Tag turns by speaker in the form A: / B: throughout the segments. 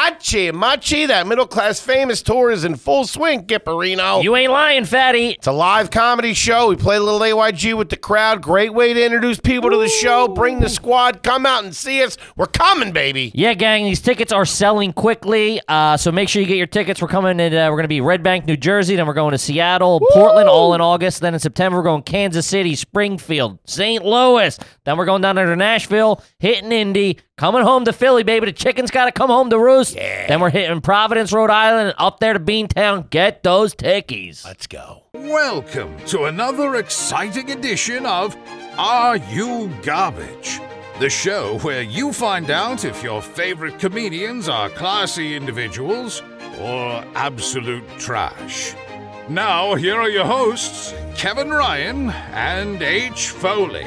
A: Hachi Machi, that middle class famous tour is in full swing, Gipperino.
B: You ain't lying, fatty.
A: it's a live comedy show. We play a little AYG with the crowd. Great way to introduce people to the show. Bring the squad. Come out and see us. We're coming, baby.
B: Yeah, gang, these tickets are selling quickly, uh, so make sure you get your tickets. We're coming in, uh, we're going to be Red Bank, New Jersey, then we're going to Seattle, Portland, all in August. Then in September, we're going Kansas City, Springfield, St. Louis. Then we're going down there to Nashville, hitting Indy, coming home to Philly, baby. The chicken's got to come home to roost. Then we're hitting Providence, Rhode Island, and up there to Beantown. Get those tickies.
A: Let's go.
C: Welcome to another exciting edition of Are You Garbage? The show where you find out if your favorite comedians are classy individuals or absolute trash. Now, here are your hosts, Kevin Ryan and H. Foley.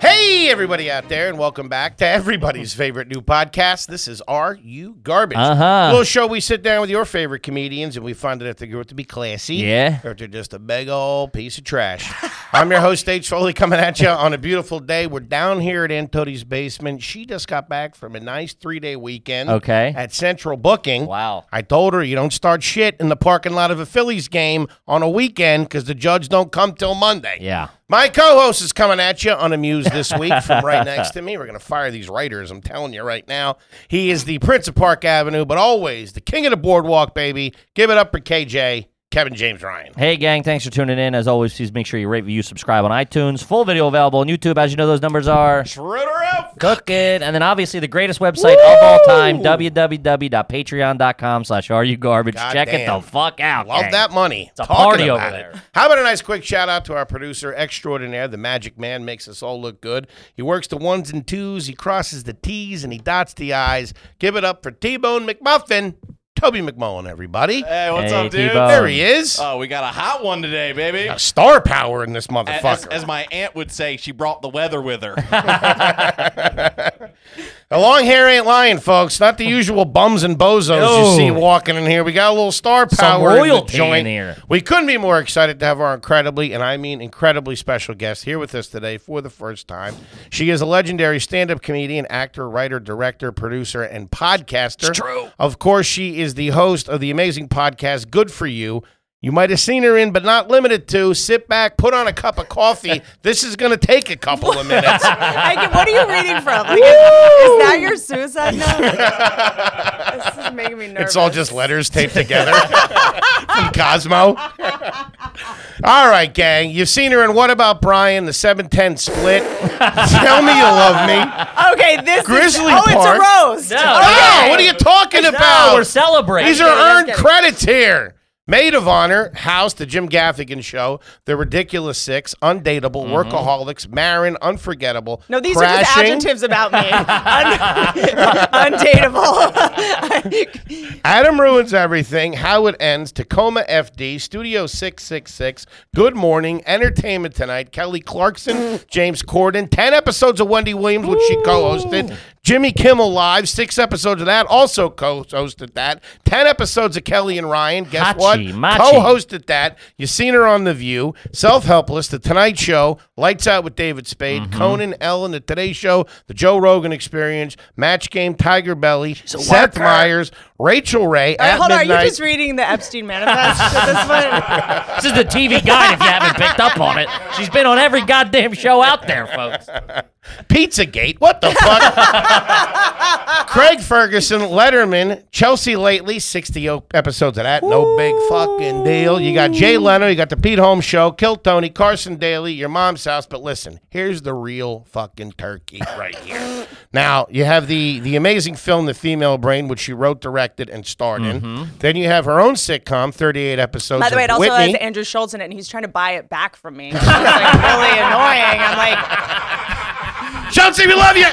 A: Hey, everybody out there, and welcome back to everybody's favorite new podcast. This is Are You Garbage?
B: Uh-huh.
A: Little show we sit down with your favorite comedians and we find out if they're going to be classy
B: Yeah.
A: or if they're just a big old piece of trash. I'm your host, Dave Foley, coming at you on a beautiful day. We're down here at Antoni's basement. She just got back from a nice three day weekend
B: Okay.
A: at Central Booking.
B: Wow.
A: I told her you don't start shit in the parking lot of a Phillies game on a weekend because the judge don't come till Monday.
B: Yeah.
A: My co-host is coming at you unamused this week from right next to me. We're gonna fire these writers. I'm telling you right now. He is the Prince of Park Avenue, but always the king of the boardwalk, baby. Give it up for KJ, Kevin James Ryan.
B: Hey, gang, thanks for tuning in. As always, please make sure you rate, review, subscribe on iTunes. Full video available on YouTube. As you know, those numbers are.
A: Ritter out.
B: Cook it. And then obviously the greatest website of all time, www.patreon.com slash are you garbage. Check
A: Goddamn.
B: it the fuck out.
A: Love
B: gang.
A: that money. It's
B: a party over there.
A: How about a nice quick shout out to our producer extraordinaire, the magic man, makes us all look good. He works the ones and twos, he crosses the T's, and he dots the I's. Give it up for T Bone McMuffin, Toby McMullen, everybody.
D: Hey, what's
B: Hey,
D: up, dude?
B: T-Bone.
A: there he is.
D: Oh, we got a hot one today, baby.
A: A star power in this motherfucker.
D: As, as my aunt would say, she brought the weather with her.
A: the long hair ain't lying, folks. Not the usual bums and bozos
B: No.
A: you see walking in here. We got a little star power in the
B: royalty in
A: joint.
B: here.
A: We couldn't be more excited to have our incredibly, and I mean incredibly special guest here with us today for the first time. She is a legendary stand-up comedian, actor, writer, director, producer, and podcaster. true. Of course, she is the host of the amazing podcast Good for You. You might have seen her in, but not limited to. Sit back, put on a cup of coffee. this is going to take a couple of minutes.
E: I can- what are you reading from? Like, is, is that your suicide note? this is making me nervous.
A: It's all just letters taped together from Cosmo. all right, gang. You've seen her in What About Brian, the 710 split. Tell me you love me.
E: Okay, this
A: Grizzly
E: is. Oh,
A: Park.
E: it's a roast.
B: No.
A: Oh, what are you talking
B: Oh,
A: about?
B: we're celebrating.
A: These
E: kidding,
A: are
E: I'm
A: earned
E: kidding.
A: credits here. Maid of Honor, House, The Jim Gaffigan Show, The Ridiculous Six, Undateable, Workaholics, Marin, Unforgettable.
E: Mm-hmm. No, these are just
A: Crashing,
E: adjectives about me. Un- undateable.
A: Adam Ruins Everything, How It Ends, Tacoma FD, Studio 666, Good Morning, Entertainment Tonight, Kelly Clarkson, James Corden, 10 episodes of Wendy Williams, which she co hosted, Jimmy Kimmel Live, six episodes of that, also co hosted that, 10 episodes of Kelly and Ryan, guess
B: Hachi,
A: what?
B: machi.
A: Co hosted that. You've seen her on The View, Self Helpless, The Tonight Show, Lights Out with David Spade,
E: Mm-hmm.
A: Conan, Ellen, The Today Show, The Joe Rogan Experience, Match Game, Tiger Belly, Seth Meyers, Rachel Ray, at
E: Hold on, are you
A: midnight.
E: just reading the Epstein manifest at this point?
B: This is the TV guide if you haven't picked up on it. She's been on every goddamn show out there, folks.
A: Pizzagate. What the fuck? Craig Ferguson, Letterman, Chelsea lately, 60 o- episodes of that. No big fucking deal. You got Jay Leno, you got the Pete Holmes show, Kill Tony, Carson Daly, your mom's house. But listen, here's the real fucking turkey right here. now, you have the, the amazing film, The Female Brain, which she wrote, directed, and starred in. Then you have her own sitcom, 38 episodes.
E: Mm-hmm. By the
A: of
E: way, it also
A: Whitney.
E: has Andrew Schultz in it, and he's trying to buy it back from me. It's like really annoying. I'm like,
A: Chelsea, we love you.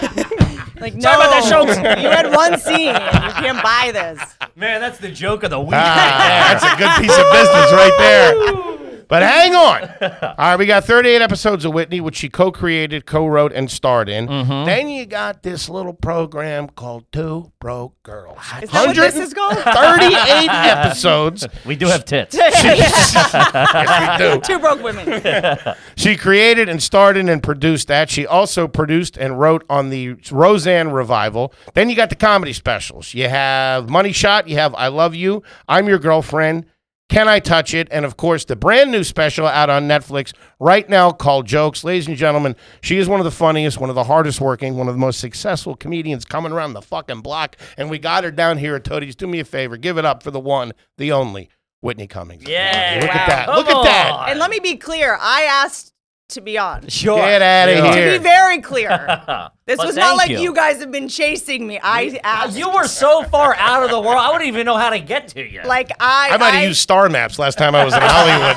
E: like no.
B: Sorry about that, Schultz.
E: You had one scene. You can't buy this.
B: Man, that's the joke of the week.
A: Ah, that's a good piece of business right there. But hang on. All right, we got 38 episodes of Whitney, which she co created, co wrote, and starred in.
E: Mm-hmm.
A: Then you got this little program called Two Broke Girls.
E: Is that what this is called?
A: 38 episodes.
B: We do have tits.
A: Yes, we do.
E: Two broke women.
A: She created and starred in and produced that. She also produced and wrote on the Roseanne revival. Then you got the comedy specials. You have Money Shot, you have I Love You, I'm Your Girlfriend, Can I Touch It, and of course the brand new special out on Netflix right now called Jokes. Ladies and gentlemen, she is one of the funniest, one of the hardest working, one of the most successful comedians coming around the fucking block. And we got her down here at Toadies. Do me a favor, give it up for the one, the only. Whitney Cummings.
B: Yeah.
A: Look at
B: Wow.
A: that.
B: Come
A: Look at that.
B: on.
E: And let me be clear. I asked to be on.
B: Sure.
A: Get outta
B: Yeah.
A: here.
E: To be very clear. This
B: But
E: was not
B: thank
E: like
B: you.
E: you. guys have been chasing me. I asked.
B: You were so far out of the world. I wouldn't even know how to get to you.
E: like I.
A: I might have used star maps last time I was in Hollywood.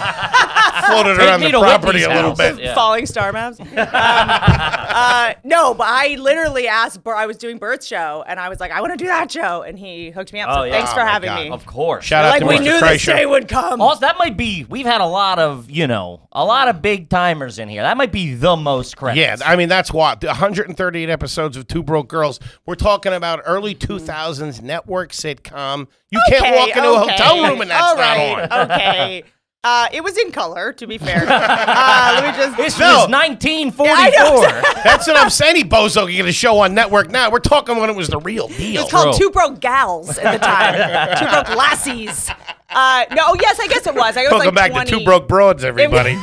A: Floated
B: Take
A: around
B: me
A: the
B: to
A: property
B: Whitney's
A: a little
B: house.
A: bit.
B: Yeah.
E: falling star maps. Um, uh, no, but I literally asked. Bur- I was doing Bert's show, and I was like, I want to do that show, and he hooked me up.
B: Oh,
E: so
B: yeah.
E: thanks for
A: Oh, my
E: having
A: God.
E: me.
B: of course.
A: Shout out
E: like
A: to
E: we
A: Mr.
E: knew this
A: Kreischer.
E: day would come.
B: Also, that might be. We've had a lot of, you know, a lot of big timers in here. That might be the most credits.
A: Yeah, I mean that's what 138 episodes of Two Broke Girls. We're talking about early 2000s network sitcom. You can't
E: Okay,
A: walk into a
E: okay.
A: hotel room and that's
E: All
A: not on.
E: right, Okay. Uh, it was in color, to be fair. Uh, let me just.
B: This
A: No.
B: was 1944.
A: That's what I'm saying. Any bozo can get a show on network now. We're talking when it was the real deal.
E: It's called
B: Bro.
E: Two Broke Gals at the time. Two Broke Lassies. Uh, no, oh, yes, I guess it was. I guess
A: Welcome
E: like
A: back
E: 20,
A: to Two Broke Broads, everybody.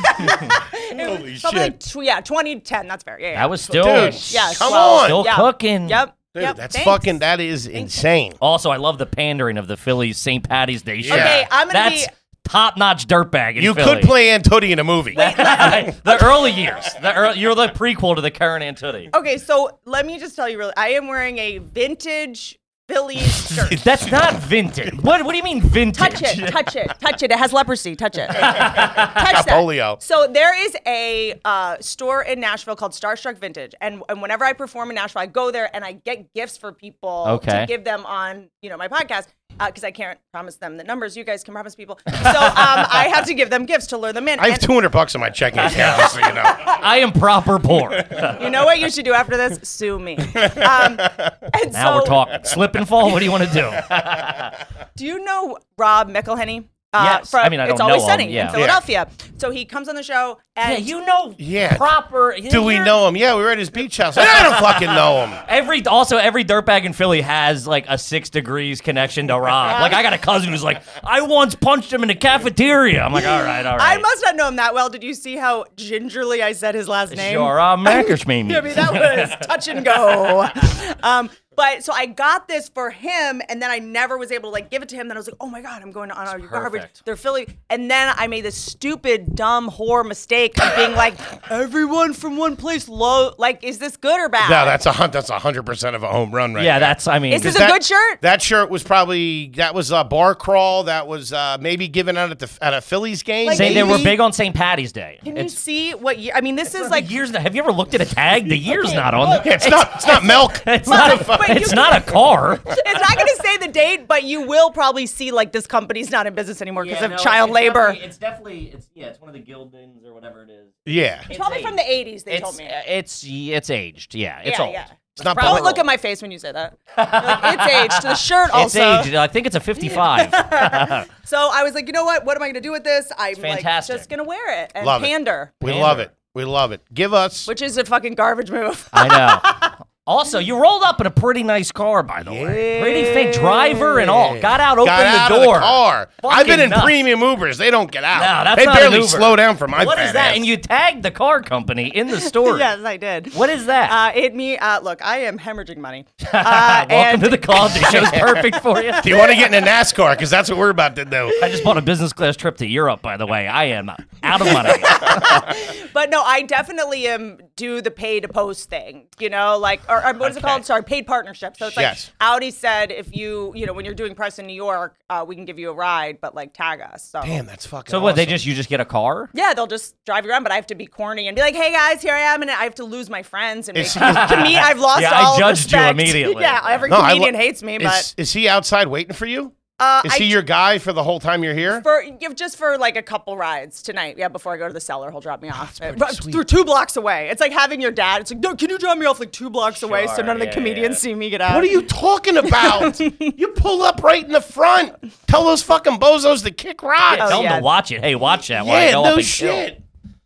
E: Holy Like tw- yeah, 2010. That's fair. Yeah, yeah.
B: that was still.
A: Dude,
E: yeah,
A: come
E: 12,
A: on.
B: Still
E: yeah.
B: cooking.
E: Yep.
A: Dude,
E: yep,
A: that's
E: thanks.
A: fucking. That is insane.
B: Also, I love the pandering of the Phillies St. Patty's Day show.
A: Okay,
E: I'm gonna
B: That's
E: be-
B: top-notch dirtbag in
A: You
B: Philly.
A: could play Antoni in a movie.
B: the early years. The ear you're the prequel to the current Antony.
E: Okay, so let me just tell you really, I am wearing a vintage Phillies shirt.
B: That's not vintage. What What do you mean vintage?
E: touch it, touch it, touch it. It has leprosy. Touch it. touch that.
A: polio.
E: So there is a uh, store in Nashville called Starstruck Vintage, and and whenever I perform in Nashville, I go there and I get gifts for people
B: Okay.
E: to give them on you know my podcast because I can't promise them the numbers. You guys can promise people, so um, I have to give them gifts to lure them in.
A: I have
E: And
A: 200 bucks in my checking account, just so you know.
B: I am proper poor. now
E: you know what you should do after this? Sue me. Um, and so,
B: we're talking. Slip and fall. What do you want to do?
E: Do you know Rob McElhenney?
B: Yes. I mean, I
E: It's
B: don't
E: Always
B: know
E: Sunny
B: him, yeah.
E: in Philadelphia. So he comes on the show, and
B: know.
A: Yeah.
B: Proper.
A: Do we
B: you're-
A: know him? Yeah, we were at his beach house. I don't fucking know him.
B: Every also every dirtbag in Philly has like a six degrees connection to Rob. Like I got a cousin who's like, I once punched him in the cafeteria. I'm like, all right, all
E: I
B: right.
E: must not know him that well. Did you see how gingerly I said his last name?
B: Sure, Rob Mankersmee.
E: I mean, that was touch and go. Um, but so I got this for him, and then I never was able to like give it to him. Then I was like, oh my god, I'm going to on your garbage.
B: perfect.
E: They're Philly, and then I made this stupid, dumb whore mistake of being like, everyone from one place, low. Like, is this good or bad?
A: No, that's a hun- that's a hundred percent of a home run right
B: yeah,
A: there.
B: that's. I mean,
E: Is this
A: That-
E: a good shirt?
A: That shirt was probably that was a bar crawl. That was uh, maybe given out at the at a Phillies game.
E: Like,
B: Say they were
A: maybe?
B: big on St. Patty's Day.
E: Can you
B: It's
E: see what year? I mean, this is
B: like
E: like
B: years. Have you ever looked at a tag? The year's not on.
A: Yeah,
B: there.
A: it's not it's not milk.
B: It's not.
E: But- but
B: A, it's
E: you-
B: not a car.
E: it's not going to say the date, but you will probably see like this company's not in business anymore because of child labor.
B: It's definitely. It's yeah. It's one of the Gildens or whatever it is.
A: Yeah,
E: It's probably from the 80s, they told
B: It's
E: me.
B: it's it's aged. Yeah, it's
E: Yeah,
B: old.
E: yeah.
A: it's not.
E: Don't
A: Bar-
E: look at my face when you say that. You're like, it's aged. The shirt
B: It's
E: also.
B: aged. I think it's a 55.
E: So I was like, you know what? What am I going to do with this? I'm like,
B: fantastic.
E: just going to wear it and
A: Love it.
E: pander,
A: we love it. We love it. Give us.
E: which is a fucking garbage move.
B: I know. Also, you rolled up in a pretty nice car, by the way. Pretty fit driver and all. Got out, opened
A: Got out
B: the
A: of
B: door.
A: the car. I've been
B: Fucking
A: in
B: nuts.
A: premium Ubers. They don't get out.
B: No, that's
A: they
B: not an
A: barely
B: Uber.
A: slow down for my.
B: What is
A: fat
B: that?
A: ass.
B: And you tagged the car company in the story.
E: yes, I did.
B: What is that?
E: Uh, it me. Uh, look, I am hemorrhaging money. Uh,
B: Welcome
E: and
B: to the club. The show's perfect for you.
A: Do you want to get in a NASCAR? Because that's what we're about to do.
B: I just bought a business class trip to Europe, by the way. I am out of money.
E: But no, I definitely am do the pay to post thing, you know, like or, or what is it
B: Okay.
E: called? Sorry, paid partnership. So it's like
A: Yes.
E: Audi said, if you, you know, when you're doing press in New York, uh, we can give you a ride, but like tag us. So
A: Damn, that's fucking.
B: so what? They
A: awesome.
B: just you just get a car?
E: yeah, they'll just drive you around, but I have to be corny and be like, hey guys, here I am, and I have to lose my friends and make, to me, I've lost
B: Yeah, I
E: all
B: judged you
E: respect.
B: immediately.
E: yeah, every
A: No, I lo-
E: comedian hates me,
A: Is,
E: but
A: is he outside waiting for you?
E: Uh,
A: Is
E: I
A: he your guy for the whole time you're here?
E: for give- just for like a couple rides tonight. Yeah, before I go to the cellar, he'll drop me off.
A: pretty
E: But
A: sweet.
E: They're two blocks away. It's like having your dad. It's like, no, can you drop me off like two blocks away so
B: Sure,
E: none of
B: yeah,
E: the comedians see me get out?
A: what are you talking about? you pull up right in the front. Tell those fucking bozos to kick rocks.
E: Oh,
B: Tell him
E: yeah.
B: to watch it. Hey, watch that while I
A: yeah,
B: go up
A: no
B: and kill.
A: shit.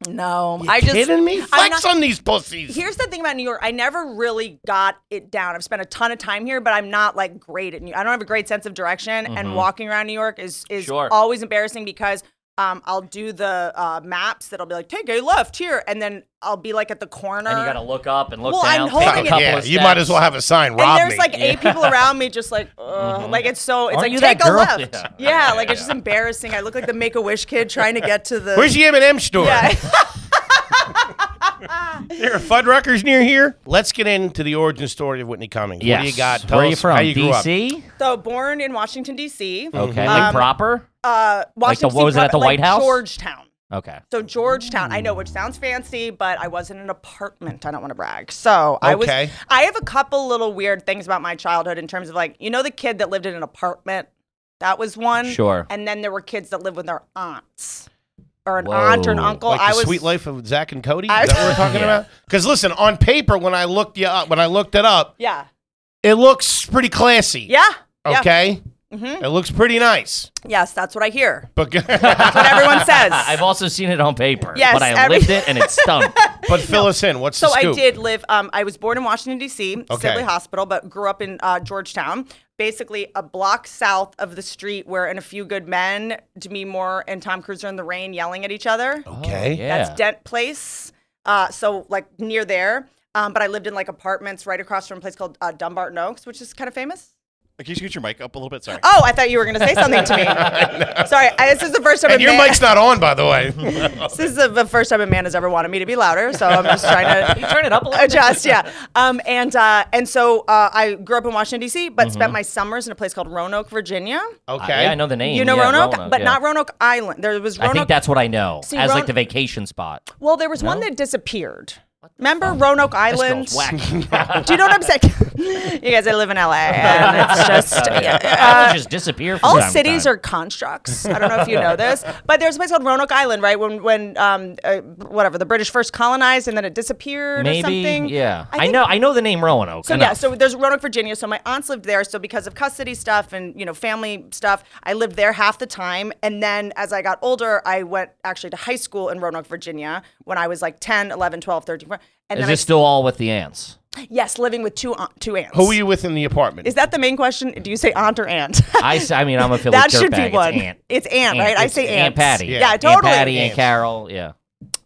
E: No, I just
A: Kidding me?
E: I'm
A: Flex
E: not-
A: on these pussies.
E: Here's the thing about New York. I never really got it down. I've spent a ton of time here, but I'm not like great at New. I don't have a great sense of direction, and walking around New York is is
B: Mm-hmm. Sure.
E: always embarrassing because um I'll do the uh, maps that'll be like take a left here, and then I'll be like at the corner.
B: And you got to look up and look
E: Well, I'm
B: down.
E: holding
B: take
E: it-
B: a couple
A: yeah,
B: of
A: you might
B: steps.
A: as well have a sign.
E: and
A: Rob
E: there's
A: me.
E: like eight people around me, just like, uh, like it's so, it's
B: Mm-hmm. Aren't you
E: like take
B: that
E: a
B: girl?
E: left,
B: Yeah.
E: yeah, like it's just embarrassing. I look like the Make a Wish kid trying to get to the.
A: Where's the M&M store?
E: yeah.
A: There are Fuddruckers near here. Let's get into the origin story of Whitney Cummings.
B: Yes.
A: What do you got? Tell
B: Where are you Mm-hmm.
A: us
B: from?
A: How you grew up.
B: DC.
E: so born in Washington D.C.
B: Okay, like proper.
E: Uh, Washington
B: what was it,
E: D.C.
B: at the
E: proper-
B: White
E: like
B: House?
E: Georgetown.
B: Okay.
E: So Georgetown, I know, which sounds fancy, but I was in an apartment. I don't want to brag. So I was.
A: Okay.
E: I have a couple little weird things about my childhood in terms of like, you know, the kid that lived in an apartment. That was one.
B: Sure.
E: And then there were kids that lived with their aunts, or an
B: Whoa.
E: aunt or an uncle.
A: Like
E: I
A: the
E: was
A: sweet life of Zach and Cody?
E: I-
A: Is that what we're talking
B: Yeah.
A: about? Because listen, on paper, when I looked you up, when I looked it up,
E: Yeah.
A: it looks pretty classy.
E: Yeah. yeah. Mm-hmm.
A: Okay. It looks pretty nice.
E: Yes, that's what I hear.
A: But
E: That's what everyone says.
B: Uh, I've also seen it on paper,
E: Yes,
B: but I
E: every-
B: lived it and it stunk. Oh,
A: but fill us in. What's
E: So
A: the
E: I
A: scoop?
E: did live. Um, I was born in Washington D.C.,
A: Okay.
E: Sibley Hospital, but grew up in uh, Georgetown, basically a block south of the street where in A Few Good Men, Demi Moore and Tom Cruise are in the rain yelling at each other.
A: Okay.
B: Oh, yeah.
E: That's Dent Place. Uh, so like near there. Um, but I lived in like apartments right across from a place called uh, Dumbarton Oaks, which is kind of famous.
D: Can you scoot your mic up a little bit? Sorry.
E: Oh, I thought you were going to say something to me. Sorry, I, this is the first time.
A: And
E: a
A: your
E: man-
A: mic's not on, by the way.
E: This is the, the first time a man has ever wanted me to be louder, so I'm just trying to
B: Turn it up a little.
E: adjust. Yeah. Um, and uh, and so uh, I grew up in Washington D.C., but
B: Mm-hmm.
E: spent my summers in a place called Roanoke, Virginia.
A: Okay.
B: Yeah, I know the name.
E: You know
B: Oh, yeah,
E: Roanoke? but
B: yeah.
E: not Roanoke Island. There was Roanoke.
B: I think that's what I know
E: See,
B: as like
E: Roanoke-
B: the vacation spot.
E: well, there was one that disappeared. Remember Roanoke
B: This
E: Island?
B: girl's whack.
E: Do you know what I'm saying? you guys, I live in L.A. and it's just yeah. Uh,
B: I would just disappear. From
E: All
B: time to
E: cities
B: time.
E: are constructs. I don't know if you know this, but there's a place called Roanoke Island, right? When when um uh, whatever the British first colonized and then it disappeared
B: maybe.
E: or something.
B: Yeah, I,
E: I think-
B: know. I know the name Roanoke.
E: So yeah,
B: enough.
E: so there's Roanoke, Virginia. So my aunts lived there. So because of custody stuff and you know family stuff, I lived there half the time. And then as I got older, I went actually to high school in Roanoke, Virginia when I was like 10, 11, 12, 13. 14. And
B: is
E: then I,
B: this still all with the ants?
E: yes, living with two aunt, two aunts.
A: Who were you with in the apartment?
E: Is that the main question? Do you say aunt or aunt?
B: I, s- I mean, I'm a Philly
E: that should
B: dirtbag.
E: be one.
B: It's ant.
E: aunt, right? I
B: It's
E: say
B: Aunt
E: aunts.
B: Patty.
E: Yeah,
A: Aunt
E: totally.
B: Aunt Patty, Aunt
A: Ants.
B: Carol. Yeah.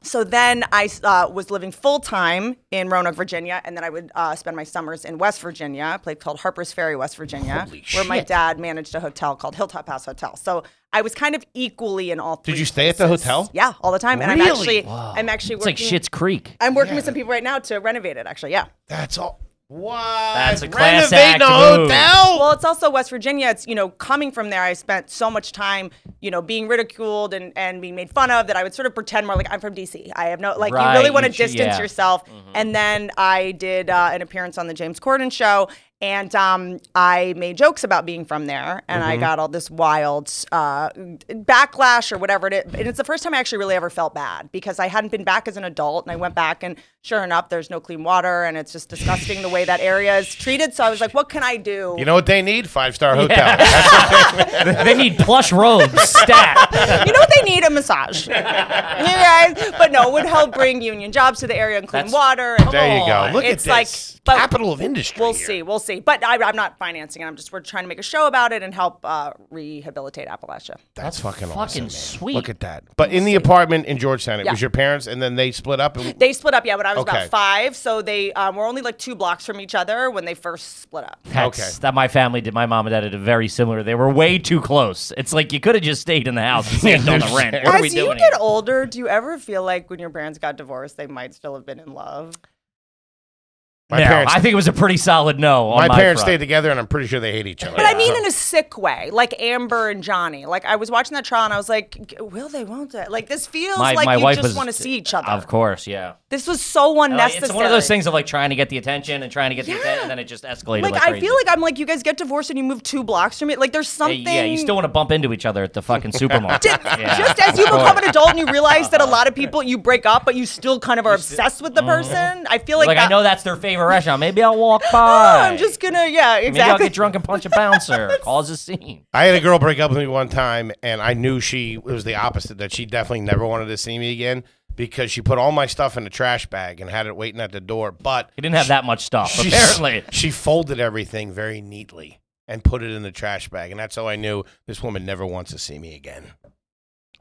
E: So then I uh, was living full time in Roanoke, Virginia, and then I would uh, spend my summers in West Virginia, a place called Harper's Ferry, West Virginia, where my dad managed a hotel called Hilltop House Hotel. So I was kind of equally in all three.
A: you stay at the
E: places.
A: hotel?
E: Yeah, all the time. And
A: Really?
E: I'm actually, I'm actually
B: It's
E: working.
B: like Shit's Creek.
E: I'm working with some people right now to renovate it. Actually, yeah.
A: That's all. What?
B: That's a class
A: Renovating
B: act
A: a
B: move.
A: hotel?
E: Well, it's also West Virginia. It's you know coming from there. I spent so much time you know being ridiculed and and being made fun of that I would sort of pretend more like I'm from DC. I have no like you
B: Right,
E: really want to
B: you ch- yeah. Mm-hmm.
E: distance yourself. And then I did uh, an appearance on the James Corden show. And um, I made jokes about being from there, and
B: Mm-hmm.
E: I got all this wild uh, backlash or whatever it is. And it's the first time I actually really ever felt bad because I hadn't been back as an adult, and I went back, and sure enough, there's no clean water, and it's just disgusting the way that area is treated. So I was like, what can I do?
A: you know what they need? Five star hotel. That's
B: they need plush robes. Stat.
E: you know what they need a massage you guys but no it would help bring union jobs to the area and clean
B: That's-
E: water and
A: there you go.
B: on.
A: Look
E: It's
A: at
E: like-
A: this.
E: but-
A: Capital of industry.
E: we'll
A: here.
E: see we'll see but I, i'm not financing it i'm just we're trying to make a show about it and help uh, rehabilitate appalachia
A: That's fucking, awesome.
B: Fucking
A: man.
B: sweet.
A: Look at that. But in the apartment in Georgetown, it
E: Yeah.
A: was your parents, and then they split up. And,
E: they split up yeah when i was
A: Okay.
E: about five so they um, were only like two blocks from each other when they first split up
B: That's,
A: Okay.
B: That my family did. My mom and dad did a very similar. They were way too close. It's like you could have just stayed in the house and saved on the rent. What are we
E: as you
B: doing?
E: get
B: here?
E: older do you ever feel like when your parents got divorced they might still have been in love
A: My
B: no,
A: parents,
B: I think it was a pretty solid no. On
A: my
B: my,
A: parents
B: front.
A: stayed together, and I'm pretty sure they hate each other.
E: But I mean in a sick way, like Amber and Johnny. Like I was watching that trial and I was like, will they, won't they? Like this feels
B: My,
E: like
B: my
E: you
B: wife
E: just
B: was-
E: want to see each other.
B: Of course, yeah.
E: This was so
B: Like,
E: unnecessary.
B: It's one of those things of like trying to get the attention and trying to get the
E: Yeah.
B: attention, and then it just escalated.
E: Like,
B: Like,
E: I
B: crazy.
E: feel like I'm like, you guys get divorced and you move two blocks from it. Like there's
B: Hey,
E: something.
B: yeah, you still want to bump into each other at the fucking supermarket. Yeah.
E: just as you
B: Of course.
E: become an adult and you realize that a lot of people you break up, but you still kind of are obsessed with the person. I feel
B: Mm-hmm. Like,
E: like,
B: I
E: that-
B: know that's their favorite restaurant. Maybe I'll walk
E: Oh,
B: by.
E: I'm just gonna yeah
B: Maybe I'll
E: exactly.
B: get drunk and punch a bouncer. Cause a scene.
A: I had a girl break up with me one time, and I knew she it was the opposite that she definitely never wanted to see me again because she put all my stuff in a trash bag and had it waiting at the door. But
B: He didn't have that much stuff,
A: she-
B: apparently.
A: she folded everything very neatly and put it in the trash bag, and that's how I knew this woman never wants to see me again.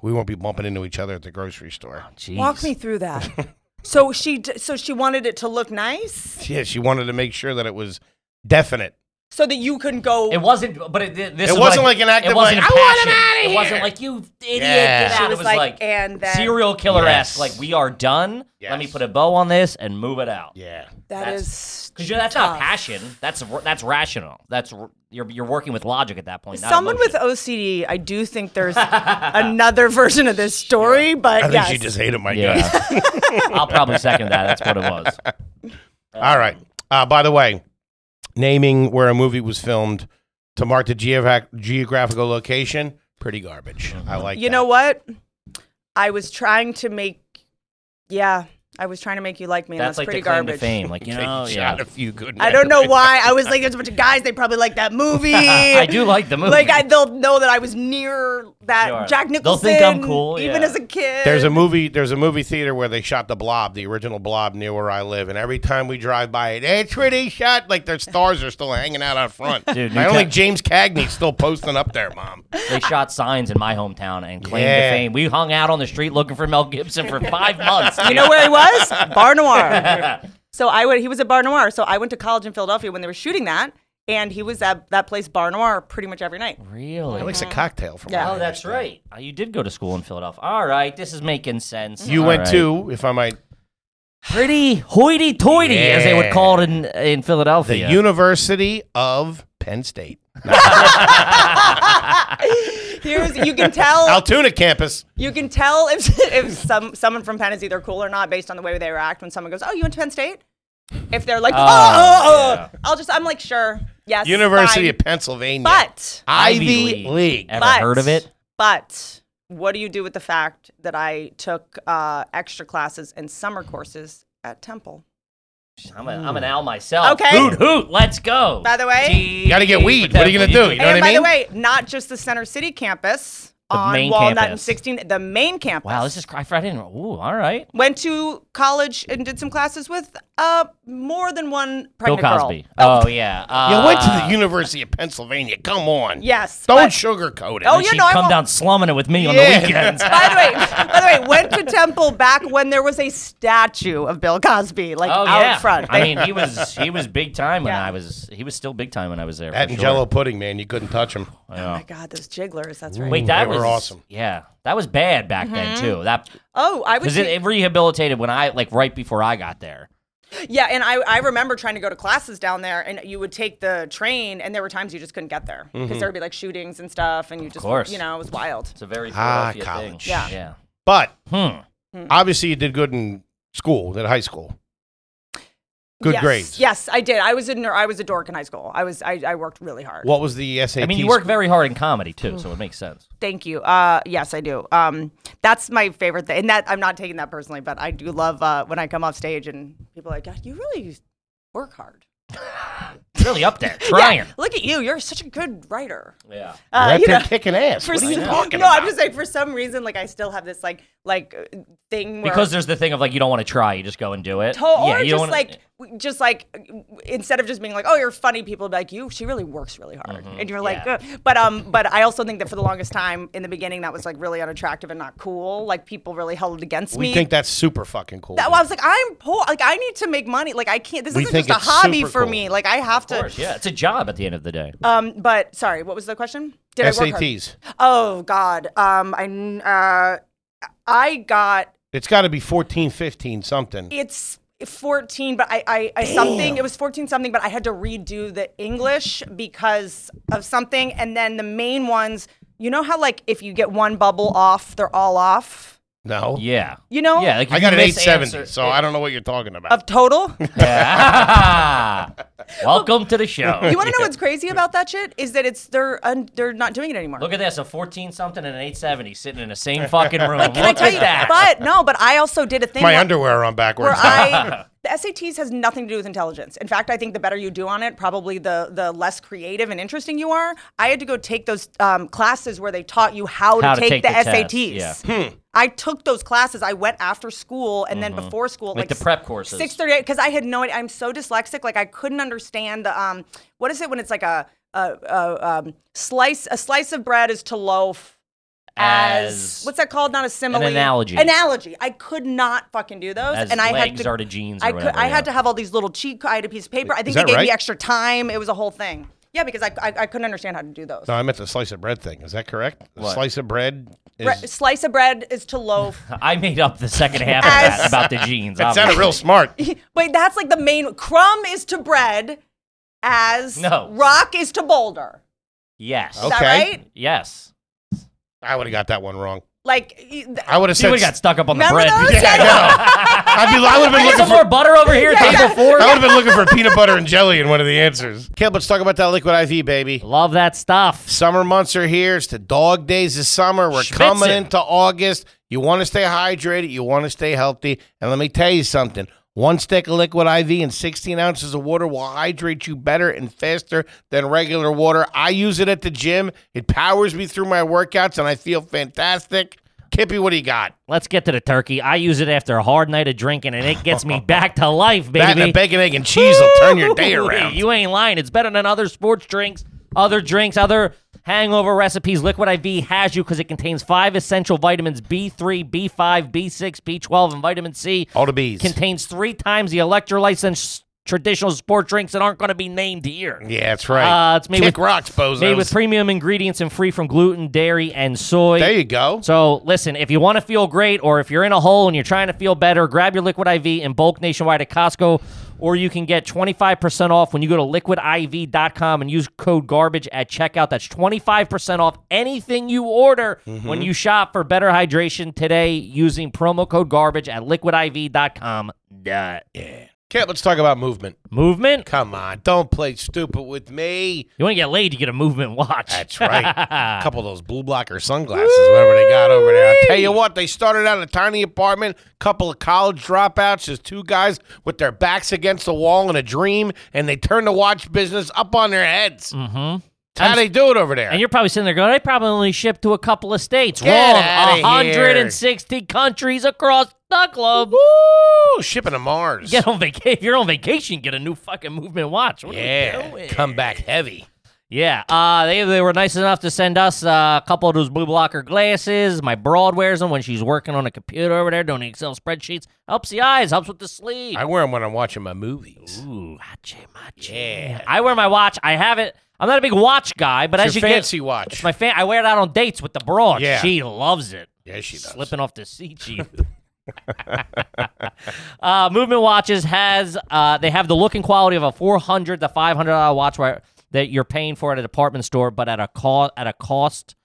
A: We won't be bumping into each other at the grocery store.
B: Jeez.
E: Walk me through that. so she d- so she wanted it to look nice
A: Yeah, she wanted to make sure that it was definite.
E: so that you couldn't go.
B: It wasn't, but it, thi- this
A: It
B: is
A: wasn't
B: like,
A: like an act
B: it
A: of
B: wasn't
A: like,
B: a
A: "I want
B: passion."
A: him outta
B: It
A: here.
B: wasn't like you idiot,
A: Yeah. She
B: get out. it
E: was
B: was
E: like,
B: like,
E: "And then-"
B: serial killer esque.
A: Yes.
B: Like we are done. Let me
A: Yes.
B: put a bow on this and move it out.
A: Yeah.
E: that
B: that's-
E: is
B: Because that's not
E: tough.
B: passion. That's r- that's rational. That's r- you're you're working with logic at that point. not
E: Someone with
B: emotion.
E: OCD, I do think there's another version of this story, but
A: I think
E: yes.
A: she just hated my guts.
B: yeah. I'll probably second that. That's what it was.
A: All right. Uh, by the way, naming where a movie was filmed to mark the geogra- geographical location, pretty garbage.
B: Mm-hmm.
A: I like
E: you know what? I was trying to make, yeah, I was trying to make you like me, and that's,
B: That's like
E: pretty
B: the claim
E: garbage.
B: to fame. Like you know, Oh, yeah.
A: shot a few good.
E: I don't know why. I was like, there's a bunch of guys. They probably like that movie.
B: I do like the movie.
E: Like I, they'll know that I was near that
B: You are.
E: Jack
B: They'll
E: Nicholson.
B: think I'm cool,
E: even
B: yeah.
E: as a kid.
A: There's a movie. There's a movie theater where they shot the Blob, the original Blob, near where I live. And every time we drive by it, it's where they shot. Like their stars are still hanging out out front.
B: Dude,
A: I
B: you
A: don't
B: ca-
A: think James Cagney's still posting up there, Mom.
B: They shot signs in my hometown and claimed
A: Yeah.
B: to fame. We hung out on the street looking for Mel Gibson for five months.
E: You know where he was? Bar Noir. So I went. He was at Bar Noir. So I went to college in Philadelphia when they were shooting that, and he was at that place Bar Noir pretty much every night.
B: Really?
A: At least a cocktail from.
E: Yeah.
A: what I
B: Oh, that's
A: understand.
B: right. Oh, you did go to school in Philadelphia. All right, this is making sense.
A: You
B: All
A: went
B: right.
A: to, if I might,
B: pretty hoity-toity, as they would call it in in
A: the
B: Philadelphia.
A: University of Penn State,
E: Here's you can tell
A: Altoona campus.
E: you can tell if if some someone from Penn is either cool or not based on the way they react when someone goes, "Oh, you went to Penn State." If they're like, "Oh, oh, oh," I'll just I'm like, "Sure, yes."
A: University
E: fine.
A: of Pennsylvania.
E: But
A: Ivy League.
B: Ever
E: but,
B: heard of it?
E: But what do you do with the fact that I took uh, extra classes and summer courses at Temple?
B: I'm, a, I'm an owl myself.
E: Okay.
B: Hoot hoot. Let's go.
E: By the way-
A: You got to get weed. What are you going to do? You know what I
E: and by
A: mean?
E: the way, not just the Center City campus
B: The
E: on
B: main
E: Walnut and
B: campus.
E: 16, the main campus.
B: Wow, this is cry Friday. Ooh, all right.
E: Went to college and did some classes with uh, more than one
B: Bill
E: pregnant
B: Cosby.
E: girl.
B: Oh yeah. Uh,
A: you went to the University of Pennsylvania. Come on.
E: Ah. Yes.
A: Don't
E: but-
A: sugarcoat it.
E: Oh,
B: She'd
E: you know, I
B: come
E: won't-
B: down slumming it with me on
A: Yeah.
B: the weekends.
E: By the way, by the way, went to Temple back when there was a statue of Bill Cosby, like
B: Oh
E: out
B: yeah.
E: front.
B: I mean, he was he was big time when
E: Yeah.
B: I was. He was still big time when I was there.
A: That
B: for
A: and
B: sure.
A: Jello pudding, man. You couldn't touch them.
E: oh my God, those jigglers. That's right.
B: Wait, that
A: they
B: was
A: were awesome.
B: Yeah, that was bad back then too. That
E: Oh, I was.
B: because it, it rehabilitated when I like right before I got there.
E: Yeah, and I, I remember trying to go to classes down there, and you would take the train, and there were times you just couldn't get there because there would be like shootings and stuff, and you just,
B: Mm-hmm. course.
E: you know, it was wild.
B: It's a very
A: Ah,
B: Philadelphia
A: college.
B: thing.
E: Yeah.
B: yeah.
A: But
B: Hmm.
A: obviously, you did good in school, at high school. Good
E: yes.
A: grades.
E: Yes, I did. I was a ner- I was a dork in high school. I was I, I worked really hard.
A: What was the SAT?
B: I mean, you work very hard in comedy too, so it makes sense.
E: Thank you. Uh, yes, I do. Um, that's my favorite thing, and that I'm not taking that personally, but I do love uh, when I come off stage and people are like, God, you really work hard.
B: Really up there, trying.
E: Look at you. You're such a good writer.
B: Yeah.
E: Uh,
A: right
E: you
A: there
E: know.
A: kicking ass.
E: For
A: What are you
E: some-
A: talking
E: no,
A: about?
E: I'm just saying for some reason, like I still have this like like uh, thing where
B: Because there's the thing of like you don't want to try, you just go and do it.
E: to- or
B: yeah, you
E: just
B: don't wanna- eh.
E: like w- just like w- instead of just being like, oh, you're funny, people be like, you, she really works really hard, and you're like,
B: Mm-hmm. yeah.
E: "Ugh." but um, but I also think that for the longest time in the beginning, that was like really unattractive and not cool. Like people really held it against
A: we
E: me.
A: think that's super fucking cool.
E: That- well, I was like, I'm poor. Like I need to make money. Like I can't. This
A: We
E: isn't
A: think
E: just a
A: it's
E: hobby
A: super
E: for
A: cool.
E: me. Like I have
B: Of
E: to.
B: course, yeah, it's a job at the end of the day.
E: Um, but sorry, what was the question? Did I work hard?
A: SATs.
E: Oh God. Um, I n- uh, I got
A: It's got to be 14, 15, something.
E: it's 14, but I, I, I something, it was 14 something, but I had to redo the English because of something. And then the main ones, you know how, like, if you get one bubble off, they're all off?
A: No.
B: Yeah.
E: You know?
B: Yeah. Like if
A: I got
B: you
A: an
B: miss
A: 870,
B: answer-
A: so I don't know what you're talking about.
E: Of total?
B: Yeah. Welcome to the show.
E: You want to know what's crazy about that shit? Is that it's, they're, un, they're not doing it anymore.
B: Look at this, a 14 something and an 870 sitting in the same fucking room.
E: Can
B: Look
E: I tell
B: at
E: you
B: that.
E: But no, but I also did a thing.
A: My
E: where-
A: underwear are on backwards.
E: where
A: now.
E: I the SATs has nothing to do with intelligence. In fact, I think the better you do on it, probably the the less creative and interesting you are. I had to go take those um, classes where they taught you how,
B: How to
E: to,
B: take
E: take, the,
B: the test,
E: SATs. I took those classes. I went after school and then before school, like,
B: Mm-hmm. the prep courses.
E: six thirty eight, because I had no. idea. I'm so dyslexic, like I couldn't understand the um. What is it when it's like a a, a um, slice? A slice of bread is to loaf as,
B: As-
E: what's that called? Not a simile.
B: analogy.
E: Analogy. I could not fucking do those,
B: As
E: and I
B: legs
E: had to,
B: are to jeans or
E: I,
B: whatever,
E: I
B: yeah.
E: had to have all these little cheat. I had a piece of paper. I think they
A: that
E: gave
A: right?
E: me extra time. It was a whole thing. Yeah, because I I, I couldn't understand how to do those.
A: no, I meant the slice of bread thing. Is that correct? The
B: What?
A: slice of bread is.
E: Bre- slice of bread is to loaf.
B: I made up the second half of that
E: As-
B: about the jeans.
A: That sounded real smart.
E: Wait, that's like the main. Crumb is to bread, as
B: No.
E: rock is to boulder.
B: Yes.
E: Is that
A: Okay.
E: right?
B: Yes.
A: I would have got that one wrong.
E: Like, y- th-
A: I would have
B: She
A: said.
B: would have got stuck up on the
E: remember
B: bread.
E: those?
A: Yeah, I know. I'd be, I would have been
B: Get
A: looking
B: some
A: for.
B: more butter over here, table four.
A: I would have been looking for peanut butter and jelly in one of the answers. Caleb, let's talk about that liquid IV, baby.
B: Love that stuff.
A: Summer months are here. It's the dog days of summer. We're
B: Schwitzen.
A: coming into August. You want to stay hydrated. You want to stay healthy. And let me tell you something. One stick of liquid IV and 16 ounces of water will hydrate you better and faster than regular water. I use it at the gym. It powers me through my workouts and I feel fantastic. Kippy, what do you got?
B: Let's get to the turkey. I use it after a hard night of drinking, and it gets me back to life, baby.
A: That and a bacon, egg, and cheese will turn your day
B: Ooh,
A: around.
B: You ain't lying. It's better than other sports drinks, other drinks, other hangover recipes. Liquid IV has you because it contains five essential vitamins B3, B5, B6, B12, and vitamin C.
A: All the bees.
B: Contains three times the electrolytes and s- traditional sport drinks that aren't going to be named here.
A: yeah, that's right.
B: Uh, it's made
A: Kick
B: with-
A: rocks, bozos.
B: Made with premium ingredients and free from gluten, dairy, and soy.
A: there you go.
B: So listen, if you want to feel great or if you're in a hole and you're trying to feel better, grab your Liquid IV in bulk nationwide at Costco or you can get 25% off when you go to liquidiv.com and use code garbage at checkout. That's 25% off anything you order when you shop for better hydration today using promo code garbage at liquidiv.com. Duh.
A: Kip, let's talk about movement.
B: Movement?
A: Come on, don't play stupid with me.
B: You want to get laid, you get a movement watch.
A: That's right. a couple of those blue blocker sunglasses, whatever they got over there. I'll tell you what, they started out in a tiny apartment, couple of college dropouts, just two guys with their backs against the wall in a dream, and they turned the watch business up on their heads. Mm-hmm. How they do it over there?
B: And you're probably sitting there going, I probably only shipped to a couple of states.
A: Get
B: Wrong.
A: outta
B: 160 countries across the globe.
A: Woo! Shipping to Mars.
B: Get on vacation. If you're on vacation, get a new fucking movement watch. What are we
A: yeah,
B: doing?
A: come back heavy.
B: Yeah. Uh, they, they were nice enough to send us uh, a couple of those blue blocker glasses. My broad wears them when she's working on a computer over there doing Excel spreadsheets. Helps the eyes, helps with the sleep.
A: I wear them when I'm watching my movies.
B: Ooh, hachi, machi.
A: Yeah.
B: I wear my watch. I have it. I'm not a big watch guy, but
A: It's
B: as
A: your
B: you
A: fancy
B: get,
A: watch.
B: It's my fan. I wear it out on dates with the broad.
A: Yeah.
B: She loves it.
A: Yes, she does.
B: Slipping off the seat, she. uh, Movement watches has uh, they have the look and quality of a four hundred to five hundred dollar watch where, that you're paying for at a department store, but at a cost at a cost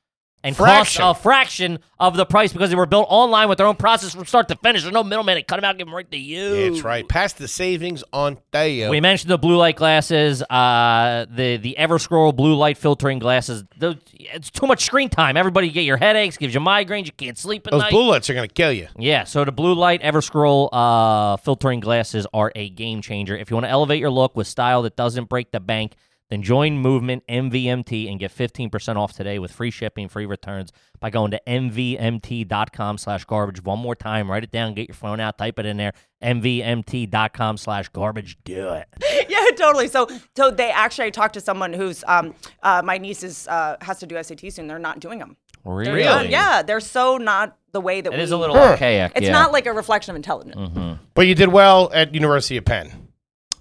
B: and
A: Fraction.
B: cost a fraction of the price because they were built online with their own process from start to finish. There's no middleman. They cut them out, give them right to you.
A: Yeah, That's right. Pass the savings on Theo.
B: We mentioned the blue light glasses, uh, the the EverScroll blue light filtering glasses. Those- It's too much screen time. Everybody get your headaches, gives you migraines, you can't sleep at
A: Those
B: night.
A: bullets are gonna kill you.
B: yeah, so the blue light EverScroll uh, filtering glasses are a game changer. If you want to elevate your look with style that doesn't break the bank, then join Movement MVMT and get 15% off today with free shipping, free returns by going to mvmt.com slash garbage. One more time, write it down, get your phone out, type it in there, mvmt.com slash garbage. Do it.
E: yeah, totally. So, so they actually I talked to someone who's um, uh, my niece is uh, has to do SAT soon. They're not doing them.
B: Really?
E: Um, Yeah, they're so not the way that
B: It
E: we.
B: is a little
A: Huh.
B: archaic.
E: It's
B: yeah. Mm-hmm.
E: not like a reflection of intelligence.
A: But you did well at University of Penn.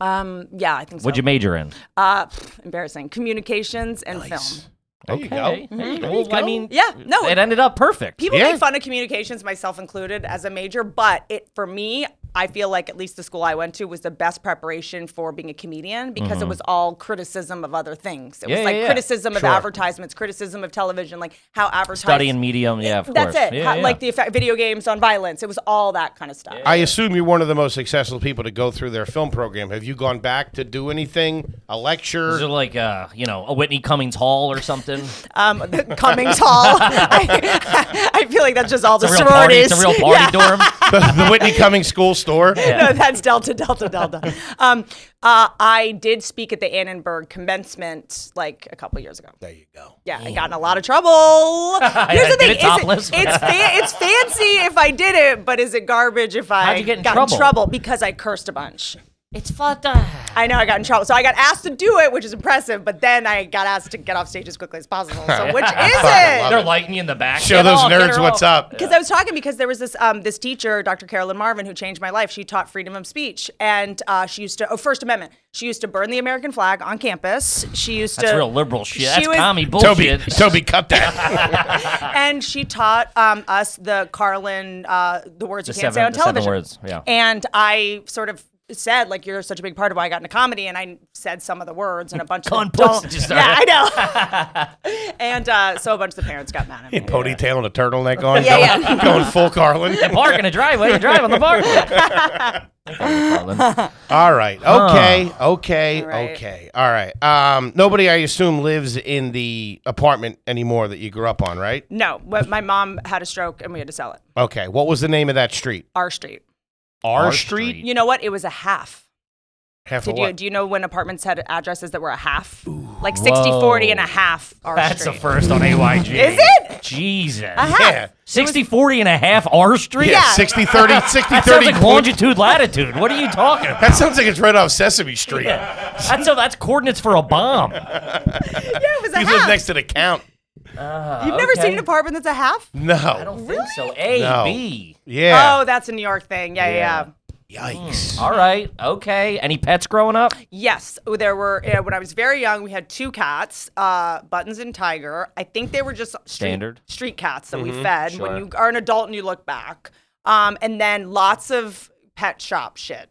E: Um, yeah, I think so.
B: What'd you major in?
E: Uh, pff, embarrassing. Communications and film.
A: There you go.
E: Mm-hmm.
B: There you
A: There
B: go.
A: you
B: I
A: go.
B: mean,
E: Yeah, no,
B: it ended up perfect.
E: People
A: Yeah.
E: make fun of communications, myself included, as a major, but it for me, I feel like at least the school I went to was the best preparation for being a comedian because it was all criticism of other things. It
B: Mm-hmm. Yeah,
E: was like
B: yeah, yeah.
E: criticism of
B: Sure.
E: advertisements, criticism of television, like how advertising.
B: Studying medium, yeah, of
E: That's
B: course.
E: it.
B: Yeah,
E: How-
B: yeah.
E: Like the effect, video games on violence. It was all that kind of stuff.
A: I assume you're one of the most successful people to go through their film program. Have you gone back to do anything? A
B: Is it
A: lecture?
B: like uh, you know, a Whitney Cummings Hall or something?
E: Um, the Cummings Hall. I, I feel like that's just all the
B: It's a real party.
E: sororities.
B: It's a real party
E: Yeah.
B: dorm.
A: the, the Whitney Cummings School Store?
E: no, that's Delta, Delta, Delta. um, uh, I did speak at the Annenberg commencement like a couple years ago.
A: There you go.
E: Yeah, I got in a lot of trouble. Here's
B: I
E: the
B: did
E: thing:
B: it
E: is
B: topless.
E: it's fa- it's fancy if I did it, but is it garbage if I
B: you get in
E: got
B: trouble?
E: in trouble because I cursed a bunch?
B: It's fucked up.
E: I know I got in trouble, so I got asked to do it, which is impressive. But then I got asked to get off stage as quickly as possible. So which is it?
B: They're lighting you in the back.
A: Show
B: Get
A: those
B: off, get
A: nerds
B: her
A: what's
B: off.
A: up.
E: Because I was talking because there was this um, this teacher, Dr. Carolyn Marvin, who changed my life. She taught freedom of speech, and uh, she used to oh First Amendment. She used to burn the American flag on campus. She used
B: That's
E: to
B: real liberal shit.
E: She
B: That's
E: was-
B: commie
A: Toby,
B: bullshit.
A: Toby, cut that.
E: and she taught um, us the Carlin, uh, the words you
B: The
E: can't
B: seven-
E: say on
B: the seven
E: television.
B: words, yeah.
E: And I sort of said, like, you're such a big part of why I got into comedy, and I said some of the words and a bunch
B: Con
E: of them don't.
B: pussy just
E: yeah, I know. and uh, so a bunch of the parents got mad at me.
A: Ponytail and a turtleneck on.
E: Yeah,
A: going,
E: yeah.
A: going full Carlin.
B: Park in the driveway. You drive on the park. Carlin.
A: All right. Okay. Okay.
E: right.
A: Okay. All right. Um, nobody, I assume, lives in the apartment anymore that you grew up on, right?
E: No, wh- my mom had a stroke, and we had to sell it.
A: Okay. What was the name of that street?
E: Our street.
A: R,
B: R
A: Street?
B: Street.
E: You know what? It was a half.
A: Half
E: Did
A: of
E: you
A: what?
E: do you know when apartments had addresses that were a half? Like 60, 40 and a half our
B: That's a
E: street.
B: first on AYG.
E: Is it?
B: Jesus.
A: yeah.
B: 60, 40 and a half R Street?
A: Yeah.
E: Yeah.
A: 60 30, 60
B: That
A: 30.
B: sounds like longitude, latitude. What are you talking about?
A: that sounds like it's right off Sesame Street.
B: That's, a, that's coordinates for a bomb.
E: Yeah, it was a
A: You live
E: half.
A: next to the count.
B: Uh,
E: You've never seen an apartment that's a half?
A: No.
B: Really? So A,
A: No.
B: B.
A: Yeah.
E: Oh, that's a New York thing. yeah,
B: Yeah.
E: yeah. yeah.
A: Yikes.
B: All right. Okay. Any pets growing up?
E: Yes, there were. Uh, when I was very young, we had two cats, uh, Buttons and Tiger. I think they were just street,
B: Standard.
E: street cats that we fed.
B: sure.
E: When you are an adult and you look back, um, and then lots of pet shop shit.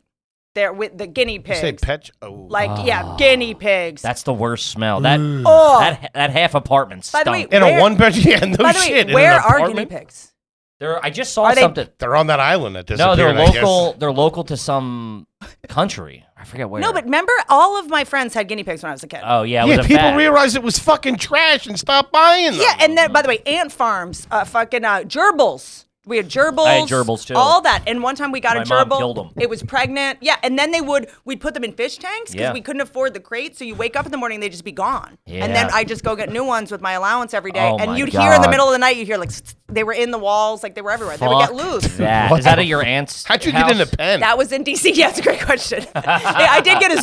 E: There with the guinea pigs,
A: Say pet. Oh.
E: like yeah, guinea pigs.
B: That's the worst smell. That
E: Oh.
B: that that half apartment
E: By
B: stunk.
E: the way,
A: in
E: where-
A: a one bedroom. Yeah,
B: Oh,
A: no
E: By the
A: shit. in
E: way,
A: an
E: where are guinea
A: apartment?
E: pigs?
B: They're- I just saw
E: Are they-
B: something.
A: They're on that island that
B: no,
A: disappeared.
B: they're
A: I guess.
B: local. They're local to some country. I forget where.
E: No, but remember, all of my friends had guinea pigs when I was a kid.
B: oh yeah, it
A: Yeah,
B: was a
A: people
B: fad.
A: realized it was fucking trash and stopped buying them.
E: Yeah, and then by the way, ant farms, uh, fucking uh, gerbils. We had gerbils.
B: I had gerbils, too.
E: All that. And one time we got a
B: My mom
E: gerbil.
B: killed 'em.
E: It was pregnant. Yeah, and then they would we'd put them in fish tanks because
B: Yeah.
E: we couldn't afford the crate. So you wake up in the morning, and they'd just be gone. And
B: Yeah.
E: then I just go get new ones with my allowance every day.
B: Oh my
E: and you'd hear in the
B: God.
E: middle of the night, you hear like s- s- they were in the walls, like they were everywhere. They would get
B: Fuck
E: loose.
B: That.
A: What
B: Is that
A: the
B: at your aunt's?
A: How'd you
B: house?
A: get in the pen?
E: That was in DC. Yeah, that's a great question. Yeah, I did get a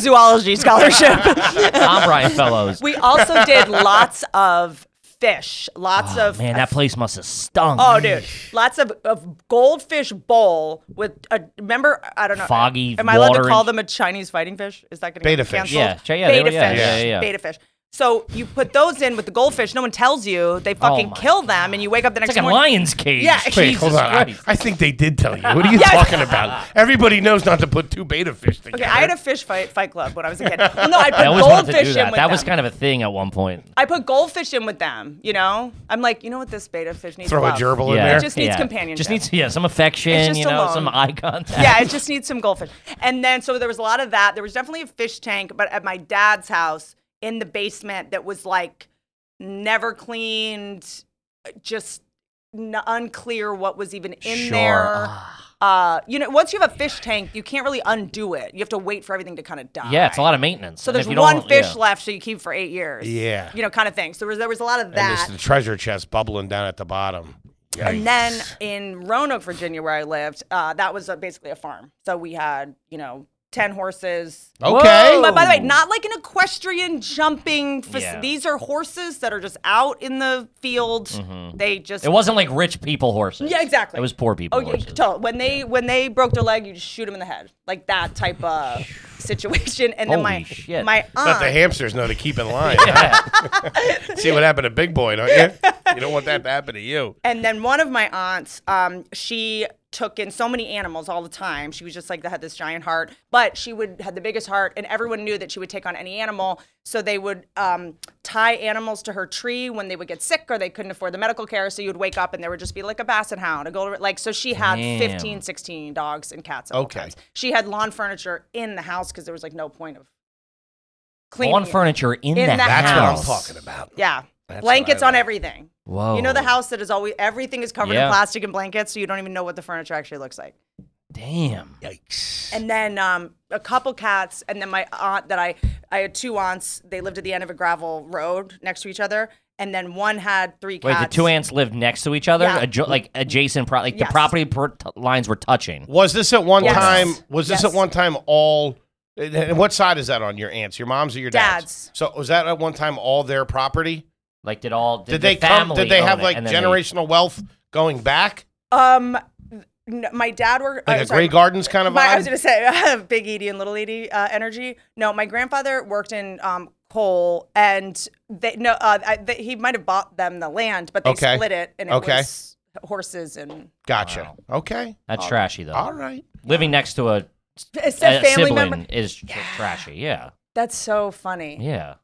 E: zoology scholarship.
B: Tom Bryan Fellows.
E: we also did lots of fish, lots of
B: Oh, Man, that place must have stunk.
E: Oh, dude, lots of, of goldfish bowl with a remember. I don't know.
B: Foggy
E: Am I allowed
B: water
E: to call
B: and-
E: them a Chinese fighting fish? Is that going
A: Beta
E: to
A: fish.
E: Canceled?
B: Yeah, ch- yeah, they
E: beta
B: were- yeah,
E: fish.
B: yeah, yeah.
E: Beta fish. So you put those in with the goldfish. No one tells you. They fucking
B: Oh my
E: kill them, and you wake up the next
B: It's like a
E: morning.
B: lion's cage.
E: Yeah,
A: Wait,
B: Jesus
A: hold on. I,
B: Christ.
A: I think they did tell you. What are you
E: Yes.
A: talking about? Everybody knows not to put two beta fish together.
E: Okay, I had a fish fight fight club when I was a kid. Well, no, I
B: I
E: put
B: always wanted to do
E: goldfish in
B: that.
E: with
B: That
E: them.
B: was kind of a thing at one point.
E: I put goldfish in with them. You know, I'm like, you know what this beta fish needs?
A: Throw a
E: love.
A: gerbil in
B: Yeah.
A: there.
E: It just needs
B: yeah.
E: companionship.
B: Just needs yeah, some affection,
E: It's
B: you
E: just
B: know,
E: alone.
B: some eye contact.
E: yeah, it just needs some goldfish. And then so there was a lot of that. There was definitely a fish tank, but at my dad's house in the basement that was like never cleaned, just n- unclear what was even in
B: Sure. ah.
E: there. Uh, you know, once you have a fish tank, you can't really undo it. You have to wait for everything to kind of die.
B: Yeah, it's a lot of maintenance.
E: So
B: And
E: there's
B: if you
E: one
B: don't-
E: fish
B: yeah.
E: left, so you keep for eight years.
A: Yeah.
E: you know, kind of thing. So there was, there was a lot of
A: and it's
E: that.
A: the treasure chest bubbling down at the bottom. Yikes.
E: And then in Roanoke, Virginia, where I lived, uh, that was a, basically a farm. So we had, you know, 10 horses.
A: okay.
E: But by the way, not like an equestrian jumping. Fac-
B: Oh. Yeah.
E: These are horses that are just out in the field. They just.
B: Mm-hmm. It wasn't like rich people horses.
E: Yeah, exactly.
B: It was poor people
E: Oh, you
B: horses.
E: could tell when they when they broke their leg, you just shoot them in the head, like that type of situation. And then
B: Holy
E: my
B: shit.
E: my
A: Let the
E: aunt,
A: hamsters know to keep in line. See what happened to Big Boy, don't you? You don't want that to happen to you.
E: and then one of my aunts, um, she took in so many animals all the time. She was just like that had this giant heart, but she would had the biggest heart, and everyone knew that she would take on any animal. So they would um, tie animals to her tree when they would get sick or they couldn't afford the medical care. So you'd wake up and there would just be like a basset hound, a golden like. So she had
B: Damn.
E: 15, 16 dogs and cats. At all
A: Okay.
E: times. She had lawn furniture in the house because there was like no point of cleaning.
B: On
E: it.
B: furniture in,
E: In
B: the,
E: the
A: That's
B: house.
A: what I'm talking about.
E: Yeah.
A: That's what
E: blankets
A: I
E: on
A: like.
E: everything.
B: Whoa.
E: You know the house that is always everything is covered
B: Yeah.
E: in plastic and blankets, so you don't even know what the furniture actually looks like.
B: Damn.
A: Yikes.
E: And then um, a couple cats, and then my aunt that I I had two aunts. They lived at the end of a gravel road next to each other, and then one had three
B: Wait,
E: cats.
B: the two ants lived next to each other,
E: Yeah.
B: adjo- like adjacent, pro- like the
E: Yes.
B: property per- t- lines were touching.
A: Was this at one
E: Yes.
A: time? Was this
E: Yes.
A: at one time all? And and what side is that on? Your aunts, your mom's, or your dad's?
E: Dad's.
A: So was that at one time all their property?
B: Like did all did,
A: Did,
B: the
A: they come?
B: family
A: Did they
B: own
A: have
B: it,
A: like
B: and then
A: generational wealth going back,
E: Um, n- my dad worked.
A: like
E: I'm
A: a
E: Oh, sorry,
A: Grey Gardens kind of
E: my, I
A: vibe?
E: was gonna say Big Edie and Little Edie uh, energy. No, my grandfather worked in um, coal, and they no, uh, I, they, he might have bought them the land, but they
A: Okay.
E: split it, and it
A: Okay.
E: was horses and
A: gotcha. Okay.
B: That's trashy though.
A: All right.
B: Living next to a,
E: it said
B: a
E: family
B: sibling
E: member.
B: is tr- trashy. Yeah,
E: That's so funny.
B: yeah.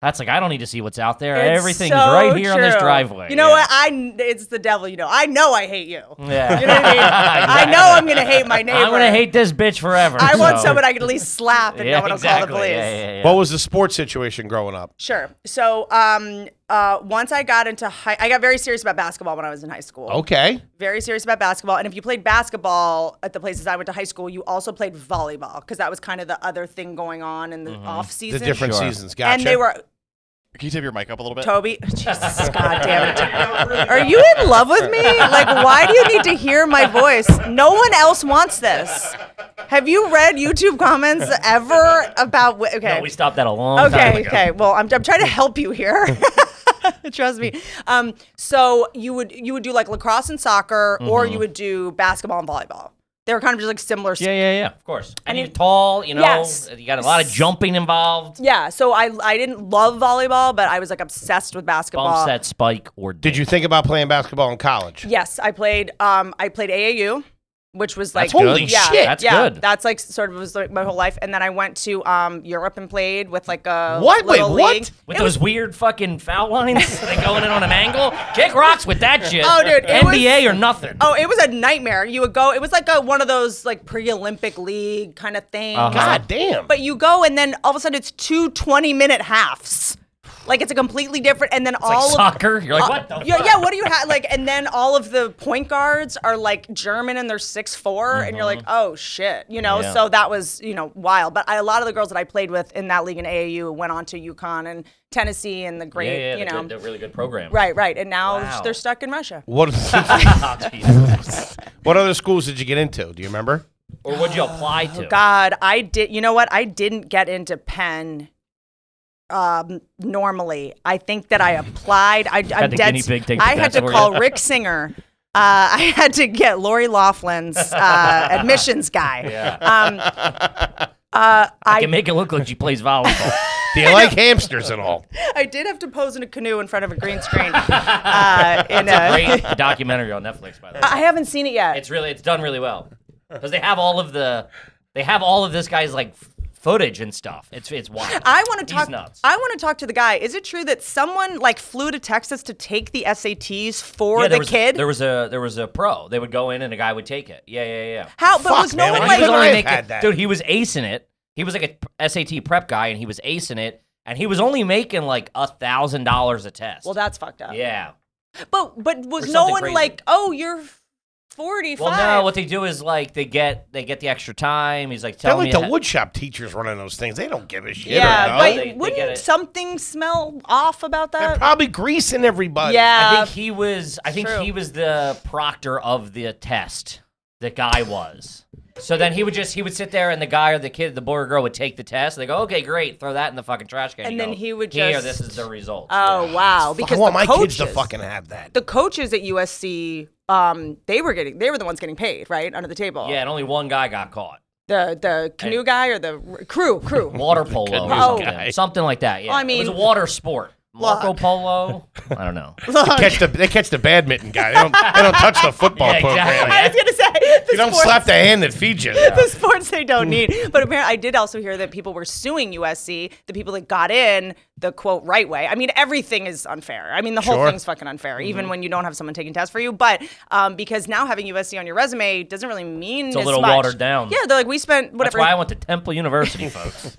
B: That's like I don't need to see what's out there.
E: It's
B: Everything's
E: so
B: right here on this
E: true.
B: driveway.
E: You know
B: yeah.
E: what? I kn- it's the devil. You know, I know I hate you.
B: Yeah.
E: You know what I mean? I know I'm gonna hate my neighbor.
B: I'm gonna hate this bitch forever.
E: I want
B: so-
E: someone I can at least slap and
B: yeah,
E: no one will
B: exactly.
E: call the police.
B: Yeah, yeah, yeah.
A: What was the sports situation growing up?
E: Sure. So, um, uh, once I got into high, I got very serious about basketball when I was in high school.
A: Okay.
E: Very serious about basketball. And if you played basketball at the places I went to high school, you also played volleyball because that was kind of the other thing going on in the off
A: The
E: season.
A: different
B: Mm-hmm. Sure.
A: seasons. Gotcha.
E: And they were
D: Can you tip your mic up a little bit?
E: Toby. Jesus, God damn it! Are you in love with me? Like, why do you need to hear my voice? No one else wants this. Have you read YouTube comments ever about? wh- Okay,
B: No, we stopped that a long time
E: okay
B: ago.
E: okay well I'm, I'm trying to help you here trust me um, so you would you would do like lacrosse and soccer or you would do basketball and volleyball they were kind of just like similar
B: Mm-hmm. Yeah, yeah, yeah. Of course. And,
E: mean-
B: you're tall. You know,
E: Yes.
B: you got a lot of jumping involved.
E: yeah so I, I didn't love volleyball but i was like obsessed with
B: Bump
E: basketball
B: set, spike, or
A: Did you think about playing basketball in college?
E: yes i played um, i played aau which was like
B: That's good. Holy
E: yeah,
B: shit. That's
E: yeah,
B: good.
E: That's like sort of was like my whole life, and then I went to um, Europe and played with like a
A: What? Wait,
E: little
A: what?
E: league.
B: with those weird fucking foul lines they going in on an angle? Kick rocks with that shit.
E: Oh, dude, it
B: NBA or nothing.
E: Oh, it was a nightmare. You would go. It was like a one of those like pre-Olympic league kind of thing.
B: Uh-huh.
A: God damn.
E: But you go and then all of a sudden it's two 20-minute halves. Like it's a completely different and then all of
B: Soccer. You're like, what the
E: yeah,
B: fuck?
E: yeah, what do you have? Like, and then all of the point guards are like German and they're 6'4, and you're like, oh shit, you know?
B: Mm-hmm. Yeah.
E: So that was, you know, wild. But I, a lot of the girls that I played with in that league in AAU went on to UConn and Tennessee and the
B: Yeah,
E: great,
B: yeah, yeah,
E: you
B: the
E: know.
B: good- the really good program.
E: right, right. And now
B: Wow.
E: they're stuck in Russia.
A: What
B: Oh, Jesus.
A: What other schools did you get into? Do you remember?
B: or would you apply to?
E: God, I did. You know what? I didn't get into Penn um, normally. I think that I applied. I, I'm
B: the
E: dead.
B: guinea pig take the
E: I had
B: test
E: to
B: for you.
E: call Rick Singer. Uh, I had to get Lori Laughlin's uh, admissions guy. Um, uh,
B: I
E: I,
B: can make it look like she plays volleyball.
A: Do you like hamsters and all?
E: I did have to pose in a canoe in front of a green screen. uh, in a,
B: Great documentary on Netflix, by the way.
E: I haven't seen it yet.
B: It's really, it's done really well because they have all of the, they have all of this guy's like f- footage and stuff. It's it's wild.
E: I want to
B: He's
E: talk.
B: nuts.
E: I want to talk to the guy. Is it true that someone like flew to Texas to take the SATs for
B: Yeah,
E: the
B: there was,
E: kid?
B: There was a there was a pro. They would go in and a guy would take it. Yeah, yeah, yeah.
E: How? But
A: Fuck,
E: was no
A: man,
E: one
A: why
B: And he
E: like?
B: was
A: couldn't I
B: only
A: have
B: making,
A: had that?
B: dude. He was acing it. He was like a SAT prep guy, and he was acing it, and he was only making like a thousand dollars a test.
E: Well, that's fucked up.
B: yeah.
E: But but was
B: Or
E: no
B: something
E: one
B: crazy.
E: like, oh, you're forty
B: Well,
E: five?
B: no. What they do is like they get they get the extra time. He's like
A: They're
B: telling
A: like
B: me
A: the
B: that-
A: woodshop teachers running those things. They don't give a shit.
E: yeah,
A: or no.
E: but
B: They- they
E: wouldn't
B: get it.
E: something smell off about
A: They're
E: that?
A: probably greasing everybody.
B: I
E: yeah.
B: think he was. I think
E: true.
B: he was the proctor of the test. The guy was. So then he would just he would sit there, and the guy or the kid, the boy or girl, would take the test. They go, okay, great, throw that in the fucking trash can.
E: And
B: You
E: then
B: go,
E: he would
B: here.
E: just-
B: This is the result.
E: oh wow! Because
A: I want
E: the
A: my kids
E: coaches,
A: to fucking have that.
E: the coaches at USC, um, they were getting they were the ones getting paid right under the table.
B: Yeah, and only one guy got caught.
E: The the canoe
B: Hey.
E: guy or the r- crew crew.
B: Water polo, or
E: Oh.
B: something, something like that. Yeah,
E: I
B: it was a
E: mean-
B: water sport. Marco Polo. I don't know.
A: Catch the, they catch the badminton guy. They don't, they don't touch the football
B: Yeah,
A: program.
B: exactly.
E: I was gonna say the
A: You don't
E: sports,
A: slap the hand that feeds you.
E: the sports they don't need. But apparently, I did also hear that people were suing USC, the people that got in the quote right way. I mean, everything is unfair. I mean, the whole
A: Sure.
E: thing's fucking unfair,
B: Mm-hmm.
E: even when you don't have someone taking tests for you. But um, because now having USC on your resume doesn't really mean
B: a
E: as
B: little
E: much.
B: watered down.
E: Yeah, they're like we spent
B: That's
E: whatever.
B: why I went to Temple University, folks.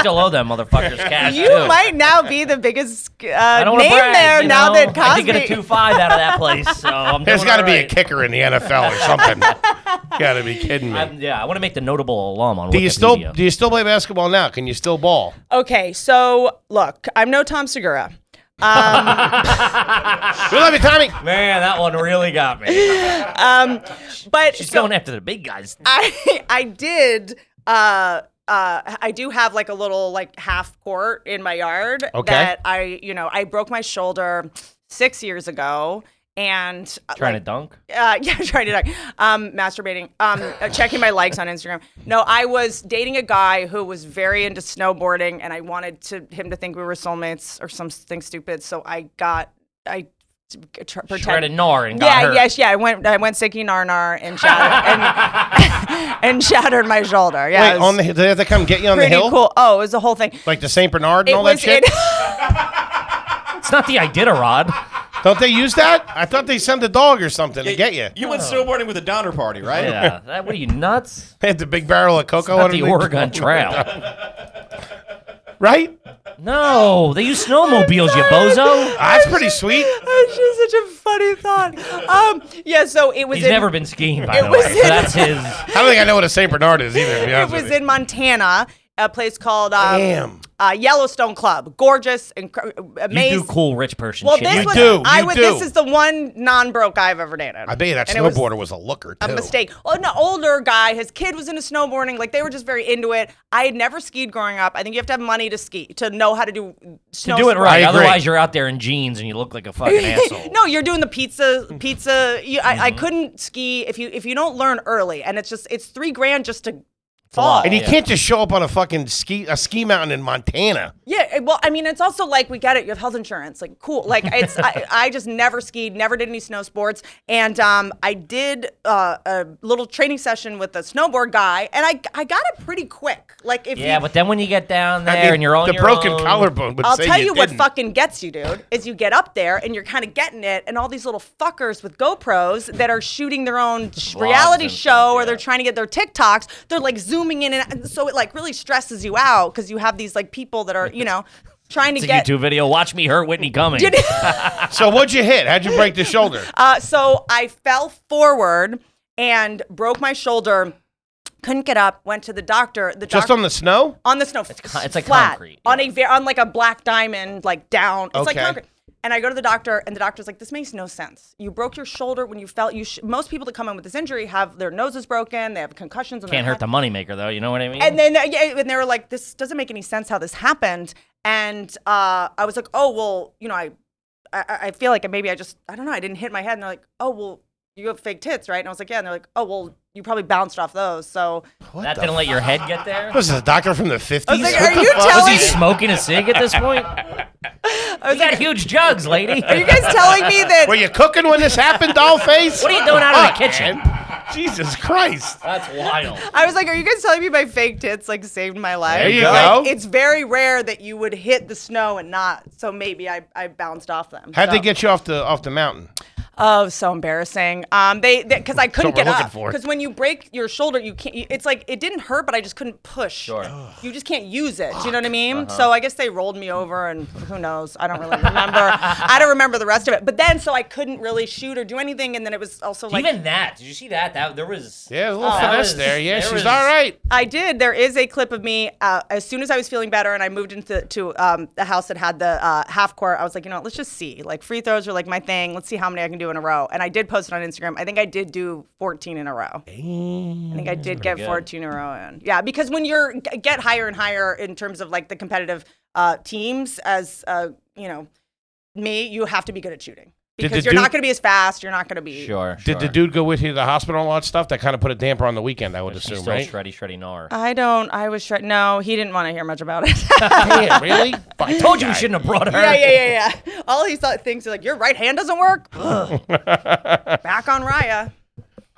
B: Still owe them motherfuckers cash.
E: you
B: too.
E: might now be the biggest uh,
B: I don't wanna
E: name
B: brag,
E: there
B: you
E: now
B: know?
E: that Cosby.
B: I did get a two five out of that place, so I'm
A: There's
B: got to
A: be a kicker in the NFL or something. got to be kidding me.
B: yeah, I want to make the notable alum on.
A: do you still
B: Wikipedia.
A: do you still play basketball now? Can you still ball?
E: okay, so look, I'm no Tom Segura.
A: We love you, Tommy.
B: Man, that one really got me.
E: But
B: She's
E: so-
B: going after the big guys.
E: I I did uh uh I do have like a little like half court in my yard
A: Okay.
E: that I you know I broke my shoulder 6 years ago and uh,
B: Trying to dunk.
E: uh, yeah, trying to dunk. Um, masturbating. Um, uh, checking my likes on Instagram. No, I was dating a guy who was very into snowboarding, and I wanted to him to think we were soulmates or something stupid. So I got I t- tr- pretend.
B: Tried to gnar and got
E: yeah,
B: hurt.
E: yes, yeah. I went I went sicky nar nar and shattered and, and shattered my shoulder. Yeah, it
A: Wait,
E: was
A: on the they have to come get you on the
E: pretty
A: hill,
E: cool. Oh, it was the whole thing.
A: like the Saint Bernard and
E: It
A: all that
E: was
A: shit.
E: it-
B: It's not the Iditarod.
A: Don't they use that? I thought they sent a dog or something to get you.
D: You went snowboarding with a Donner Party, right?
B: Yeah, that, what are you nuts?
A: They had the big barrel of cocoa
B: Not
A: on
B: the Oregon Trail.
A: right? Ah,
B: No, they use snowmobiles, you bozo.
A: That's pretty sweet.
E: That's just such a funny thought. Um, yeah. So it was.
B: He's
E: in-
B: never been skiing, by
E: It
B: the way.
E: was
B: So
E: in-
B: that's his.
A: I don't think I know what a Saint Bernard is either. To be
E: It
A: honest
E: was
A: with you.
E: in Montana, a place called um,
A: Damn.
E: Uh, Yellowstone Club. Gorgeous and cr- amazing.
B: You do cool rich person
E: Well,
B: shit.
E: this
B: You
E: was
A: do, you
E: I would. This
A: do.
E: is the one non-broke guy I've ever dated.
A: I bet you that
E: And it was
A: snowboarder was, a looker too.
E: A mistake. Oh, an older guy. His kid was into snowboarding. Like they were just very into it. I had never skied growing up. I think you have to have money to ski to know how to do snow.
B: do it
E: sports.
B: right.
A: I agree.
B: Otherwise, you're out there in jeans and you look like a fucking asshole. Mm-hmm.
E: No, you're doing the pizza pizza. You, I, I couldn't ski if you if you don't learn early, and it's just it's three grand just to fall.
A: And you
B: Oh, Yeah.
A: can't just show up on a fucking ski a ski mountain in Montana.
E: Yeah, it- well, I mean, it's also like we get it. You have health insurance, like cool. Like it's, I, I just never skied, never did any snow sports, and um, I did uh, a little training session with a snowboard guy, and I, I got it pretty quick. Like if
B: Yeah,
E: you,
B: but then when you get down there
A: I mean,
B: and you're on
A: the
B: your
A: broken
B: own,
A: collarbone would
E: I'll
A: say
E: tell
A: you,
E: you, what
A: didn't.
E: fucking gets you, dude, is you get up there and you're kind of getting it, and all these little fuckers with GoPros that are shooting their own sh- reality
B: and
E: show
B: stuff,
E: or
B: yeah.
E: they're trying to get their TikToks, they're like zooming in, and, and so it like really stresses you out because you have these like people that are, you know, trying to
B: It's a
E: get.
B: YouTube video. Watch me hurt Whitney Cummings.
A: So what'd you hit? How'd you break the shoulder?
E: Uh, so I fell forward and broke my shoulder. Couldn't get up. Went to the doctor. The
A: Just
E: doc-
A: on the snow?
E: on the snow. It's,
B: con- it's like
E: flat,
B: concrete,
E: on a ve- on like a black diamond, like down. It's like
A: Okay.
E: concrete. And I go to the doctor, and the doctor's like, "This makes no sense. You broke your shoulder when you felt you. Sh- most people that come in with this injury have their noses broken, they have concussions. on their
B: Can't hurt
E: head."
B: the moneymaker though. You know what I mean?
E: And then uh, yeah, and they were like, "This doesn't make any sense how this happened." And uh, I was like, "Oh well, you know, I, I, I feel like maybe I just, I don't know, I didn't hit my head." And they're like, "Oh well, you have fake tits, right?" And I was like, "Yeah." And they're like, "Oh well, you probably bounced off those." So
B: that didn't let your head get there.
A: This is a doctor from the fifties.
E: like, are you
B: Was
E: telling-
B: he smoking a cig at this point?
E: I was
B: You got
E: like,
B: huge jugs, lady.
E: "Are you guys telling me that?"
A: Were you cooking when this happened, dollface? Ah,
B: What are you doing out in the kitchen?
A: Jesus Christ.
B: That's wild.
E: I was like, "Are you guys telling me my fake tits like saved my life?"
A: There you
E: Like,
A: go.
E: It's very rare that you would hit the snow and not. So maybe I, I bounced off them.
A: How'd they
E: So-
A: get you off the off the mountain?
E: Oh, so embarrassing. Um, they because I couldn't
A: what we're
E: get up
A: looking for.
E: because when you break your shoulder, you can't. you- It's like it didn't hurt, but I just couldn't push. Sure. You just can't use it. Do you know what I mean? So I guess they rolled me over, and who knows? I don't really remember. I don't remember the rest of it. But then, so I couldn't really shoot or do anything, and then it was also like
B: Even that. Did you see that? That there was.
A: Yeah, there's a little
B: Oh, that
A: finesse
B: was-
A: there. Yeah,
B: there
A: she's
B: was-
A: all right.
E: I did. There is a clip of me uh, as soon as I was feeling better and I moved into to um, the house that had the uh, half court. I was like, you know, what, let's just see. Like free throws are like my thing. Let's see how many I can do in a row. And I did post it on Instagram. I think I did do 14 in a row. I think I did get 14 in a row in. Yeah, because when you're g- get higher and higher in terms of like the competitive uh, teams, as uh, you know, me, you have to be good at shooting.
A: Did the
E: because you're
A: dude-
E: not going to be as fast. You're not going to be.
B: Sure.
A: Did the
B: sure.
A: dude go with you to the hospital and all that stuff? That kind of put a damper on the weekend, I would
B: She's
A: assume,
B: still
A: right?
B: shreddy, shreddy gnar.
E: I don't. I was sure. No, he didn't want to hear much about it.
A: Damn, really? I
B: Told you we shouldn't have brought her.
E: yeah, yeah, yeah, yeah. All he thought things like your right hand doesn't work. Ugh. Back on Raya.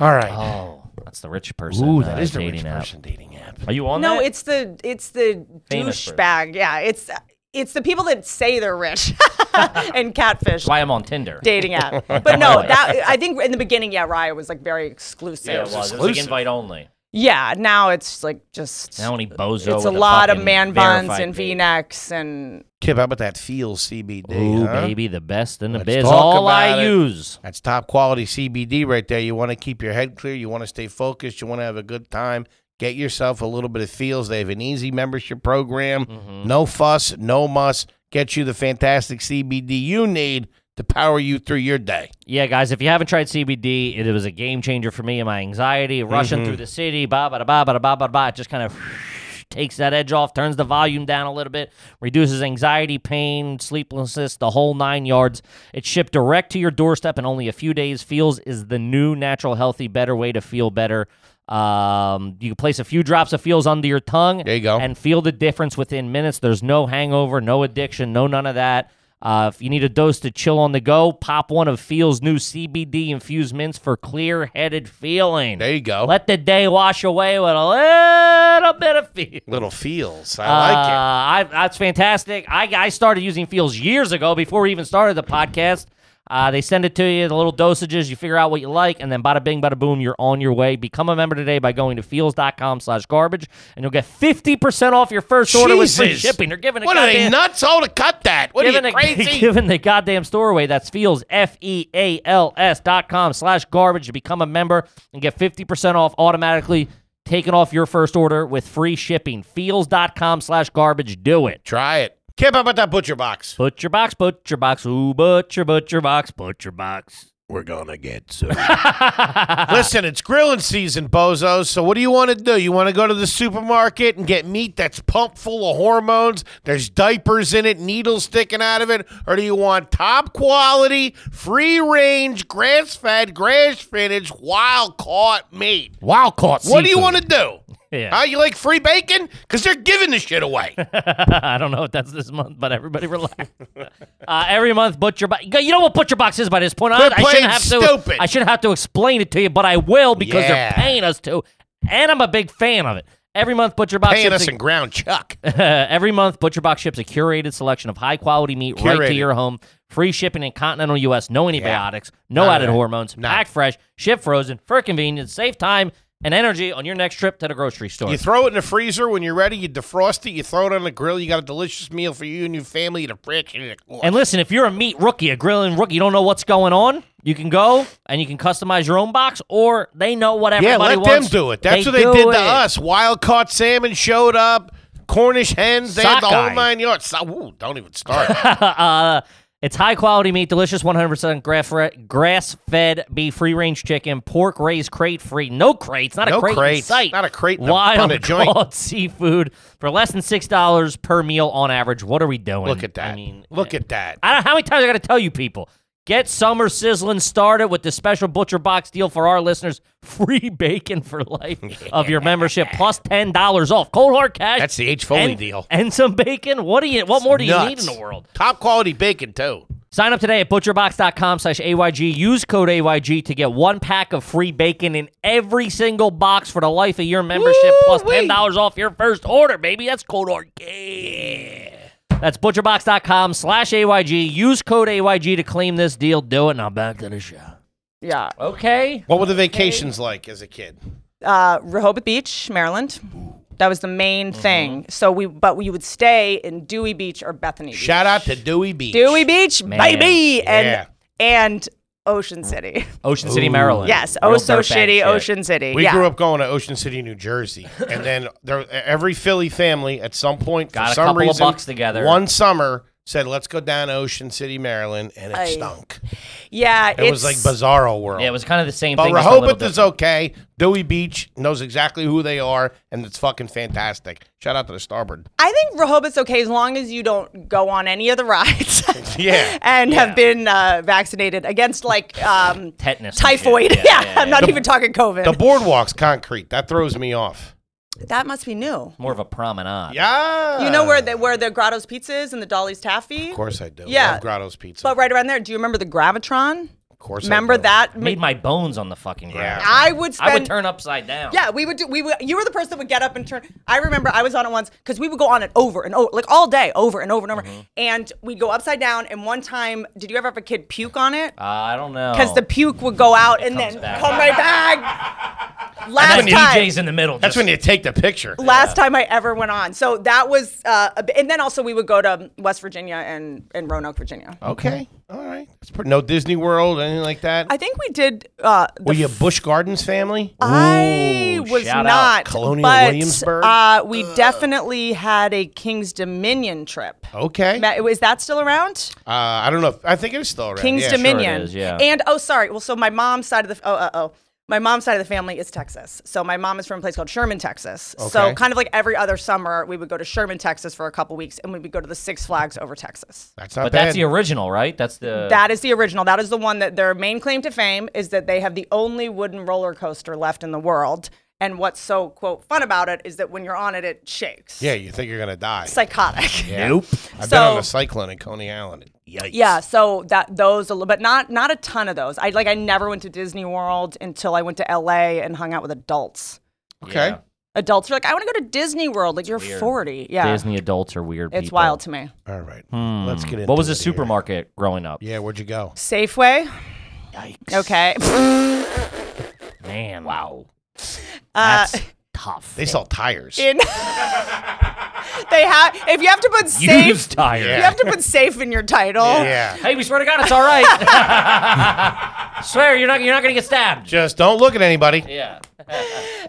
A: All right.
B: Oh, that's the rich person.
A: Ooh, that
B: uh,
A: is the
B: dating
A: rich
B: app.
A: person dating app.
B: Are you on
E: No,
B: that?
E: it's the it's the
B: Famous person.
E: douchebag. Yeah, it's it's the people that say they're rich and catfish
B: why I'm on Tinder.
E: dating app. But no, that I think in the beginning, yeah, Raya was like very exclusive.
B: Yeah, it was. It was like
A: Exclusive.
B: invite only.
E: Yeah, now it's like just
B: Now any bozo.
E: it's a
B: with
E: lot of
B: fucking
E: man buns
B: verified
E: and
B: page.
E: V necks and
A: Kip, how about that Feel CBD?
B: Ooh,
A: huh?
B: baby, the best in the
A: Let's
B: biz.
A: talk
B: All
A: about
B: I
A: it.
B: use.
A: That's top quality CBD right there. You want to keep your head clear. You want to stay focused. You want to have a good time. Get yourself a little bit of feels. They have an easy membership program.
B: Mm-hmm.
A: No fuss, no muss. Get you the fantastic CBD you need to power you through your day.
B: Yeah, guys, if you haven't tried CBD, it was a game changer for me and my anxiety. Rushing
A: Mm-hmm.
B: through the city, ba ba da ba ba da ba ba da ba. It just kind of takes that edge off, turns the volume down a little bit, reduces anxiety, pain, sleeplessness, the whole nine yards. It's shipped direct to your doorstep in only a few days. Feels is the new natural, healthy, better way to feel better. Um, you can place a few drops of feels under your tongue.
A: There you go.
B: And feel the difference within minutes. There's no hangover, no addiction, no none of that. Uh, if you need a dose to chill on the go, pop one of Feel's new CBD infused mints for clear headed feeling.
A: There you go.
B: Let the day wash away with a little bit of feel.
A: Little feels. I like it.
B: Uh, I, that's fantastic. I, I started using Feels years ago before we even started the podcast. Uh, they send it to you, the little dosages. You figure out what you like, and then bada bing, bada boom, you're on your way. Become a member today by going to feels.com slash garbage, and you'll get 50% off your first order with free
A: Jesus.
B: shipping. They're giving a
A: What are they
B: goddamn-
A: nuts? Oh, to cut that. What are
B: Given
A: you
B: the,
A: crazy?
B: given the goddamn store away, that's feels f e a l s dot com slash garbage to become a member and get fifty percent off automatically, taking off your first order with free shipping. Feels dot com slash garbage. Do it.
A: Try it. Kip, how about that butcher box?
B: Butcher box, butcher box, ooh butcher, butcher box, butcher box.
A: We're gonna get some. Listen, it's grilling season, bozos. So what do you want to do? You want to go to the supermarket and get meat that's pumped full of hormones? There's diapers in it, needles sticking out of it, or do you want top quality, free range, grass fed, grass finished, wild caught meat?
B: Wow, caught.
A: What do you want to do?
B: Yeah.
A: Huh? You like free bacon? Because they're giving the shit away.
B: I don't know if that's this month, but everybody relax. uh, every month, Butcher Box. You know what Butcher Box is by this point. I,
A: Quit
B: I shouldn't
A: playing
B: have
A: stupid.
B: to. I shouldn't have to explain it to you, but I will because
A: Yeah.
B: they're paying us to, and I'm a big fan of it. Every month, Butcher Box
A: Paying
B: ships
A: us
B: a-
A: in ground chuck.
B: every month, Butcher Box ships a curated selection of high quality meat right to
A: Curated.
B: your home. Free shipping in continental U.S. No antibiotics, no added hormones. Packed fresh, shipped frozen for convenience. Save time and energy on your next trip to the grocery store.
A: You throw it in the freezer when you're ready. You defrost it. You throw it on the grill. You got a delicious meal for you and your family at a fraction of the cost.
B: And listen, if you're a meat rookie, a grilling rookie, you don't know what's going on, you can go and you can customize your own box, or they know what
A: yeah,
B: everybody
A: let
B: wants.
A: them do it. That's what
B: do
A: they did
B: it.
A: to us. Wild caught salmon showed up. Cornish hens. They had the
B: Sockeye.
A: whole nine yards. So- ooh, don't even start.
B: uh, it's high quality meat, delicious 100% grass grass fed beef, free range chicken, pork raised crate free. No crates, not
A: No
B: a crate in
A: crates,
B: sight.
A: not a crate in the-
B: Wild
A: on a joint.
B: caught seafood for less than $6 per meal on average. What are we doing?
A: Look at that.
B: I mean,
A: Look at that.
B: I don't know how many times I got to tell you people. Get summer sizzling started with the special butcher box deal for our listeners: free bacon for life of your membership, plus ten dollars off cold hard cash.
A: That's the H. Foley
B: and,
A: deal.
B: and some bacon. What do you? What more do you need in
A: Nuts.
B: the world?
A: Top quality bacon too.
B: Sign up today at butcherbox.com/ayg. Use code AYG to get one pack of free bacon in every single box for the life of your membership, plus ten dollars off your first order, baby. That's cold hard cash. That's butcherbox.com slash AYG. Use code AYG to claim this deal. Do it now. Back to the show.
E: yeah,
B: Okay.
A: What were the vacations like as a kid?
E: uh, Rehoboth Beach, Maryland. That was the main
B: Mm-hmm.
E: thing. So we, but we would stay in Dewey Beach or Bethany. Beach.
A: Shout out to Dewey Beach.
E: Dewey Beach, baby,
A: Yeah.
E: and and Ocean City.
B: Ocean City, Maryland.
E: Yes, oh
B: Real
E: so
B: dirtbag
E: shitty,
B: shit.
E: Ocean City.
A: We
E: yeah.
A: grew up going to Ocean City, New Jersey, and then there, every Philly family at some point
B: Got
A: for
B: a
A: some
B: couple of
A: reason,
B: bucks together.
A: One summer said, "Let's go down to Ocean City, Maryland," and it
E: Aye.
A: stunk.
E: Yeah,
A: It was like Bizarro World.
B: Yeah, it was kind of the same
A: But
B: thing. just a little
A: Rehoboth is
B: different.
A: okay. Dewey Beach knows exactly who they are, and it's fucking fantastic. Shout out to the Starboard.
E: I think Rehoboth's okay as long as you don't go on any of the rides.
A: Yeah.
E: and have been uh, vaccinated against like um,
B: Tetanus and
E: typhoid. Yeah,
B: shit. Yeah, yeah,
E: I'm not
A: yeah.
E: even talking COVID.
A: The boardwalk's concrete. That throws me off.
E: that must be new.
B: more of a promenade.
A: Yeah.
E: You know where
A: Of
E: the where the Grotto's Pizza is and the Dolly's Taffy.
A: Uh. course I do.
E: Yeah.
A: Love Grotto's Pizza.
E: But right around there, do you remember the Gravitron?
A: of course. I
E: Remember
A: do.
E: that?
B: Made my bones on the fucking ground.
E: I would spend.
B: I would turn upside down.
E: Yeah, we would do. We would, you were the person that would get up and turn. I remember I was on it once because we would go on it over and over, like all day, over and over and over.
B: Mm-hmm.
E: And we'd go upside down. And one time, did you ever have a kid puke on it?
B: Uh, I don't know.
E: Because the puke would go out and
B: comes
E: then
B: back.
E: come right back.
B: that's
E: Last
B: when
E: time.
B: EJ's E in the middle.
A: That's
B: just-
A: when you take the picture.
E: Last time I ever went on. So that was, uh, a bi- and then also we would go to West Virginia and, and Roanoke, Virginia.
A: Okay. All right. That's pretty, no Disney World, anything like that.
E: I think we did. Uh, the
A: Were you a Bush Gardens family?
E: Uh, I
B: Ooh,
E: was
B: shout out.
E: not.
A: Colonial
E: but,
A: Williamsburg?
E: Uh, we definitely had a King's Dominion trip.
A: Okay. Uh,
E: Ma- Is that still around?
A: I don't know. If, I think it's still around.
E: King's
A: Uh, yeah, sure.
E: Dominion.
B: is, yeah.
E: And oh, sorry. Well, so my mom's side of the oh uh, oh. My mom's side of the family is Texas. So my mom is from a place called Sherman, Texas.
A: Okay.
E: So kind of like every other summer, we would go to Sherman, Texas for a couple weeks and we would go to the Six Flags over Texas.
A: That's not
B: But
A: bad.
B: that's the original, right? That's the.
E: That is the original. That is the one that their main claim to fame is that they have the only wooden roller coaster left in the world. And what's so quote fun about it is that when you're on it, it shakes.
A: yeah, you think you're gonna die.
E: Psychotic.
A: Yeah. Nope. I've been
E: So-
A: on a cyclone in Coney Island. Yikes.
E: Yeah, so that those, a li- but not not a ton of those. I like I never went to Disney World until I went to LA and hung out with adults.
A: Okay.
B: Yeah.
E: Adults are like, I want to go to Disney World. Like you're 40. Yeah,
B: Disney adults are weird.
E: uh, it's
B: people.
E: wild to me.
A: All right. Let's get into
B: Hmm. What was the
A: it here.
B: supermarket growing up?
A: Yeah, where'd you go?
E: Safeway.
B: Yikes.
E: Okay. Uh,
B: Man. Wow.
E: Uh,
B: That's tough.
A: They sell tires.
E: In- they have if you have to put safe,
B: Used tires.
E: you have to put safe in your title.
A: yeah.
B: Hey, we swear to God, it's all right. swear you're not you're not gonna get stabbed.
A: Just don't look at anybody.
B: Yeah.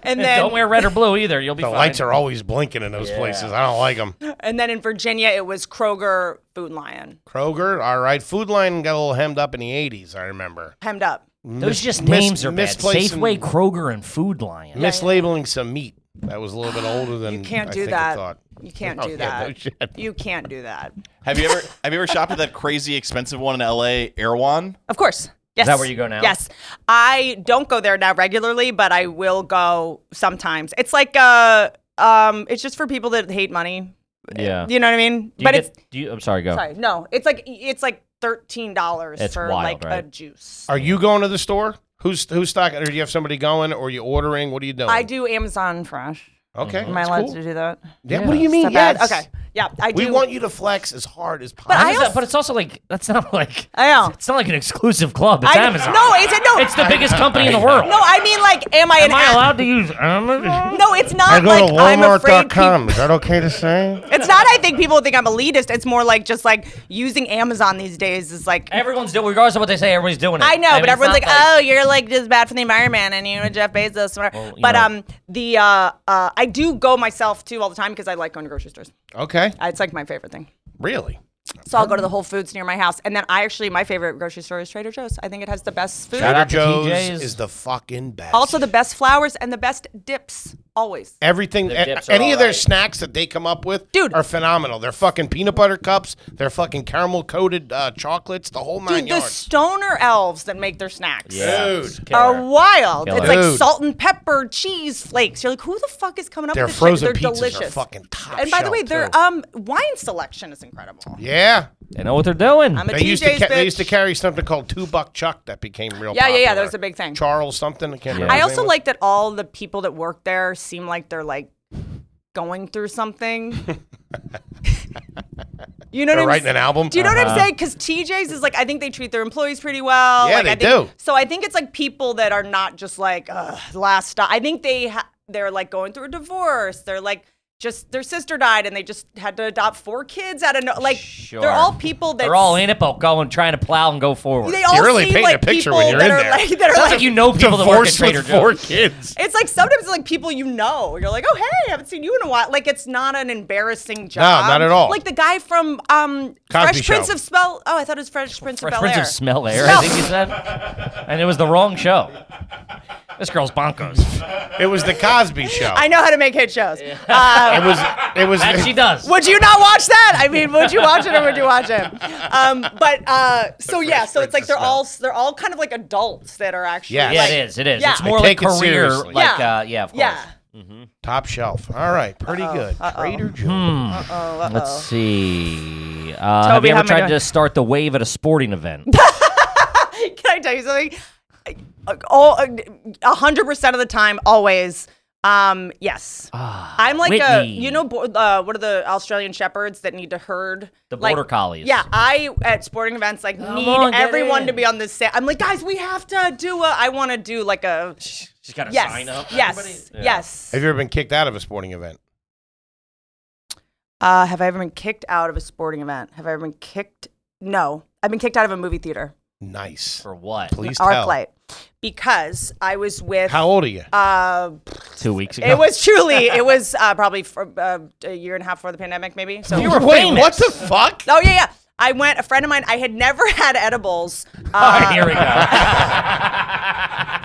E: And then
B: Don't wear red or blue either. You'll be
A: The
B: fine.
A: lights are always blinking in those places. I don't like them.
E: and then in Virginia it was Kroger, Food Lion,
A: Kroger, all right. Food Line got a little hemmed up in the 80s, I remember.
E: hemmed up.
B: Those just
A: mis-
B: names are bad.
A: misplaced
B: Safeway,
A: and-
B: Kroger, and Food Lion.
A: Mislabeling some meat that was a little bit older than
E: You can't
A: Mm, I
E: do
A: think I
E: that.
A: thought.
E: You can't
A: Oh,
E: do
A: yeah, no
E: that.
A: shit.
E: you can't do that.
D: Have you ever have you ever shopped at that crazy expensive one in L.A. Erewhon?
E: Of course. Yes.
B: that where you go now?
E: Yes. I don't go there now regularly, but I will go sometimes. It's like uh um it's just for people that hate money.
B: Yeah.
E: You know what I mean?
B: Do you
E: but
B: get-
E: it's
B: do you, I'm sorry. Go.
E: sorry, no. It's like it's like thirteen dollars
B: It's
E: for
B: wild,
E: like a
B: right?
E: juice.
A: Are you going to the store? Who's who's stocking? Or do you have somebody going? Or are you ordering? What are you doing?
E: I do Amazon Fresh.
A: Okay.
E: Am I
A: that's
E: allowed
A: cool.
E: to do that?
A: Yeah, What do you mean?
E: Not bad.
A: Yes.
E: Okay. Yeah, I do.
A: We want you to flex as hard as
E: I
A: possible.
B: How does
E: also-
B: that- but it's also like that's not like
E: I know.
B: it's not like an exclusive club. It's
E: I-
B: Amazon.
E: No, it's a, no.
B: it's the biggest company in the world.
E: no, I mean like, am I an
B: Am I
E: a-
B: allowed to use Amazon?
E: No, it's not like I'm afraid. peop-
A: Is that okay to say?
E: It's not. I think people think I'm elitist. It's more like just like using Amazon these days is like.
B: Everyone's doing, regardless of what they say, everybody's doing it.
E: I know,
B: mean,
E: but
B: it's
E: everyone's
B: not
E: like, "Oh, you're like just bad for the environment," and you know Jeff Bezos. Whatever.
B: Well, you
E: but
B: know.
E: um, the uh, uh, I do go myself too all the time because I like going to grocery stores.
A: Okay.
E: Uh, It's like my favorite thing.
A: Really?
E: So I'll go to the Whole Foods near my house, and then I actually my favorite grocery store is Trader Joe's. I think it has the best food,
A: Trader
B: out to
A: Joe's
B: TJ's.
A: is the fucking best.
E: also the best flowers and the best dips always.
A: everything,
B: Their
A: a-
B: dips are
A: any
B: all
A: of their
B: right.
A: snacks that they come up with,
E: Dude.
A: are phenomenal. They're fucking peanut butter cups. They're fucking caramel coated uh, chocolates. The whole nine
E: Dude, the
A: yards.
E: stoner elves that make their snacks.
A: Dude.
E: are wild.
B: Killer.
E: It's like
A: Dude.
E: salt and pepper cheese flakes. You're like, who the fuck is coming up
A: Their
E: with this shit?
A: frozen
E: They're
A: pizzas
E: delicious.
A: are fucking top.
E: and by the
A: shelf,
E: way, their
A: too.
E: um wine selection is incredible.
A: yeah.
B: They know what they're doing.
E: I'm a
A: They
E: TJ's
A: used, to ca-
E: bitch.
A: they used to carry something called Two Buck Chuck that became real
E: yeah, yeah, yeah.
A: popular.
E: That was a big thing.
A: Charles something. I can't remember.
E: I
A: his
E: also
A: name.
E: like that all the people that work there seem like they're like going through something. you know
A: They're
E: what I'm
A: writing
E: saying?
A: an album. Uh-huh.
E: Do you know what I'm saying? Because TJ's is like, I think they treat their employees pretty well.
A: Yeah,
E: like, I
A: they
E: think-
A: do.
E: So I think it's like people that uh, are not just like Ugh, last stop. I think they ha- they're like going through a divorce. They're like just their sister died and they just had to adopt four kids out of no like
B: Sure.
E: they're all people that
B: They're all in it, but going trying to plow and go forward.
E: they all
A: You're really
E: seem
A: painting
E: like
A: a picture
E: people
A: when you're
E: that
A: in
E: are
A: there.
E: like that are
B: Sounds
E: like,
B: like you know people that work at
A: Divorced
B: Trader
A: with four
B: Joe's.
A: kids.
E: it's like sometimes it's like people you know. You're like, oh hey, I haven't seen you in a while. Like it's not an embarrassing job.
A: not at all.
E: Like the guy from um, Fresh
A: Show.
E: Prince of Spell. Oh, I thought it was Fresh Prince
B: Fresh
E: of Bel
B: Prince
E: Air.
B: of Smell Air, I think you said. And it was the wrong show. This girl's bonkers.
A: It was the Cosby Show.
E: I know how to make hit shows. Uh,
A: It was. It was.
B: That she does.
E: Would you not watch that? I mean, would you watch it or would you watch it? Um, but uh, so yeah, so it's like they're all they're all kind of like adults that are actually
A: Yes.
B: Yeah,
E: like,
B: it is. It is.
E: Yeah.
B: It's more
A: I
B: like
A: take it
B: career.
A: seriously.
B: Like,
E: Yeah.
B: Uh, yeah, of course.
E: Yeah.
A: Top shelf. All right, pretty good. Trader Joe's.
E: Oh, uh-oh.
B: Let's see. Uh, have
E: Toby,
B: you ever
E: how am I
B: tried to
E: doing?
B: start the wave at a sporting event?
E: Can I tell you something? Uh, All a hundred percent of the time, always. Um, yes, I'm like a
B: Ah, Whitney.
E: you know bo- uh, what are the Australian shepherds that need to herd
B: The
E: like-
B: border collies.
E: Yeah, I at sporting events like need
B: on, get
E: everyone to
B: in.
E: be on the same. I'm like, guys, we have to do a. I want to do like a
B: She's got to
E: yes,
B: sign up.
E: yes, yes.
A: Have you ever been kicked out of a sporting event?
E: Uh, have I ever been kicked out of a sporting event? Have I ever been kicked? No, I've been kicked out of a movie theater.
A: Nice.
B: For what?
A: Please tell.
E: Arclight, because I was with.
A: How old are you?
E: Uh,
B: Two weeks ago.
E: it was truly. It was uh, probably for, uh, a year and a half before the pandemic, maybe. So
B: You were
A: Wait,
B: famous.
A: what the fuck?
E: Oh yeah, yeah. I went. A friend of mine. I had never had edibles.
B: All
E: Uh,
B: right, here we go.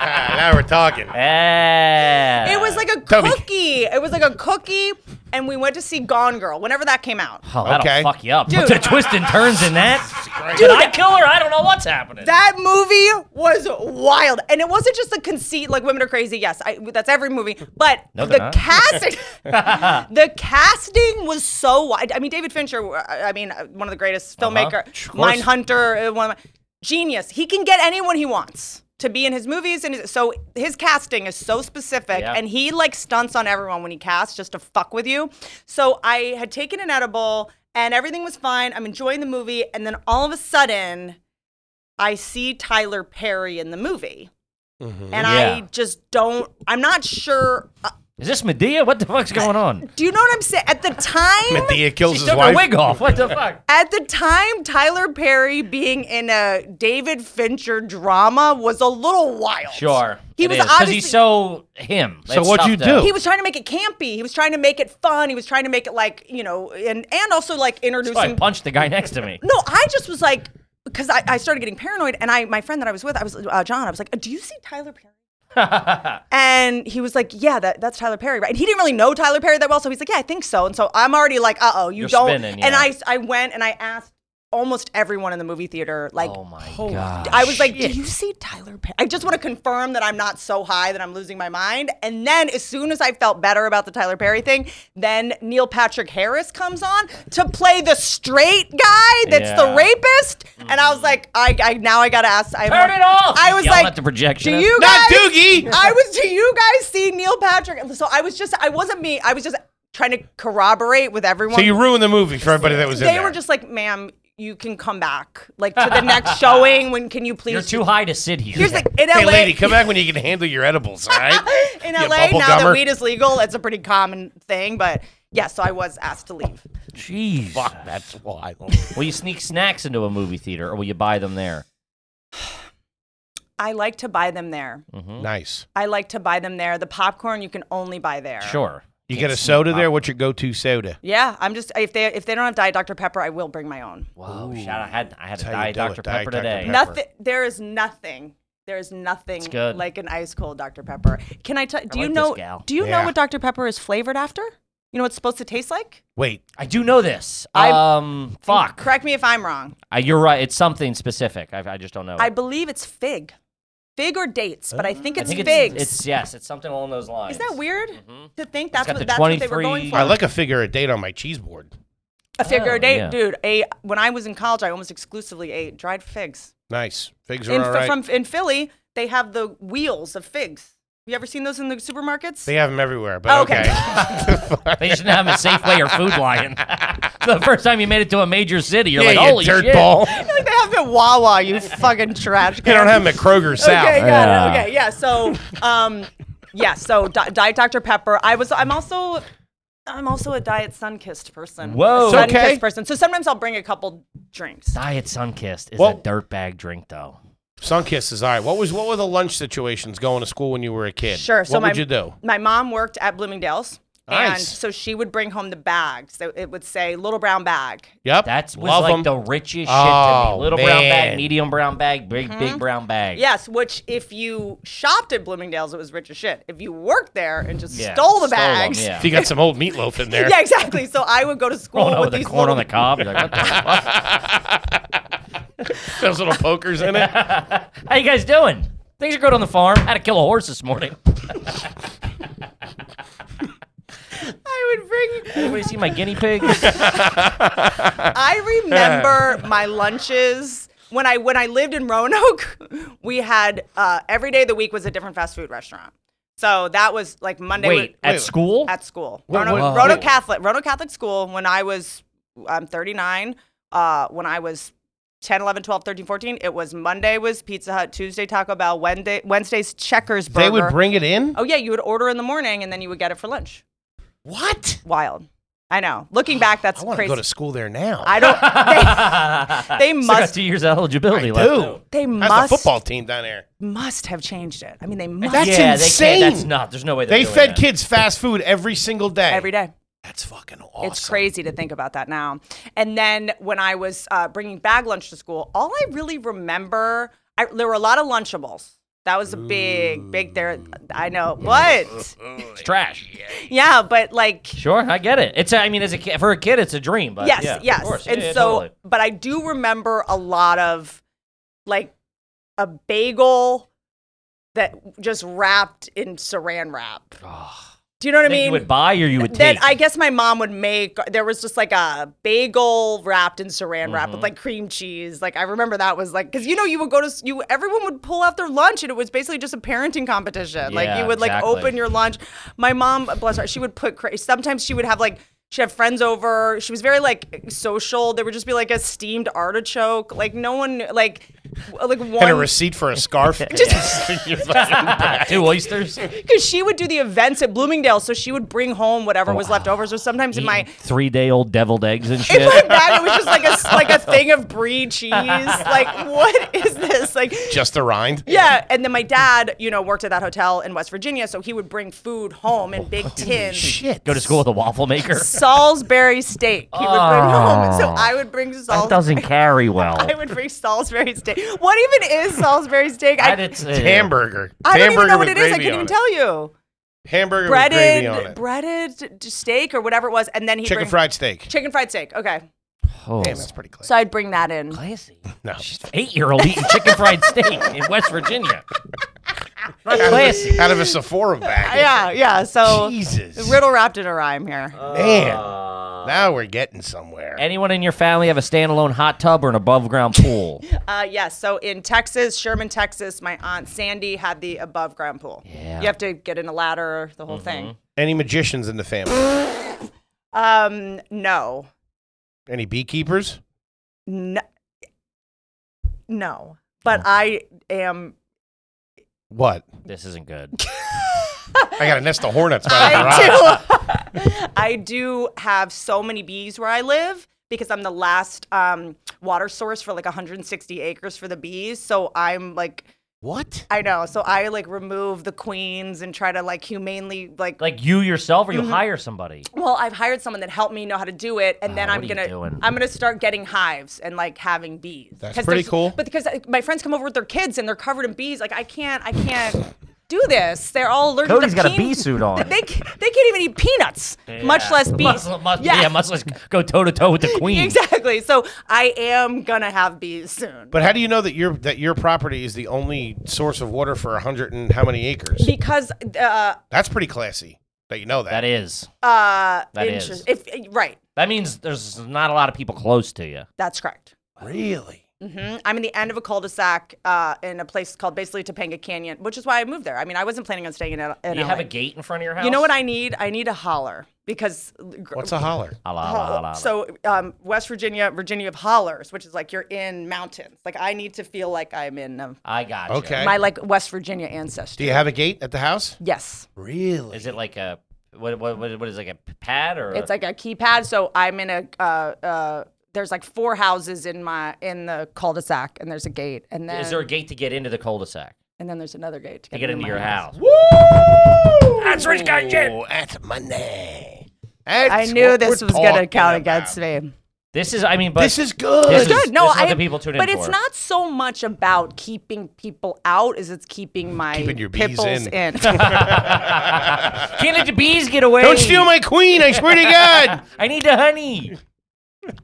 A: Ah, now we're talking.
B: Oh, yeah.
E: it was like a
A: Toby.
E: cookie. It was like a cookie, and we went to see Gone Girl whenever that came out.
B: Oh, that'll
A: Okay.
B: fuck you up.
E: Dude.
B: Dude. The twists and turns in that. Did I kill her? I don't know what's happening.
E: That movie was wild, and it wasn't just the conceit like women are crazy. Yes, I, that's every movie, but
B: No,
E: the
B: they're not.
E: casting, the casting was so wide. I mean, David Fincher, I I mean, uh, one of the greatest
B: Uh-huh.
E: filmmaker,
A: course.
E: Mindhunter, uh, one of my, genius. He can get anyone he wants to be in his movies, and his, so his casting is so specific,
B: Yeah.
E: and he like stunts on everyone when he casts just to fuck with you. So I had taken an edible. And everything was fine. I'm enjoying the movie. And then all of a sudden, I see Tyler Perry in the movie, and I
B: Yeah.
E: just don't. I'm not sure. Uh,
B: Is this Medea? What the fuck's going on?
E: do you know what I'm saying? At the time,
A: Medea kills
B: She
A: his
B: took her
A: wife.
B: wig off. What the fuck?
E: at the time, Tyler Perry being in a David Fincher drama was a little wild.
B: Sure.
E: he
B: it
E: was
B: is, 'cause
E: obviously
B: he's so him.
A: So
B: It's
A: what'd
B: tough
A: you
B: to-
A: do?
E: he was trying to make it campy. He was trying to make it fun. He was trying to make it like you know, and and also like
B: Oh, I
E: introducing
B: punched the guy next to me.
E: No, I just was like, because I, I started getting paranoid, and I my friend that I was with, I was uh, John. I was like, "Do you see Tyler Perry?" and he was like, "Yeah, that, that's Tyler Perry, right?" And he didn't really know Tyler Perry that well, so he's like, "Yeah, I think so." And so I'm already like, "Uh oh, you
B: You're
E: don't."
B: spinning,
E: And
B: yeah.
E: I I went and I asked almost everyone in the movie theater, like.
B: Oh my god.
E: I was like, "Do you see Tyler Perry?" I just want to confirm that I'm not so high that I'm losing my mind. And then, as soon as I felt better about the Tyler Perry thing, then Neil Patrick Harris comes on to play the straight guy that's the
B: Yeah.
E: rapist, and I was
A: Mm-hmm.
E: like, "I, I now I gotta ask." I
B: Turn it off!
E: I was
B: Yell
E: like,
B: at the projection.
E: Do you
A: Not
E: guys?
A: Doogie!
E: I was. Do you guys see Neil Patrick? So I was just. I wasn't me. I was just trying to corroborate with everyone
A: So you ruined the movie for everybody that was in
E: they
A: there.
E: were just like, ma'am, you can come back. Like to the next showing. When can you please?
B: You're too high to sit here.
E: Here's the in LA.
A: hey, lady, come back when you can handle your edibles, all right?
E: in
A: you
E: LA,
A: bubble
E: now
A: gummer.
E: that weed is legal, it's a pretty common thing. But yeah, so I was asked to leave.
B: Jeez.
A: Fuck, that's wild.
B: Will you sneak snacks into a movie theater, or will you buy them there?
E: I like to buy them there.
B: Mm.
A: nice.
E: I like to buy them there. The popcorn you can only buy there.
B: Sure.
A: You
B: Can't
A: get a
B: sneak
A: soda
B: pop-
A: there? What's your go-to soda?
E: Yeah, I'm just if they if they don't have Diet Dr Pepper, I will bring my own.
B: Whoa! Shout! I had I
A: That's
B: had a
A: how you
B: diet
A: do it,
B: Dr
A: Diet
B: Pepper
A: Dr.
B: today.
A: Pepper.
E: Nothing. There is nothing. There is nothing
B: good.
E: like an ice cold Dr Pepper. Can I tell? Do you
B: like this
E: know?
B: gal.
E: Do you
A: Yeah.
E: know what Dr Pepper is flavored after? You know what it's supposed to taste like?
A: Wait,
B: I do know this.
E: I-
B: um, fuck.
E: Correct me if I'm wrong.
B: Uh, you're right. It's something specific. I, I just don't know.
E: I
B: it.
E: believe it's fig. Fig or dates, but I think
B: I
E: it's
B: think
E: figs.
B: It's, it's yes. It's something along those lines.
E: Is that weird Mm-hmm. to think
B: It's
E: that's
B: got the
E: what, that's what they were
B: 23
E: going for?
A: I like a figure a date on my cheese board.
E: a fig or
B: Oh,
E: a date,
B: yeah.
E: dude. A when I was in college, I almost exclusively ate dried figs.
A: Nice. Figs are
E: In,
A: all
E: Ph-
A: right.
E: from, in Philly, they have the wheels of figs. You ever seen those in the supermarkets?
A: they have them everywhere, but
E: Oh, Okay.
A: okay.
B: They shouldn't have them at Safeway or Food Lion. the first time you made it to a major city, you're
A: yeah,
B: like,
A: you
B: holy
A: dirt
B: shit.
A: ball.
E: like they have them at Wawa. You fucking trash.
A: You don't have them at Kroger South.
E: Okay, got
B: Yeah.
E: it. Okay, yeah. So, um, yeah. So Di- Diet Dr Pepper. I was. I'm also. I'm also a diet sun-kissed person.
B: Whoa.
E: A
B: It's
E: sun-kissed
A: okay.
E: person. So sometimes I'll bring a couple drinks.
B: Diet Sunkist is
A: Well-
B: a dirtbag drink, though.
A: Sunkiss is all right. What was what were the lunch situations going to school when you were a kid?
E: Sure.
A: What
E: So
A: would
E: my,
A: you do?
E: My mom worked at Bloomingdale's. And
A: Nice.
E: so she would bring home the bags. So it would say little brown bag.
A: Yep.
B: That's was
A: Love
B: like
A: 'em.
B: the richest shit to
A: Oh,
B: me. Little brown
A: man.
B: bag, medium brown bag, big
E: Mm-hmm.
B: big brown bag.
E: Yes, which if you shopped at Bloomingdale's, it was rich as shit. If you worked there and just
B: Yeah,
E: stole the
B: 'em,
E: bags.
B: yeah.
A: If you got some old meatloaf in there.
E: Yeah, exactly. So I would go to school
B: Rolling over
E: with
B: the
E: these
B: corn on
E: little
B: the cob. You're like, what the fuck?
A: Those little pokers in it.
B: How you guys doing? Things are good on the farm. Had to kill a horse this morning.
E: I would bring.
B: Anybody see my guinea pigs?
E: I remember my lunches when I when I lived in Roanoke. We had uh, every day of the week was a different fast food restaurant. So that was like Monday.
B: Wait,
E: would-
B: at school?
E: at school.
A: What-
E: Roanoke,
A: what-
E: Roanoke
A: what-
E: Catholic. Roanoke Catholic School when I was I'm 39. Uh, when I was 10, 11, 12, 13, 14, it was Monday was Pizza Hut, Tuesday Taco Bell, Wednesday Wednesday's Checkers Burger.
A: They would bring it in.
E: Oh yeah, you would order in the morning and then you would get it for lunch.
A: What?
E: Wild. I know. Looking back, that's
A: I want to
E: crazy.
A: go to school there now.
E: I don't. They, they
B: Still got
E: must.
B: two years of eligibility left.
A: do.
E: They
A: That's the
E: must.
A: football team down there.
E: Must have changed it. I mean, they must.
A: That's
B: yeah,
A: insane.
B: They can't, that's not. There's no way they're
A: They
B: doing
A: fed
B: that.
A: kids fast food every single day.
E: every day.
A: That's fucking awesome.
E: It's crazy to think about that now. And then when I was uh, bringing bag lunch to school, all I really remember, I, there were a lot of Lunchables. That was a big, big there. I know what.
B: It's trash.
E: Yeah, but like,
B: Sure, I get it. It's. a- I mean, as a kid, for a kid, it's a dream. But
E: yes,
B: yeah, of
E: yes.
B: course.
E: And
B: Yeah,
E: so,
B: totally.
E: but I do remember a lot of like a bagel that just wrapped in saran wrap. Do you know what I
B: That
E: mean?
B: you would buy or you would
E: Then
B: take.
E: I guess my mom would make. There was just like a bagel wrapped in Saran wrap
B: Mm-hmm.
E: with like cream cheese. Like I remember that was like because you know you would go to s- you everyone would pull out their lunch and it was basically just a parenting competition. like
B: Yeah,
E: you would like
B: exactly.
E: open your lunch. My mom, bless her, she would put. cra- Sometimes she would have like. She had friends over. She was very like social. There would just be like a steamed artichoke. Like no one like like
A: And a
E: one
A: receipt for a scarf.
B: two oysters.
E: because she would do the events at Bloomingdale, so she would bring home whatever
B: Oh,
E: was left over. So sometimes in my
B: three day old deviled eggs and
E: In
B: shit.
E: my bag, it was just like a like a thing of brie cheese. Like, what is this? Like,
A: Just a rind.
E: yeah. And then my dad, you know, worked at that hotel in West Virginia, so he would bring food home in big tins.
A: Shit.
B: Go to school with a waffle maker.
E: Salisbury steak. He would bring home, so
B: Oh.
E: I would bring
B: That
E: Salisbury.
B: doesn't carry well.
E: I would bring Salisbury steak. What even is Salisbury steak?
B: That
E: I,
B: it's, uh,
A: Hamburger.
E: I don't
A: Hamburger
E: even know what
A: with
E: it is. I
A: gravy
E: couldn't
A: on
E: even
A: it.
E: tell you.
A: Hamburger with gravy on
E: Breaded,
A: it.
E: breaded steak or whatever it was, and then he
A: Chicken
E: bring,
A: fried steak.
E: chicken fried steak. Okay,
B: Oh,
A: Damn, that's pretty close.
E: so I'd bring that in.
B: classy.
A: No.
B: Eight year old eating chicken fried steak in West Virginia. Not classy.
A: Out of a Sephora bag.
E: Yeah, yeah. So
A: Jesus.
E: Riddle wrapped in a rhyme here.
A: Man. now we're getting somewhere.
B: Anyone in your family have a standalone hot tub or an above ground pool?
E: Uh, yes. so in Texas, Sherman, Texas, my aunt Sandy had the above ground pool.
B: Yeah.
E: You have to get in a ladder, the whole thing.
A: Any magicians in the family?
E: Um, no,
A: Any beekeepers?
E: no, no. But I am.
A: What?
B: This isn't good.
A: I got a nest of hornets. by the garage.
E: I do. I do have so many bees where I live because I'm the last um, water source for like 160 acres for the bees. So I'm like.
A: What?
E: I know. So I like remove the queens and try to like humanely like
B: Like you yourself, or
E: Mm-hmm.
B: you hire somebody.
E: well, I've hired someone that helped me know how to do it, and then
B: Ah,
E: I'm
B: what are
E: gonna
B: you doing?
E: I'm gonna start getting hives and like having bees.
A: That's
E: 'Cause
A: pretty
E: there's-
A: cool.
E: But because like, my friends come over with their kids and they're covered in bees, like I can't I can't do this. They're all allergic.
B: Cody's
E: to
B: got a
E: pean-
B: bee suit on.
E: They c- they can't even eat peanuts, much less bees.
B: Much, much, yeah. much less go toe to toe with the queen.
E: exactly. So I am gonna have bees soon.
A: But how do you know that your that your property is the only source of water for a hundred and how many acres?
E: because uh
A: That's pretty classy. That you know that.
B: That is.
E: uh
B: That
E: interest-
B: is.
E: if right,
B: That means there's not a lot of people close to you.
E: that's correct.
A: really?
E: Mhm. I'm in the end of a cul-de-sac uh, in a place called basically Topanga Canyon, which is why I moved there. I mean, I wasn't planning on staying in. L- in
B: You
E: LA.
B: have a gate in front of your house.
E: You know what I need? I need a holler because gr-
A: What's a holler?
B: Holla, holla,
E: hol-
B: holla, holla.
E: Oh, so um, West Virginia, Virginia of hollers, which is like you're in mountains. Like I need to feel like I'm in um,
B: I got
A: Okay.
E: my like West Virginia ancestry.
A: Do you have a gate at the house?
E: Yes.
A: Really?
B: Is it like a What what what, what is it, like a pad or?
E: It's like a keypad. So I'm in a. Uh, uh, there's like four houses in my in the cul-de-sac, and there's a gate, and then
B: is there a gate to get into the cul-de-sac
E: and then there's another gate to
B: to
E: get,
B: get into
E: my
B: your house?
A: That's rich guy shit. That's money.
E: I
A: That's
E: knew
A: what
E: this
A: we're
E: was gonna
A: talking about.
E: count against me.
B: This is I mean, but
A: This is good.
B: This is-
E: Good. No,
B: this is
E: I.
B: what the people tune in
E: but it's
B: for.
E: not so much about keeping people out as it's keeping my
A: Mm. Keeping your bees
E: pipples
A: in.
E: in.
B: can't let the bees get away.
A: Don't steal my queen. I swear to God.
B: I need the honey.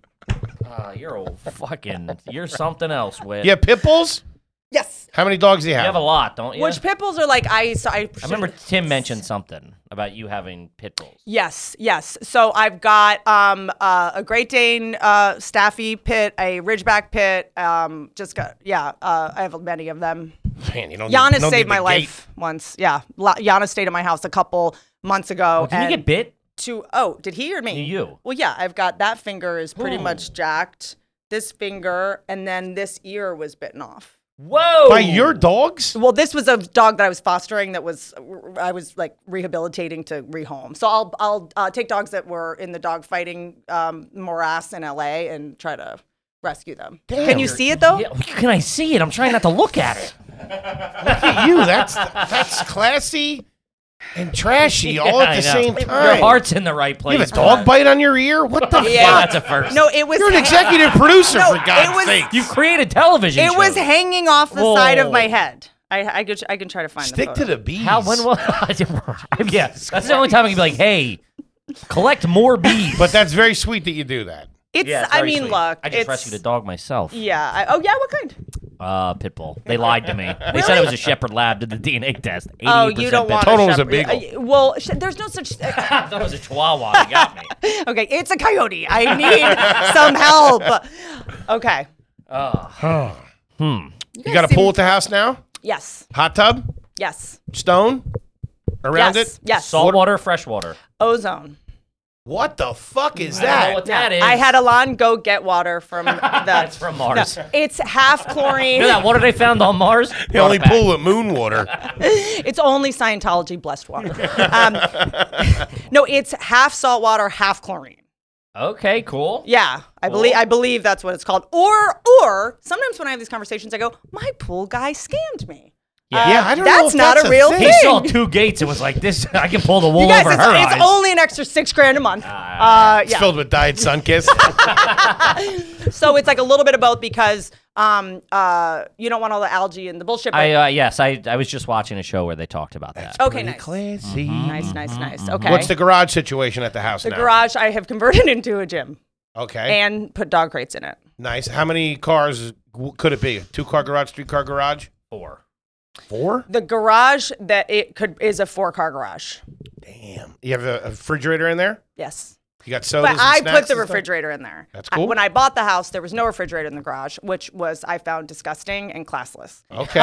B: Ah, you're a fucking. You're something else, Whit.
A: You have pit bulls?
E: yes.
A: How many dogs do you
B: You
A: have?
B: have a lot, don't you?
E: Which pitbulls are like I. So I,
B: I remember Tim mentioned something about you having pit bulls.
E: Yes, yes. So I've got um, uh, a Great Dane uh, Staffy pit, a Ridgeback pit. Um, just got yeah. Uh, I have many of them.
A: Man, you don't
E: Giannis
A: Mm. need- don't
E: saved
A: need
E: my
A: the
E: life once. Yeah, La- Giannis stayed at my house a couple months ago.
B: Oh, Did you
E: and
B: get bit?
E: two- oh, did he or me?
B: You.
E: Well, yeah. I've got that finger is pretty much jacked. This finger and then this ear was bitten off.
B: Whoa!
A: By your dogs?
E: Well, this was a dog that I was fostering that was I was like rehabilitating to rehome. So I'll I'll uh, take dogs that were in the dog fighting um, morass in LA and try to rescue them. Can you see it though?
B: Yeah, can I see it? I'm trying not to look at it.
A: Look at you. That's that's classy and trashy all
B: I
A: at the
B: know.
A: same
B: Your
A: time.
B: heart's in the right place.
A: you have a dog bite on your ear? What the
B: Well,
A: fuck?
B: that's a first.
E: No, it was
A: You're an executive producer,
E: No,
A: for
E: it
A: God's
E: was-
A: sake.
B: you created television.
E: It was
B: shows.
E: hanging off the side of my
B: Whoa.
E: head. I I, could, I can try to find
A: Stick to
E: photo.
A: the bees.
B: How? When will? yeah, that's the only time I can be like, "Hey, collect more bees."
A: But that's very sweet that you do that.
E: It's,
B: Yeah,
E: I
B: very
E: mean,
B: sweet.
E: look.
B: I just
E: it's,
B: rescued a dog myself.
E: Yeah. I, oh yeah. What kind?
B: Uh, pit bull. They lied to me. They said it was a shepherd lab. Did the DNA test?
E: Oh, you don't want
A: Total
E: a
A: was a
E: shepherd.
A: beagle.
E: Uh, well, sh- there's no such.
B: I thought it was a chihuahua. They got me.
E: Okay, it's a coyote. I need some help. Okay.
A: You got a pool at the house now?
E: Yes.
A: Hot tub?
E: Yes.
A: Stone? Around
E: yes.
A: it?
E: Yes.
B: Saltwater, freshwater.
E: Ozone.
A: What the fuck is
B: I don't know
A: that?
B: what that is.
E: I had Alon go get water from the. That's
B: from Mars.
E: It's half chlorine.
B: You know that water they found on Mars?
A: The only pool with moon water.
E: It's only Scientology blessed water. Um, no, it's half salt water, half chlorine.
B: Okay, cool.
E: Yeah, I believe I believe that's what it's called. Or or sometimes when I have these conversations, I go, my pool guy scammed me.
A: yeah, I don't know.
E: that's
A: if
E: not
A: that's
E: a real
A: thing.
B: He
E: thing.
B: saw two gates and was like, "This, I can pull the wool
E: You guys,
B: over
E: it's,
B: her
E: it's
B: eyes."
E: only an extra six grand a month. Uh,
A: Ah. It's
E: yeah.
A: filled with dyed sun kiss.
E: So it's like a little bit of both because um, uh, you don't want all the algae and the bullshit. but-
B: I uh, yes, I I was just watching a show where they talked about that.
E: okay, nice.
A: Classy.
E: Nice, nice, nice. Okay.
A: Mm-hmm, What's the garage situation at the house
E: The
A: now?
E: garage I have converted into a gym
A: Okay.
E: and put dog crates in it.
A: Nice. How many cars w- could it be? Two car garage, three car garage?
B: Four.
A: Four?
E: The garage that it could is a four car garage.
A: Damn. You have a a refrigerator in there?
E: Yes.
A: You got sodas
E: But
A: and snacks
E: I put the
A: and stuff?
E: refrigerator in there.
A: That's
E: I-
A: cool.
E: when I bought the house, there was no refrigerator in the garage, which was I found disgusting and classless.
A: Okay.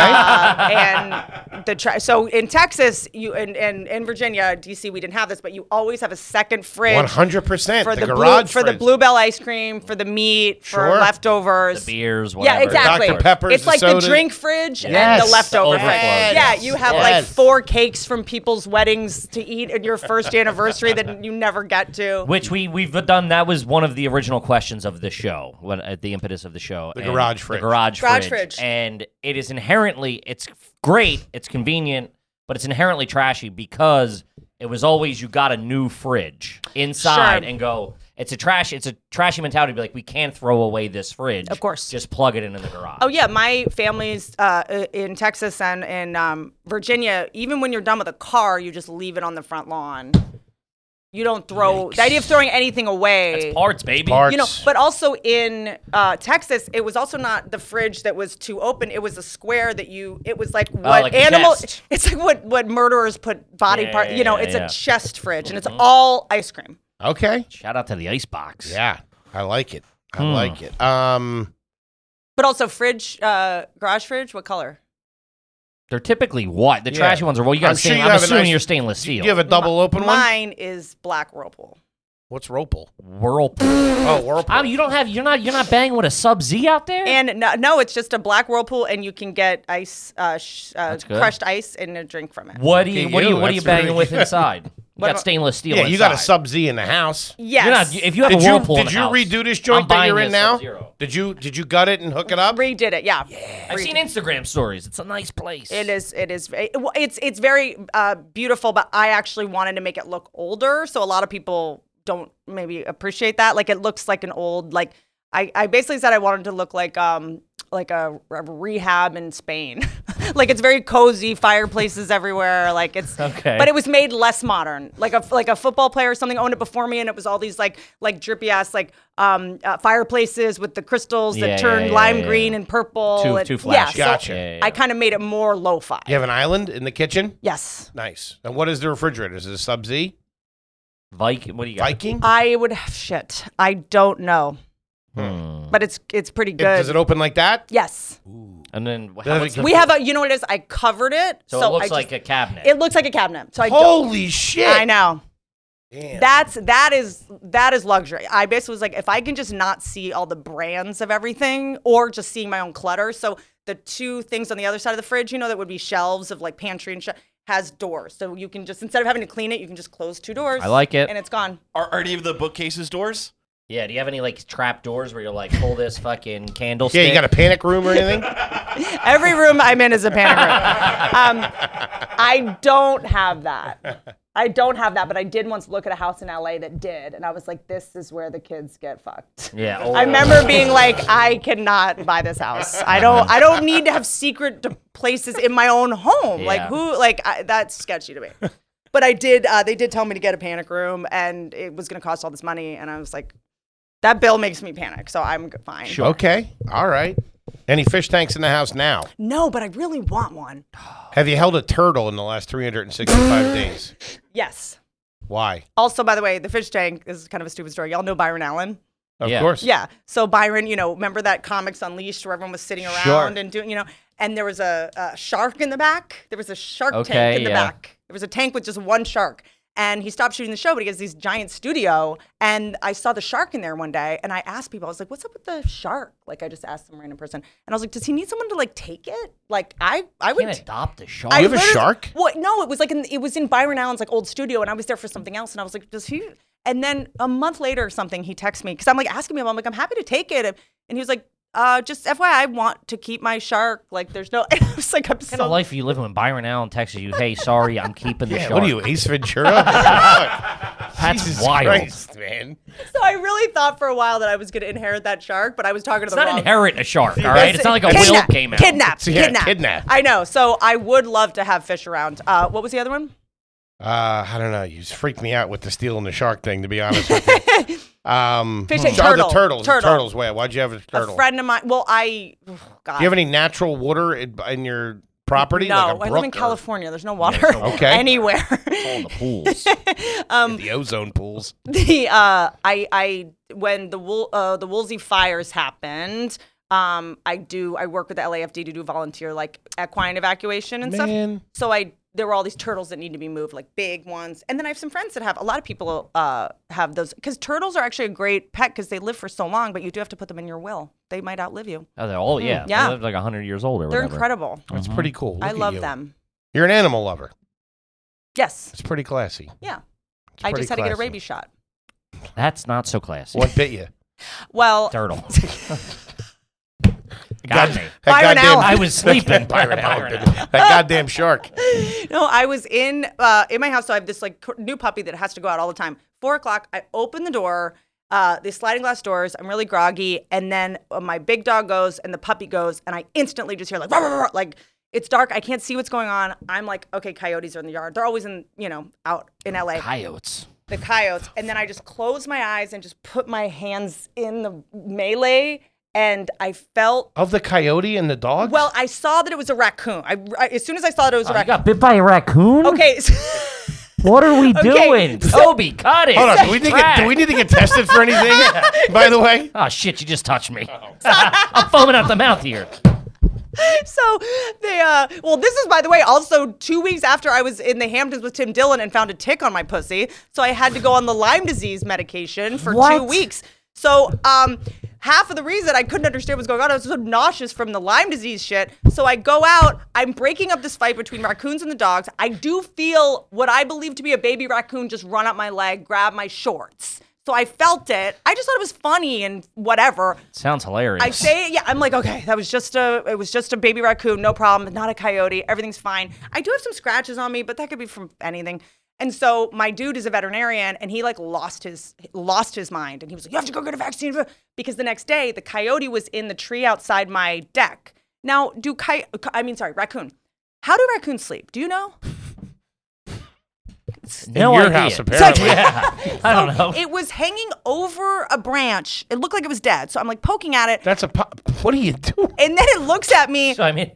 E: Uh, and the tra- so in Texas, you and, and in Virginia, DC, we didn't have this, but you always have a second fridge.
A: 100%.
E: for the, blue,
A: garage
E: for the
A: fridge.
E: bluebell ice cream, for the meat, for
A: Sure.
E: leftovers.
B: Beers, whatever.
E: yeah, exactly.
A: Dr. Peppers,
E: it's
A: the
E: like
A: sodas.
E: the drink fridge and
B: Yes,
E: the leftover
B: overflow,
E: fridge. Yeah,
B: yes,
E: you have like
A: yes.
E: four cakes from people's weddings to eat in your first anniversary that you never get to.
B: Which we we've done. That was one of the original questions of the show. When at the impetus of the show, the
A: garage
B: the
A: fridge.
B: garage,
E: Garage
B: fridge,
E: fridge.
B: and it is inherently it's great, it's convenient, but it's inherently trashy because it was always you got a new fridge inside
E: Sure.
B: and go. It's a trash. It's a trashy mentality. to Be like, we can't throw away this fridge. Of
E: course.
B: just plug it into the garage.
E: Oh yeah, my family's uh, i- in Texas and in um, Virginia. Even when you're done with a car, you just leave it on the front lawn. You don't throw the idea of throwing anything away.
B: it's parts, baby.
A: Parts.
E: you know, but also in uh, Texas, it was also not the fridge that was too open. It was a square that you. It was like what
B: Oh, like a
E: animal.
B: chest.
E: It's like what what murderers put body
B: Yeah,
E: part.
B: yeah,
E: You know,
B: yeah,
E: it's
B: yeah. Mm-hmm.
E: a chest fridge, and it's all ice cream.
A: okay.
B: Shout out to the ice box.
A: Yeah. I like it. I
B: Hmm.
A: like it. Um,
E: But also fridge, uh, garage fridge. What color?
B: They're typically what the
A: Yeah.
B: trashy ones are. Well, you
A: I'm
B: got.
A: sure
B: Sure
A: you
B: I'm
A: have a
B: assuming
A: nice-
B: you're stainless
A: do
B: steel.
A: you have a double open one?
E: Mine is black whirlpool.
A: What's Ropel?
B: whirlpool.
A: Oh, Whirlpool.
B: Oh, you don't have. You're not. You're not banging with a sub Z out there.
E: And no, no, it's just a black whirlpool, and you can get ice, uh, sh- uh,
B: good.
E: crushed ice, and a drink from it.
B: What do you,
A: Look at
B: what do you
A: you,
B: what are you
A: that's really
B: banging with inside? You got stainless steel.
A: uh, Yeah, you got a
B: inside.
A: sub Z in the house.
E: Yes.
B: You're not- if you have
A: Did
B: a
A: you
B: whirlpool, in
A: did
B: the
A: you
B: house,
A: redo this joint
B: I'm
A: that
B: buying
A: you're in
B: this
A: now?
B: Sub-Zero.
A: Did you did you gut it and hook it up?
E: redid it. Yeah.
B: I've seen Instagram stories. It's a nice place.
E: It is. It is. ve- it- well, It's it's very uh, beautiful, but I actually wanted to make it look older, so a lot of people don't maybe appreciate that. Like it looks like an old like I, I basically said I wanted to look like um like a, a rehab in Spain, like it's very cozy, fireplaces everywhere. Like it's
B: Okay.
E: but it was made less modern. Like a like a football player or something owned it before me, and it was all these like like drippy ass like um uh, fireplaces with the crystals
B: Yeah,
E: that
B: yeah,
E: turned
B: yeah,
E: lime
B: yeah.
E: green and purple.
B: Too-
E: and,
B: too
E: Yeah,
B: flashy.
E: so-
A: Gotcha.
B: Yeah, yeah,
E: I kind of made it more lo-fi.
A: You have an island in the kitchen.
E: Yes.
A: Nice. And what is the refrigerator? Is it a sub Z
B: Viking. What do you got?
A: Viking?
E: I would shit. I don't know,
B: Hmm.
E: but it's it's pretty
A: It- does
E: good.
A: it open like that?
E: yes.
B: And then wh-
A: Does
B: how
A: it
B: much the-
A: get-
E: We have a you know what it is? I covered it.
B: so, it looks
E: I
B: like a cabinet.
E: it looks like a cabinet. So I don't,
A: Holy shit!
E: I know.
A: Damn.
E: That's that is that is luxury. I basically was like if I can just not see all the brands of everything or just seeing my own clutter. So the two things on the other side of the fridge, you know, that would be shelves of like pantry and shelf has doors. So you can just instead of having to clean it, you can just close two doors.
B: I like it.
E: And it's gone.
D: Are, are any of the bookcases doors?
B: yeah. Do you have any like trap doors where you're like pull this fucking candlestick?
A: yeah, you got a panic room or anything?
E: Every room I'm in is a panic room. Um, I don't have that. I don't have that, but I did once look at a house in LA that did, and I was like, this is where the kids get fucked.
B: Yeah. oh,
E: I remember being like, I cannot buy this house. I don't. I don't need to have secret d- places in my own home. Like
B: Yeah.
E: who? Like I, that's sketchy to me. But I did. Uh, they did tell me to get a panic room, and it was going to cost all this money. And I was like, that bill makes me panic, so I'm g- fine.
A: Okay. All right. Any fish tanks in the house now?
E: No, but I really want one.
A: Have you held a turtle in the last 365 days?
E: Yes.
A: Why?
E: Also, by the way, the fish tank this is kind of a stupid story. Y'all know Byron Allen?
A: Of
B: Yeah.
A: course.
E: Yeah. So Byron, you know, remember that Comics Unleashed where everyone was sitting around
A: Sure.
E: and doing, you know, and there was a, a shark in the back. There was a shark
B: Okay,
E: tank in the
B: yeah.
E: back. There was a tank with just one shark. And he stopped shooting the show, but he has this giant studio. And I saw the shark in there one day, and I asked people, I was like, "What's up with the shark?" Like, I just asked some random person, and I was like, "Does he need someone to like take it?" Like, I, I would
B: You can adopt a shark.
E: I
A: Oh, You have a
E: literally-
A: shark?
E: Well, no, it was like in, it was in Byron Allen's like old studio, and I was there for something else, and I was like, does he? And then a month later or something, he texts me because I'm like asking me, I'm like, I'm happy to take it, and he was like, uh, just FYI, I want to keep my shark. Like, there's no. And I was like, I'm
B: What kind
E: so.
B: of life are you living when Byron Allen texts you, "Hey, sorry, I'm keeping the
A: Yeah,
B: shark."
A: what are you, Ace Ventura?
B: That's
A: Jesus
B: wild.
A: Christ, man.
E: so I really thought for a while that I was gonna inherit that shark, but I was talking to
B: It's
E: the
B: not
E: wrong.
B: inherit a shark, all right? It's not like a will
E: Kidnap,
B: came out.
E: Kidnap,
A: So, yeah,
E: kidnap,
A: kidnap.
E: I know. So I would love to have fish around. Uh, what was the other one?
A: Uh, I don't know. You just freaked me out with the steel and the shark thing, to be honest with you. Um,
E: Fish and
A: oh,
E: turtle.
A: The turtles. the
E: Turtle.
A: turtles. Wait, why'd you have a turtle?
E: A friend of mine. Well, I. oh, God.
A: Do you have any natural water in, in your property?
E: No,
A: like a
E: I live
A: brook
E: in
A: or
E: California. There's no water
A: Okay.
E: anywhere.
B: All the pools.
A: The ozone pools.
E: the uh, I I when the Wool uh, the Woolsey fires happened. Um, I do I work with the LAFD to do volunteer like equine evacuation and
A: Man.
E: stuff. So I there were all these turtles that need to be moved, like big ones. And then I have some friends that have a lot of people uh, have those because turtles are actually a great pet because they live for so long, but you do have to put them in your will. They might outlive you.
B: Oh, they're all yeah.
E: yeah.
B: They lived like hundred years old or
E: They're
B: whatever.
E: incredible.
A: That's pretty cool. Look
E: I
A: at
E: love
A: you.
E: them.
A: You're an animal lover.
E: Yes.
A: It's pretty classy.
E: Yeah.
A: It's
E: I
A: pretty
E: just had to get a
A: classy.
E: rabies shot.
B: That's not so classy.
A: What bit you?
E: Well,
B: Turtle. Got me.
A: That
E: Byron
A: goddamn-
E: Allen.
B: I was sleeping.
A: Byron Allen did it. That goddamn shark.
E: No, I was in uh, in my house, so I have this like cr- new puppy that has to go out all the time. Four o'clock, I open the door, uh, the sliding glass doors. I'm really groggy, and then uh, my big dog goes, and the puppy goes, and I instantly just hear like, "Ruh, ruh, ruh," like it's dark, I can't see what's going on. I'm like, okay, coyotes are in the yard. They're always in, you know, out in LA
B: Coyotes.
E: the coyotes, and then I just closed my eyes and just put my hands in the melee, and I felt.
A: Of the coyote and the dog?
E: Well, I saw that it was a raccoon. I, I- as soon as I saw that it was a
B: I
E: raccoon.
B: got bit by a raccoon.
E: Okay.
B: What are we
E: Okay,
B: doing? Toby, cut it.
A: Hold on. Do we, need to get, do we need to get tested for anything, by the way?
B: Oh shit! You just touched me. I'm foaming out the mouth here.
E: So they, uh, well, this is by the way, also two weeks after I was in the Hamptons with Tim Dillon and found a tick on my pussy, so I had to go on the Lyme disease medication for two
B: What?
E: weeks. So, um, half of the reason I couldn't understand what was going on, I was so nauseous from the Lyme disease shit. So I go out, I'm breaking up this fight between raccoons and the dogs. I do feel what I believe to be a baby raccoon just run up my leg, grab my shorts. So I felt it. I just thought it was funny and whatever.
B: Sounds hilarious.
E: I say, yeah, I'm like, okay, that was just a, it was just a baby raccoon, no problem, not a coyote, everything's fine. I do have some scratches on me, but that could be from anything. And so my dude is a veterinarian, and he like lost his lost his mind, and he was like, you have to go get a vaccine because the next day the coyote was in the tree outside my deck. Now, do coy- I mean, sorry, raccoon. How do raccoons sleep? Do you know?
B: no
A: your
B: idea.
A: house, apparently.
B: yeah, I don't know.
E: It was hanging over a branch. It looked like it was dead. So I'm like poking at it,
A: That's a pop. What are you doing?
E: and then it looks at me.
B: So I mean,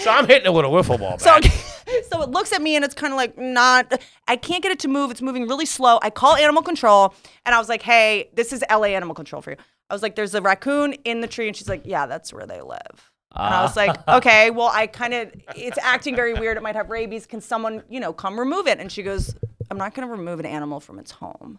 A: So I'm hitting it with a wiffle ball.
E: So,
A: Bat.
E: so it looks at me and it's kind of like not. I can't get it to move. It's moving really slow. I call animal control and I was like, "Hey, this is LA animal control for you." I was like, "There's a raccoon in the tree," and she's like, "Yeah, that's where they live." And I was like,
B: Ah.
E: "Okay, well, I kind of it's acting very weird. It might have rabies. Can someone, you know, come remove it?" And she goes, "I'm not going to remove an animal from its home."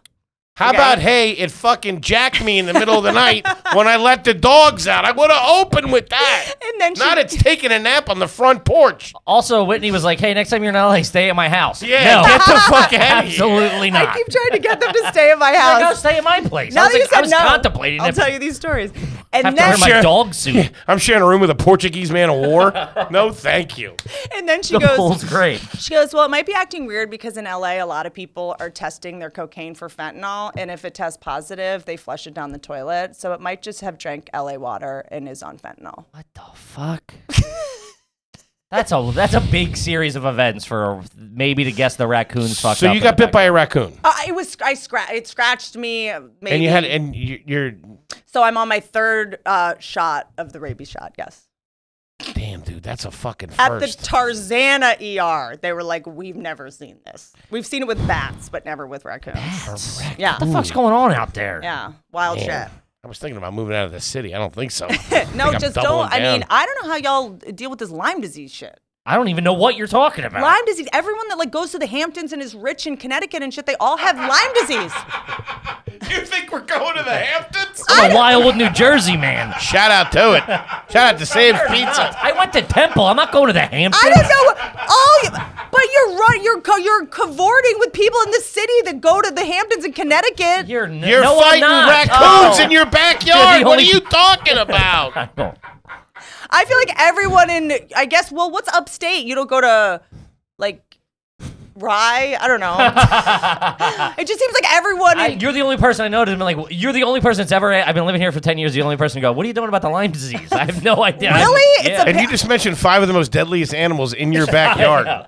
A: How
E: okay.
A: about hey, it fucking jacked me in the middle of the night when I let the dogs out. I would have opened with that.
E: And then she-
A: not it's taking a nap on the front porch.
B: also Whitney was like, "Hey, next time you're in LA, stay at my house."
A: Yeah,
B: no,
A: get the fuck out of here.
B: absolutely not.
E: I keep trying to get them to stay at my house.
B: Go stay at Ah. Oh my place. I
E: now
B: was,
E: that you
B: like,
E: said
B: I was
E: no,
B: contemplating
E: I'll
B: if
E: tell you these stories. And
B: I have to
E: then,
B: wear my
A: Sure.
B: dog suit.
A: I'm sharing a room with a Portuguese man of war. No, thank you.
E: and then she
B: the
E: goes,
B: pool's great.
E: She goes, Well, it might be acting weird because in LA, a lot of people are testing their cocaine for fentanyl. And if it tests positive, they flush it down the toilet. So it might just have drank LA water and is on fentanyl.
B: What the fuck? that's a that's a big series of events for maybe to guess the raccoons fucked
A: So
B: up.
A: you
B: in
A: got
B: the
A: bit by a raccoon,
E: Uh, it was, I scratched, it scratched me. uh, Maybe.
A: and you had, and you, you're,
E: so I'm on my third uh, shot of the rabies shot, yes.
A: damn, dude, that's a fucking first.
E: At the Tarzana ER, they were like, We've never seen this. We've seen it with bats, but never with raccoons.
B: Bats.
E: Yeah.
B: What the fuck's going on out there?
E: Yeah. Wild
A: Man,
E: shit.
A: I was thinking about moving out of the city. I don't think so.
E: No,
A: I'm
E: just
A: doubling
E: don't. I mean,
A: down.
E: I don't know how y'all deal with this Lyme disease shit.
B: I don't even know what you're talking about.
E: Lyme disease. Everyone that like goes to the Hamptons and is rich in Connecticut and shit, they all have Lyme disease.
A: you think we're going to the Hamptons?
B: I'm a Wildwood, New Jersey man.
A: Shout out to it. Shout out to Sam's Pizza.
B: I went to Temple. I'm not going to the Hamptons.
E: I don't know. what- All you, but you're right. You're co- you're cavorting with people in the city that go to the Hamptons in Connecticut.
B: You're, n-
A: You're
B: no, I'm
A: fighting
B: not.
A: raccoons
B: Oh.
A: in your backyard. What are
B: only-
A: you talking about?
B: Oh.
E: I feel like everyone in. I guess. Well, what's upstate? You don't go to, like. Rye, I don't know. it just seems like everyone.
B: I,
E: In,
B: you're the only person I know that's been like, you're the only person that's ever, I've been living here for 10 years, the only person to go, what are you doing about the Lyme disease? I have no idea.
E: Really? It's
B: Yeah.
E: a-
A: And you just mentioned five of the most deadliest animals in your backyard.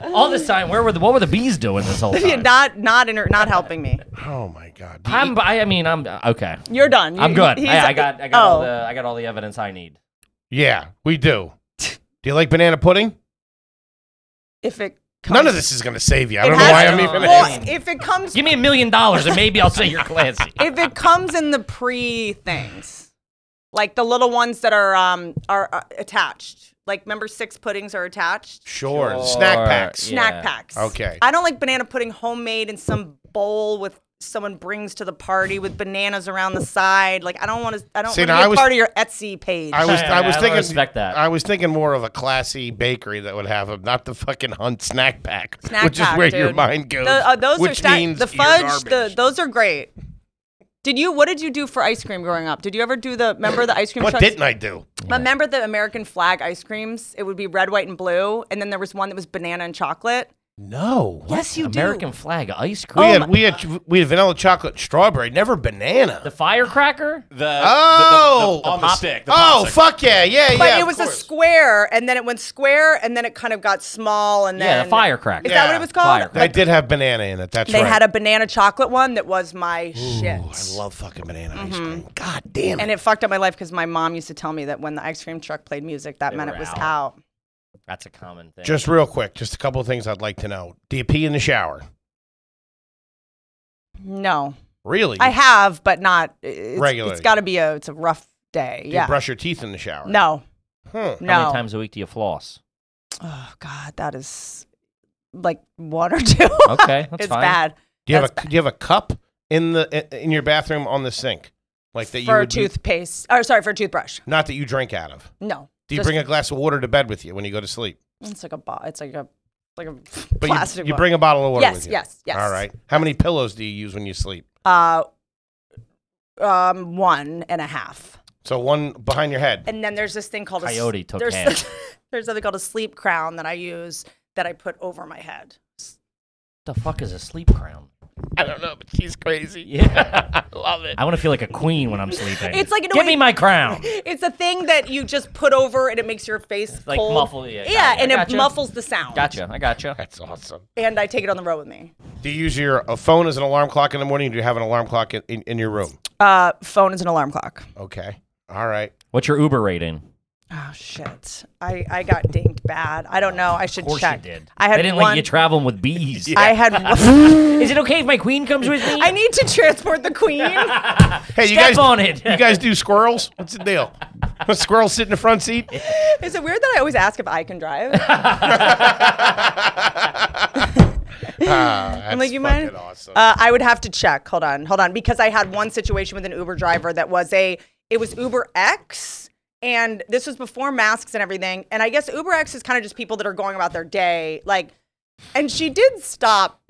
B: All this time, where were the, what were the bees doing this whole time?
E: not not inter, not helping me.
A: Oh my god. Do you-
B: I'm, I I mean, I'm, okay.
E: You're done.
B: I'm
E: You-
B: good.
E: he's-
B: I, I got, I got, all
E: oh.
B: the, I got all the evidence I need.
A: yeah, we do. Do you like banana pudding?
E: If it comes,
A: None of this is going to save you. I
E: It
A: don't know
E: has
A: why
E: to-
A: I'm even
E: well, if it comes
B: Give me a million dollars and maybe I'll say you're classy.
E: if it comes in the pre things, like the little ones that are um are uh, attached. Like remember six puddings are attached?
A: Sure. Snack packs.
B: Yeah.
E: Snack packs.
A: Okay.
E: I don't like banana pudding homemade in some bowl with someone brings to the party with bananas around the side. Like I don't want to I don't
A: See,
E: want
A: now
E: to be
A: I
E: a
A: was-
E: part of your Etsy page.
A: I was
B: Yeah,
A: I was
B: I
A: thinking
B: respect that.
A: I was thinking more of a classy bakery that would have them, not the fucking Hunt snack pack,
E: Snack
A: which
E: pack,
A: is where your
E: dude.
A: mind goes.
E: The- uh, those
A: which
E: are stack-
A: means
E: the
A: your
E: fudge. The,
A: garbage.
E: those are great. Did you? What did you do for ice cream growing up? Did you ever do the? Remember the ice cream?
A: what
E: trucks?
A: didn't I do?
E: Remember the American flag ice creams? It would be red, white, and blue, and then there was one that was banana and chocolate.
A: No.
E: Yes, you
B: American
E: do. Um,
B: flag ice
A: We
B: cream.
E: Oh
A: had we had we had vanilla chocolate strawberry, never banana.
B: the firecracker?
D: The, the- the-
E: uh,
A: Oh!
D: the- on the
A: Pop-
D: stick. The
A: oh
D: popsicle.
A: fuck yeah, yeah,
E: But
A: yeah.
E: it
A: of
E: was a
A: course.
E: square, and then it went square, and then it kind of got small, and then
B: Yeah, the firecracker.
E: Is that what
A: Yeah,
E: it was called?
B: firecracker.
A: They did have banana in it. That's
E: They
A: right.
E: had a banana chocolate one that was my shit.
A: I love fucking banana ice cream. God damn it.
E: Mm-hmm. and it fucked up my life because my mom used to tell me that when the ice cream truck played music, that meant
B: were
E: it was
B: out.
E: out.
B: That's a common thing.
A: Just real quick, just a couple of things I'd like to know. Do you pee in the shower?
E: No,
A: Really?
E: I have, but not it's,
A: Regularly.
E: It's got to be a. It's a rough day.
A: Do you
E: yeah.
A: brush your teeth in the shower?
E: no.
A: Huh.
E: No.
B: How many times a week do you floss?
E: Oh God, that is like one or two.
B: Okay, that's
E: it's
B: fine.
E: bad.
A: Do you have
E: That's
A: a do you have a cup in the in your bathroom on the sink? Like that you
E: for
A: would u-
E: toothpaste. Or sorry, for a toothbrush.
A: not that you drink out of.
E: No.
A: Do you
E: Just-
A: bring a glass of water to bed with you when you go to sleep?
E: It's like a bo- It's like a like a
A: But
E: plastic.
A: you, you
E: one.
A: bring a bottle of water
E: Yes,
A: with you.
E: yes, yes.
A: All right. How many pillows do you use when you sleep?
E: uh, um, one and a half.
A: So one behind your head.
E: And then there's this thing called
B: Coyote
E: a, s-
B: took
E: there's,
B: half.
E: there's something called a sleep crown that I use that I put over my head.
B: the fuck is a sleep crown?
A: I don't know, but she's crazy.
B: Yeah.
A: I love it.
B: I want to feel like a queen when I'm sleeping.
E: It's like, in a
B: give
E: way-
B: me my crown.
E: It's a thing that you just put over and it makes your face
B: like
E: cold.
B: muffle- yeah,
E: yeah,
B: gotcha,
E: and
B: gotcha.
E: it muffles the sound.
B: Gotcha. I gotcha.
A: That's awesome.
E: And I take it on the road with me.
A: Do you use your a phone as an alarm clock in the morning? Or do you have an alarm clock in, in, in your room?
E: Uh, phone is an alarm clock.
A: Okay. All right.
B: What's your Uber rating?
E: Oh shit! I, I got dinged bad. I don't know. I should
B: Of course
E: check.
B: you did.
E: I had
B: they didn't
E: one.
B: let you traveling with bees.
E: I had. one-
B: Is it okay if my queen comes with me?
E: I need to transport the queen.
A: Hey, you
B: Step
A: guys
B: on it.
A: You guys do squirrels? What's the deal? A squirrel sit in the front seat?
E: Is it weird that I always ask if I can drive? Uh,
A: Ah,
E: I'm
A: that's
E: like, you
A: fucking
E: mind?
A: awesome.
E: Uh, I would have to check. Hold on, hold on, because I had one situation with an Uber driver that was a. It was Uber X, and this was before masks and everything. And I guess Uber X is kind of just people that are going about their day, like. And she did stop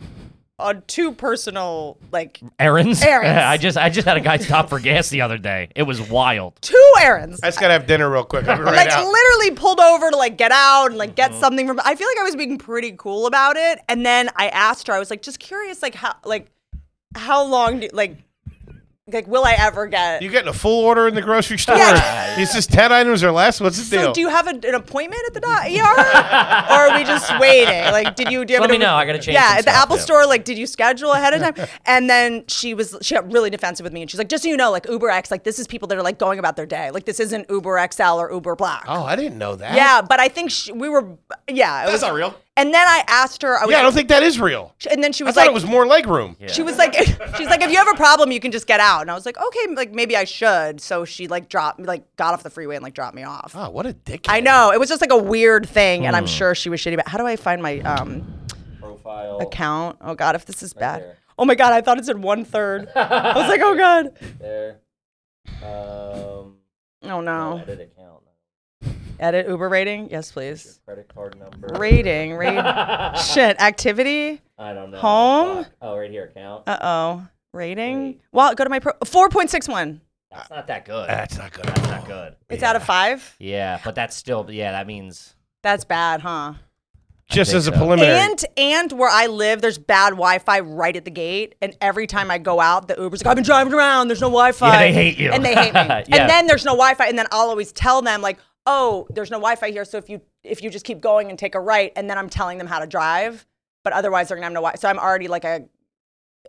E: on two personal, like
B: errands.
E: Errands.
B: I just I just had a guy stop for gas the other day. It was wild.
E: two errands.
A: I just gotta have dinner real quick. I'll be right
E: like
A: out. Uh-huh.
E: literally pulled over to like get out and like get something from I feel like I was being pretty cool about it. And then I asked her, I was like, just curious, like how like how long do like like will I ever get
A: You getting a full order in the grocery store?
E: Yeah.
A: It's just ten items or less. What's the
E: so
A: deal?
E: do you have a, an appointment at the do- ER, or are we just waiting? Like, did you? Do you have
B: Let
E: an
B: me know.
E: appoint-
B: I gotta change
E: Yeah,
B: some
E: at the
B: stuff,
E: Apple
B: yeah.
E: Store. Like, did you schedule ahead of time? and then she was she got really defensive with me, and she's like, just so you know, like Uber X, like this is people that are like going about their day. Like this isn't Uber XL or Uber Black.
A: oh, I didn't know that.
E: Yeah, but I think she, we were. Yeah, it
D: That's
E: was
D: not real.
E: And then I asked her. I was
A: Yeah, I don't think
E: like,
A: that is real.
E: and then she
A: I
E: was
A: thought
E: like,
A: it was more leg room.
E: she was like, she's like, if you have a problem, you can just get out. And I was like, okay, like maybe I should. So she like dropped, like got off the freeway and like dropped me off.
A: Oh, Hmm. what a dickhead.
E: I know it was just like a weird thing, and I'm sure she was shitty. But how do I find my um
B: Profile.
E: account? Oh god, if this is bad. Oh my god, I thought it said one third. I was like, oh god.
B: There. Um.
E: Oh no.
B: account.
E: Edit Uber rating, yes please.
B: Credit card number.
E: Rating, rate. Shit, activity.
B: I don't know.
E: Home? Fuck.
B: Oh, right here. Account.
E: Uh oh. Rating. Well, go to my pro. Four point six one.
B: That's not that good.
A: That's not good.
B: That's not good.
E: It's out of five.
B: Yeah, but that's still yeah. That means
E: That's bad, huh?
A: Just
B: think
A: as a
B: so.
A: preliminary.
E: And and where I live, there's bad Wi-Fi right at the gate. And every time I go out, the Uber's like, I've been driving around. There's no Wi-Fi.
B: Yeah, they hate you.
E: And they hate me.
B: Yeah.
E: And then there's no Wi-Fi. And then I'll always tell them like, oh, there's no Wi-Fi here. So if you if you just keep going and take a right, and then I'm telling them how to drive, but otherwise they're gonna have no Wi. So I'm already like a.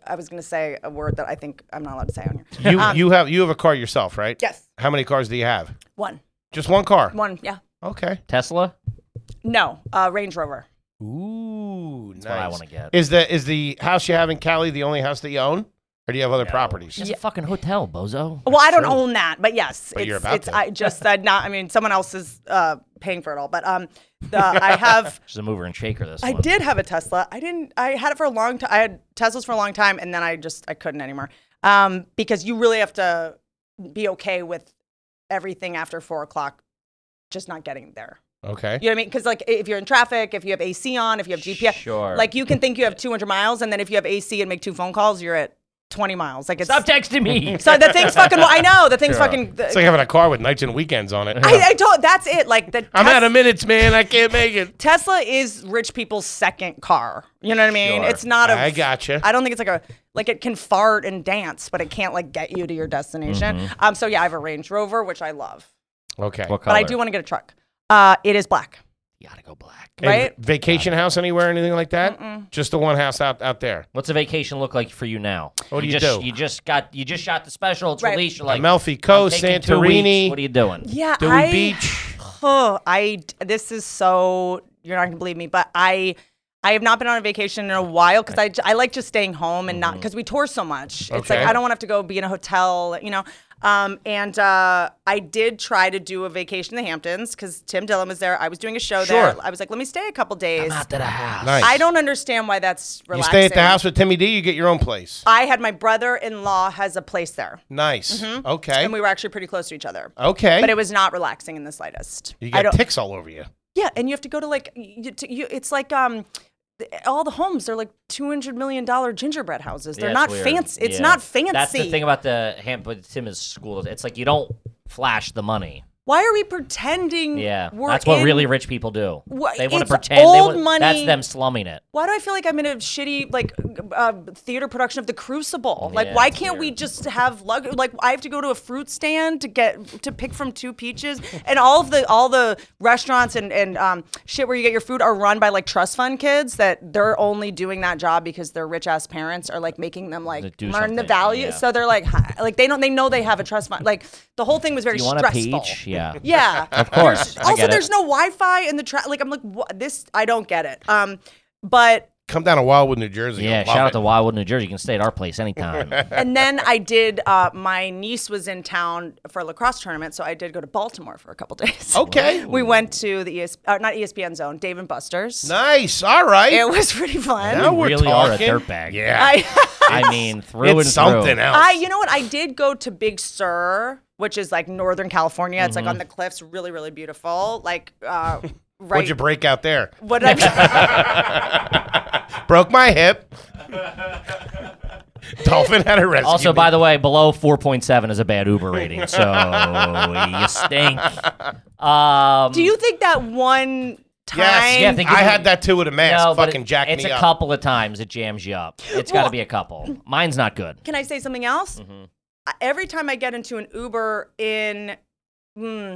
E: I was gonna say a word that I think I'm not allowed to say on here.
A: you you have you have a car yourself, right?
E: um, Yes,
A: How many cars do you have?
E: one,
A: Just one car.
E: one, yeah.
A: Okay.
B: Tesla.
E: No, uh, Range Rover.
A: Ooh, nice.
B: what I wanna get.
A: Is the is the house you have in Cali the only house that you own, or do you have other properties?
B: It's a fucking hotel, bozo.
E: Well, I don't own that, but yes,
A: But
E: it's,
A: you're about
E: it's
A: to.
E: I just said not. I mean, someone else is uh, paying for it all, but um, the, I have.
B: She's a mover and shaker. This
E: I
B: one.
E: did have a Tesla. I didn't. I had it for a long time. I had Teslas for a long time, and then I just I couldn't anymore. Um, because you really have to be okay with everything after four o'clock, just not getting there.
A: Okay.
E: You know what I mean? Because like if you're in traffic, if you have AC on, if you have GPS,
B: Sure.
E: like you can think you have 200 miles, and then if you have AC and make two phone calls, you're at 20 miles. Like it's
B: Stop texting me.
E: so the thing's fucking. I know the thing's fucking.
A: It's like having a car with nights and weekends on it.
E: I, I don't. That's it. Like the
A: I'm
E: Tes-
A: out of minutes, man. I can't make it.
E: Tesla is rich people's second car. You know what I mean? It's not a.
A: I gotcha.
E: I don't think it's like a like it can fart and dance, but it can't like get you to your destination.
A: Mm-hmm.
E: Um. So yeah, I have a Range Rover, which I love,
A: Okay.
B: What
E: but I
B: color?
E: do want to get a truck. Uh, it is black.
B: You gotta go black.
A: And
E: right?
A: Vacation house anywhere, anything like that? Just the one house out out there.
B: What's a vacation look like for you now?
A: What do you
B: just,
A: do?
B: You just got. You just shot the special. It's
E: Right.
B: released. You're like
A: Amalfi
B: I'm
A: Coast,
B: taking two weeks.
A: Santorini,
B: What are you doing?
E: Yeah.
A: Dewey
E: I,
A: Beach.
E: Oh, I. This is so. You're not gonna believe me, but I. I have not been on a vacation in a while because I, j- I like just staying home and not because we tour so much. It's like
A: Mm-hmm. Okay.
E: I don't want to have to go be in a hotel, you know. Um, and uh, I did try to do a vacation in the Hamptons because Tim Dillon was there. I was doing a show
A: Sure.
E: there. I was like, let me stay a couple days.
B: to the house.
A: Nice.
E: I don't understand why that's
A: You
E: relaxing.
A: stay at the house with Timmy D. You get your own place.
E: I had my brother-in-law has a place there,
A: Nice. Okay.
E: Mm-hmm. and we were actually pretty close to each other.
A: okay.
E: But it was not relaxing in the slightest.
A: you got
E: I don't-
A: ticks all over you.
E: Yeah, and you have to go to like you, to, you, it's like um th- all the homes they're like two hundred million dollar gingerbread houses. They're
B: Yeah,
E: not
B: weird.
E: fancy. It's
B: Yeah.
E: not fancy.
B: That's the thing about the Hamp with Tim's school. It's like you don't flash the money.
E: Why are we pretending?
B: Yeah,
E: Mm, we're
B: that's what
E: in-
B: really rich people do.
E: Wha-
B: they want
E: it's
B: to pretend. they
E: old
B: wa-
E: money.
B: That's them slumming it.
E: Why do I feel like I'm in a shitty like uh, theater production of The Crucible? Like,
B: Yeah,
E: why
B: it's
E: can't we
B: weird.
E: just have lug- like I have to go to a fruit stand to get to pick from two peaches, and all of the all the restaurants and and um, shit where you get your food are run by like trust fund kids that they're only doing that job because their rich ass parents are like making them like
B: To do
E: learn the
B: something,
E: value.
B: yeah.
E: So they're like hi- like they don't they know they have a trust fund. Like the whole thing was very
B: You want a
E: stressful.
B: peach? Yeah.
E: Yeah, of
B: course. I
E: also,
B: get it.
E: there's no Wi-Fi in the tra- like. I'm like, what? this I don't get it. Um, but
A: Come down to Wildwood, New Jersey.
B: Yeah,
A: You'll
B: shout
A: love
B: out to Wildwood, New Jersey. You can stay at our place anytime.
E: and then I did. Uh, my niece was in town for a lacrosse tournament, so I did go to Baltimore for a couple days.
A: it. Okay.
E: we went to the ES- uh, not ESPN Zone, Dave and Buster's.
A: Nice. All right.
E: It was pretty fun.
A: now
B: You
A: we're
B: really are a
A: talking.
B: dirtbag.
A: Yeah.
E: I,
B: I mean, through and
A: it's
B: through.
A: something else.
E: I, you know what? I did go to Big Sur, which is like Northern California. It's like on the cliffs, really, really beautiful. Like, uh, right.
A: Mm-hmm. What'd you break out there?
E: what did I?
A: Broke my hip. Dolphin had a rescue.
B: Also, by the way, below 4.7 is a bad Uber rating, so you stink. Um,
E: Do you think that one time?
A: yes,
B: Yeah, I think
A: I
B: it-
A: had that too with a mask.
B: no, but
A: Fucking
B: it-
A: jacked
B: It's
A: me
B: a
A: up.
B: couple of times it jams you up. It's got to be a couple. Mine's not good.
E: Can I say something else?
B: Mm-hmm.
E: I- Every time I get into an Uber in, hmm,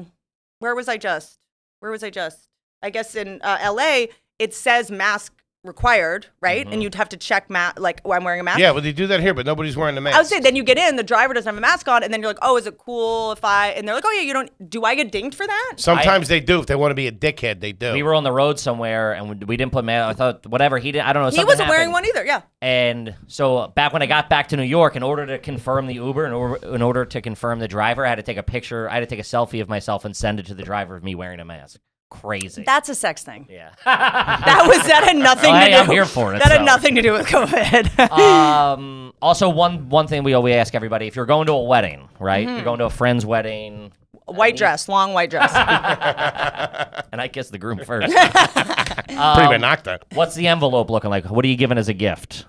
E: where was I just? Where was I just? I guess in uh, L.A. it says mask required, right?
B: Mm-hmm.
E: And you'd have to check ma- like oh, I'm wearing a mask.
A: Yeah, well, they do that here, but nobody's wearing the mask.
E: I would say then you get in, the driver doesn't have a mask on, and then you're like, oh, is it cool if I? And they're like, oh yeah, you don't. Do I get dinged for that?
A: Sometimes they do. If they want to be a dickhead, they do.
B: We were on the road somewhere and we, we didn't put mail. I thought whatever he did, I don't know.
E: he
B: something
E: wasn't wearing
B: happened.
E: one either. Yeah.
B: And so back when I got back to New York, in order to confirm the Uber, in order, in order to confirm the driver, I had to take a picture. I had to take a selfie of myself and send it to the driver of me wearing a mask. Crazy.
E: That's a sex thing.
B: yeah.
E: That was that had nothing
B: Well,
E: to
B: hey,
E: do.
B: I'm here for it,
E: That
B: so.
E: had nothing to do with COVID.
B: um, also, one one thing we always ask everybody: if you're going to a wedding, right?
E: Mm-hmm.
B: You're going to a friend's wedding,
E: white dress, long white dress.
B: and I kiss the groom first.
A: Pretty
B: um,
A: bad knocked that.
B: What's the envelope looking like? What are you giving as a gift,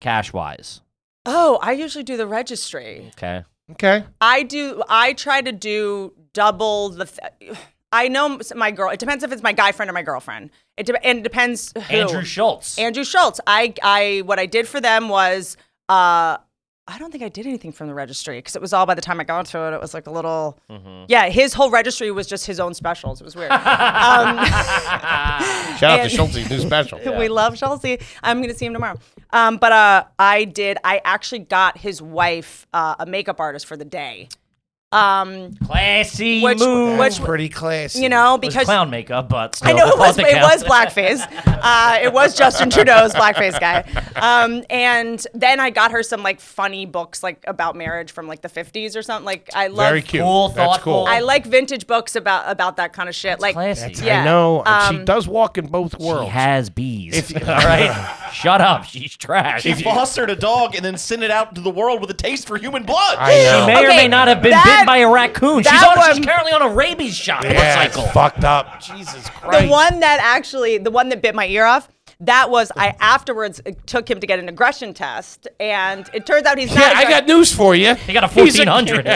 B: cash wise?
E: Oh, I usually do the registry.
B: Okay.
A: Okay.
E: I do. I try to do double the. Th- I know s- my girl. It depends if it's my guy friend or my girlfriend. It de- and it depends. Who.
B: Andrew Schultz.
E: Andrew Schultz. I. I. What I did for them was. Uh, I don't think I did anything from the registry because it was all by the time I got to it. It was like a little.
B: Mm-hmm.
E: Yeah, his whole registry was just his own specials. It was weird.
A: Shout out to
E: And-
A: Schultz's new special.
E: we love Chelsea. I'm gonna see him tomorrow. Um, but uh, I did. I actually got his wife uh, a makeup artist for the day. Um,
B: Classy
E: which
B: move.
E: which
A: Pretty classy.
E: you know
B: It was
E: because
B: clown makeup, but still,
E: I know
B: that's
E: it
B: all
E: was
B: that
E: it was
B: counts.
E: blackface. Uh, it was Justin Trudeau's blackface guy. Um, and then I got her some like funny books like about marriage from like the 50s or something. Like I love
A: Very cute.
B: Cool,
A: That's cool.
B: thoughtful.
E: I like vintage books about about that kind of shit. like
B: classy.
E: That's- yeah.
A: I know. and she
E: Um,
A: does walk in both
B: She
A: worlds.
B: has bees. all right, shut up. She's trash.
D: She fostered a dog and then sent it out into the world with a taste for human blood.
A: I know.
B: may or
E: Okay,
B: may not have been
E: that-
B: bit by a raccoon. She's,
E: that
B: on, she's
E: one-
B: currently on a rabies shot
A: yeah, it's
B: cycle.
A: fucked up. Jesus Christ.
E: the one that actually the one that bit my ear off. That was I afterwards uh, took him to get an aggression test, and it turns out he's
A: yeah,
E: not.
A: I
E: aggre-
A: got news for you.
B: He got a
A: He's
B: fourteen hundred.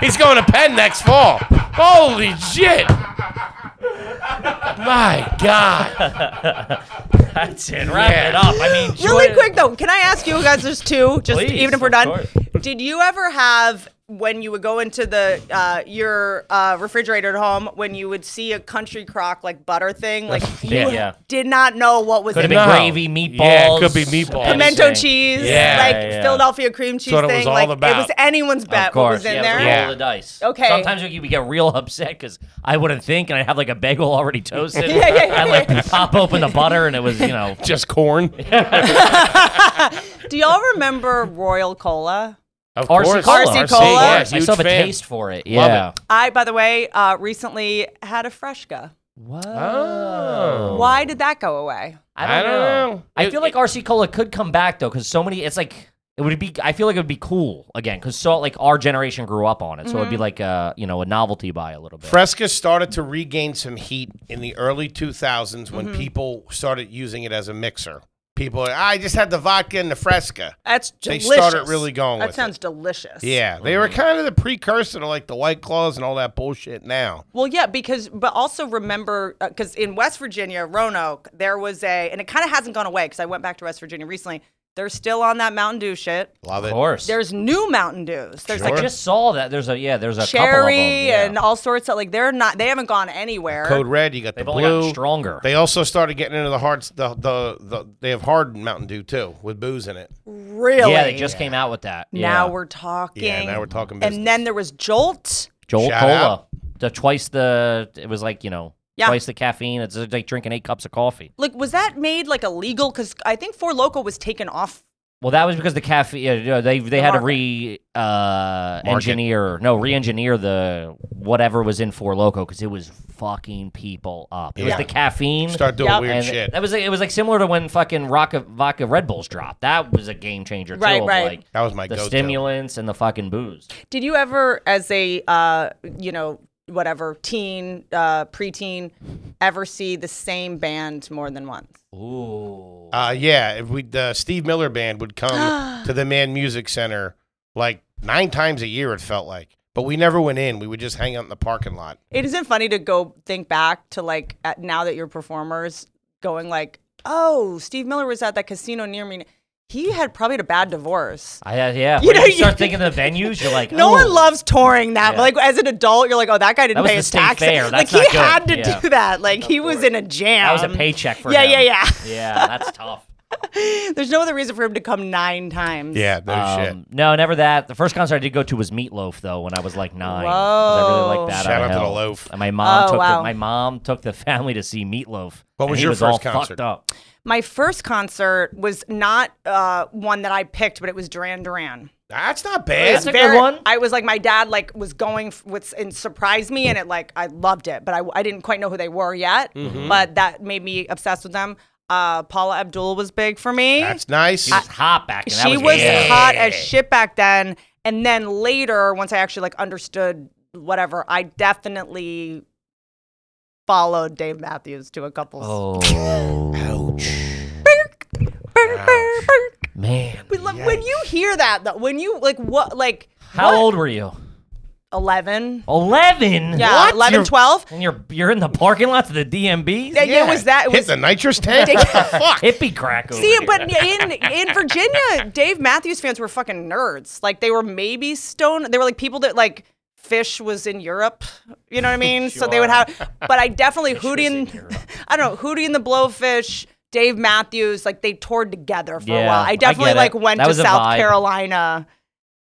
A: He's going to Penn next fall. Holy shit. My God.
B: That's it. Wrap it
A: Yeah.
B: up. I mean, she
E: Really
B: wa-
E: quick though, can I ask you guys? There's two, just
B: Please,
E: even if we're
B: of
E: done.
B: course.
E: Did you ever have when you would go into the uh, your uh, refrigerator at home, when you would see a country crock like butter thing, like
B: Yeah.
E: you
B: Yeah.
E: did not know what was
B: Could have
E: in
B: been
E: it.
A: No.
B: gravy, meatballs.
A: Yeah, it could be meatballs.
E: Pimento
B: anything.
E: cheese,
A: Yeah.
E: like
B: Yeah, yeah.
E: Philadelphia cream cheese
A: what it was
E: thing.
A: all
E: like it
A: about.
E: was anyone's bet
B: of course.
E: what was in
B: yeah,
E: there.
B: we
A: Yeah.
B: Roll the dice.
E: Okay.
B: Sometimes we, we get real upset because I wouldn't think, and I have like a bagel already toasted.
E: Yeah, yeah, yeah,
B: I like pop open the butter, and it was you know.
A: Just corn.
E: Do y'all remember Royal Cola?
A: Of
B: RC
A: course.
B: Cola.
E: RC Cola.
A: yeah,
B: I
A: huge
B: still have a
A: fan.
B: taste for it.
A: Love
B: Yeah.
A: it.
E: I, by the way, uh, recently had a Freshka.
B: What?
A: Oh.
E: Why did that go away?
B: I don't,
A: I don't
B: know.
A: know.
B: I
A: It-
B: feel like RC Cola could come back though, because so many. It's like it would be. I feel like it would be cool again, because so like our generation grew up on it, so it'd
E: Mm-hmm.
B: be like uh you know a novelty buy a little bit.
A: Fresca started to regain some heat in the early 2000s when
E: Mm-hmm.
A: people started using it as a mixer. People, are, I just had the vodka and the Fresca.
E: That's
A: They
E: delicious.
A: started really going
E: That
A: with it.
E: sounds delicious.
A: Yeah, they were
B: Mm-hmm.
A: kind of the precursor to like the White Claws and all that bullshit now.
E: Well, yeah, because but also remember because in West Virginia, Roanoke, there was a and it kind of hasn't gone away because I went back to West Virginia recently. They're still on that Mountain Dew shit.
A: Love
B: of
A: it.
B: course.
E: There's new Mountain Dews. There's
B: I
A: Sure.
E: like
B: just saw that. There's a yeah. There's a couple of them.
E: cherry
B: yeah.
E: and all sorts of like they're not they haven't gone anywhere.
A: Code Red, you got
B: They've
A: the
B: only gotten
A: blue.
B: stronger.
A: They also started getting into the hard, the, the the they have hard Mountain Dew too with booze in it.
E: Really?
B: Yeah, they just came out with that.
E: Now
B: Yeah.
E: we're talking.
A: Yeah, now we're talking
E: And
A: business.
E: then there was Jolt.
B: Jolt
A: Shout
B: Cola.
A: out.
B: The twice the it was like you know
E: Yeah.
B: twice the caffeine. It's like drinking eight cups of coffee.
E: Like, was that made like illegal? Because I think Four Loco was taken off.
B: Well, that was because the caffeine. yeah, You know, they they had to
E: market.
B: re uh, engineer no re-engineer the whatever was in Four Loco because it was fucking people up. It
A: Yeah.
B: was the caffeine.
A: Start doing
E: Yep.
A: weird
B: and
A: shit.
B: That was it. Was like similar to when fucking Rock Vodka Red Bulls dropped. That was a game changer too.
E: Right,
B: of,
E: right.
B: Like,
A: That was my
B: the
A: go-to.
B: stimulants and the fucking booze.
E: Did you ever, as a, uh, you know, whatever teen, uh, preteen, ever see the same band more than once?
B: Ooh.
A: Uh, yeah, if we the Steve Miller band would come to the Man Music Center like nine times a year. It felt like, but we never went in. We would just hang out in the parking lot.
E: It isn't funny to go think back to like at, now that you're performers going like, oh, Steve Miller was at that casino near me. He had probably a bad divorce.
B: I, uh, yeah.
E: You
B: when
E: know,
B: you
E: you-
B: start thinking of the venues, you're like,
E: No
B: "Ooh."
E: one loves touring that. Like as an adult, you're like, oh, that guy
B: Oh. That
E: didn't
B: was
E: pay
B: the
E: his
B: state
E: taxes.
B: fair.
E: like
B: That's
E: he
B: not good.
E: had to
B: Yeah.
E: do that. Like he was in a jam.
B: That was a paycheck for
E: yeah,
B: him.
E: yeah, yeah.
B: Yeah, that's tough.
E: There's no other reason for him to come nine times.
A: Yeah, no shit.
B: Um, no, never that. The first concert I did go to was Meatloaf though, when I was like nine. 'cause I really
E: Whoa.
B: liked that.
A: Shout
B: I
A: out to the
B: held.
A: loaf.
B: And my mom
E: Oh,
B: took
E: wow.
B: the, my mom took the family to see Meatloaf.
A: What
B: and
A: was
B: he
A: your
B: was
A: first
B: all
A: concert?
B: Fucked up.
E: My first concert was not uh, one that I picked, but it was Duran Duran.
A: That's not
B: That's
A: bad.
B: a good one.
E: I was like, my dad like was going f- with and surprised me, and it like I loved it, but I, I didn't quite know who they were yet.
B: Mm-hmm.
E: But that made me obsessed with them. Uh, Paula Abdul was big for me.
A: That's nice.
B: She was hot back. then. That
E: she was,
B: was yeah.
E: hot as shit back then and then later once i actually like understood whatever i definitely followed dave matthews to a couple
B: Oh man,
E: But, like, when you hear that though, when you like what like
B: how
E: what?
B: old were you?
E: 11
B: Eleven.
E: yeah 11
A: You're-
E: 12
B: And you're you're in the parking lots of the DMB.
E: Th- it was that it
A: Hit
E: was
A: the nitrous tank. What the fuck?
B: Hippie crack. Over
E: See,
B: here.
E: but in in Virginia, Dave Matthews fans were fucking nerds. Like they were maybe stone. They were like people that like Fish was in Europe. You know what I mean? So they would have. But I definitely Hootie and I don't know Hootie and the Blowfish. Dave Matthews, like they toured together for a
B: Yeah,
E: while.
B: I
E: I definitely
B: get it.
E: like went
B: That
E: to
B: was a
E: South
B: vibe.
E: Carolina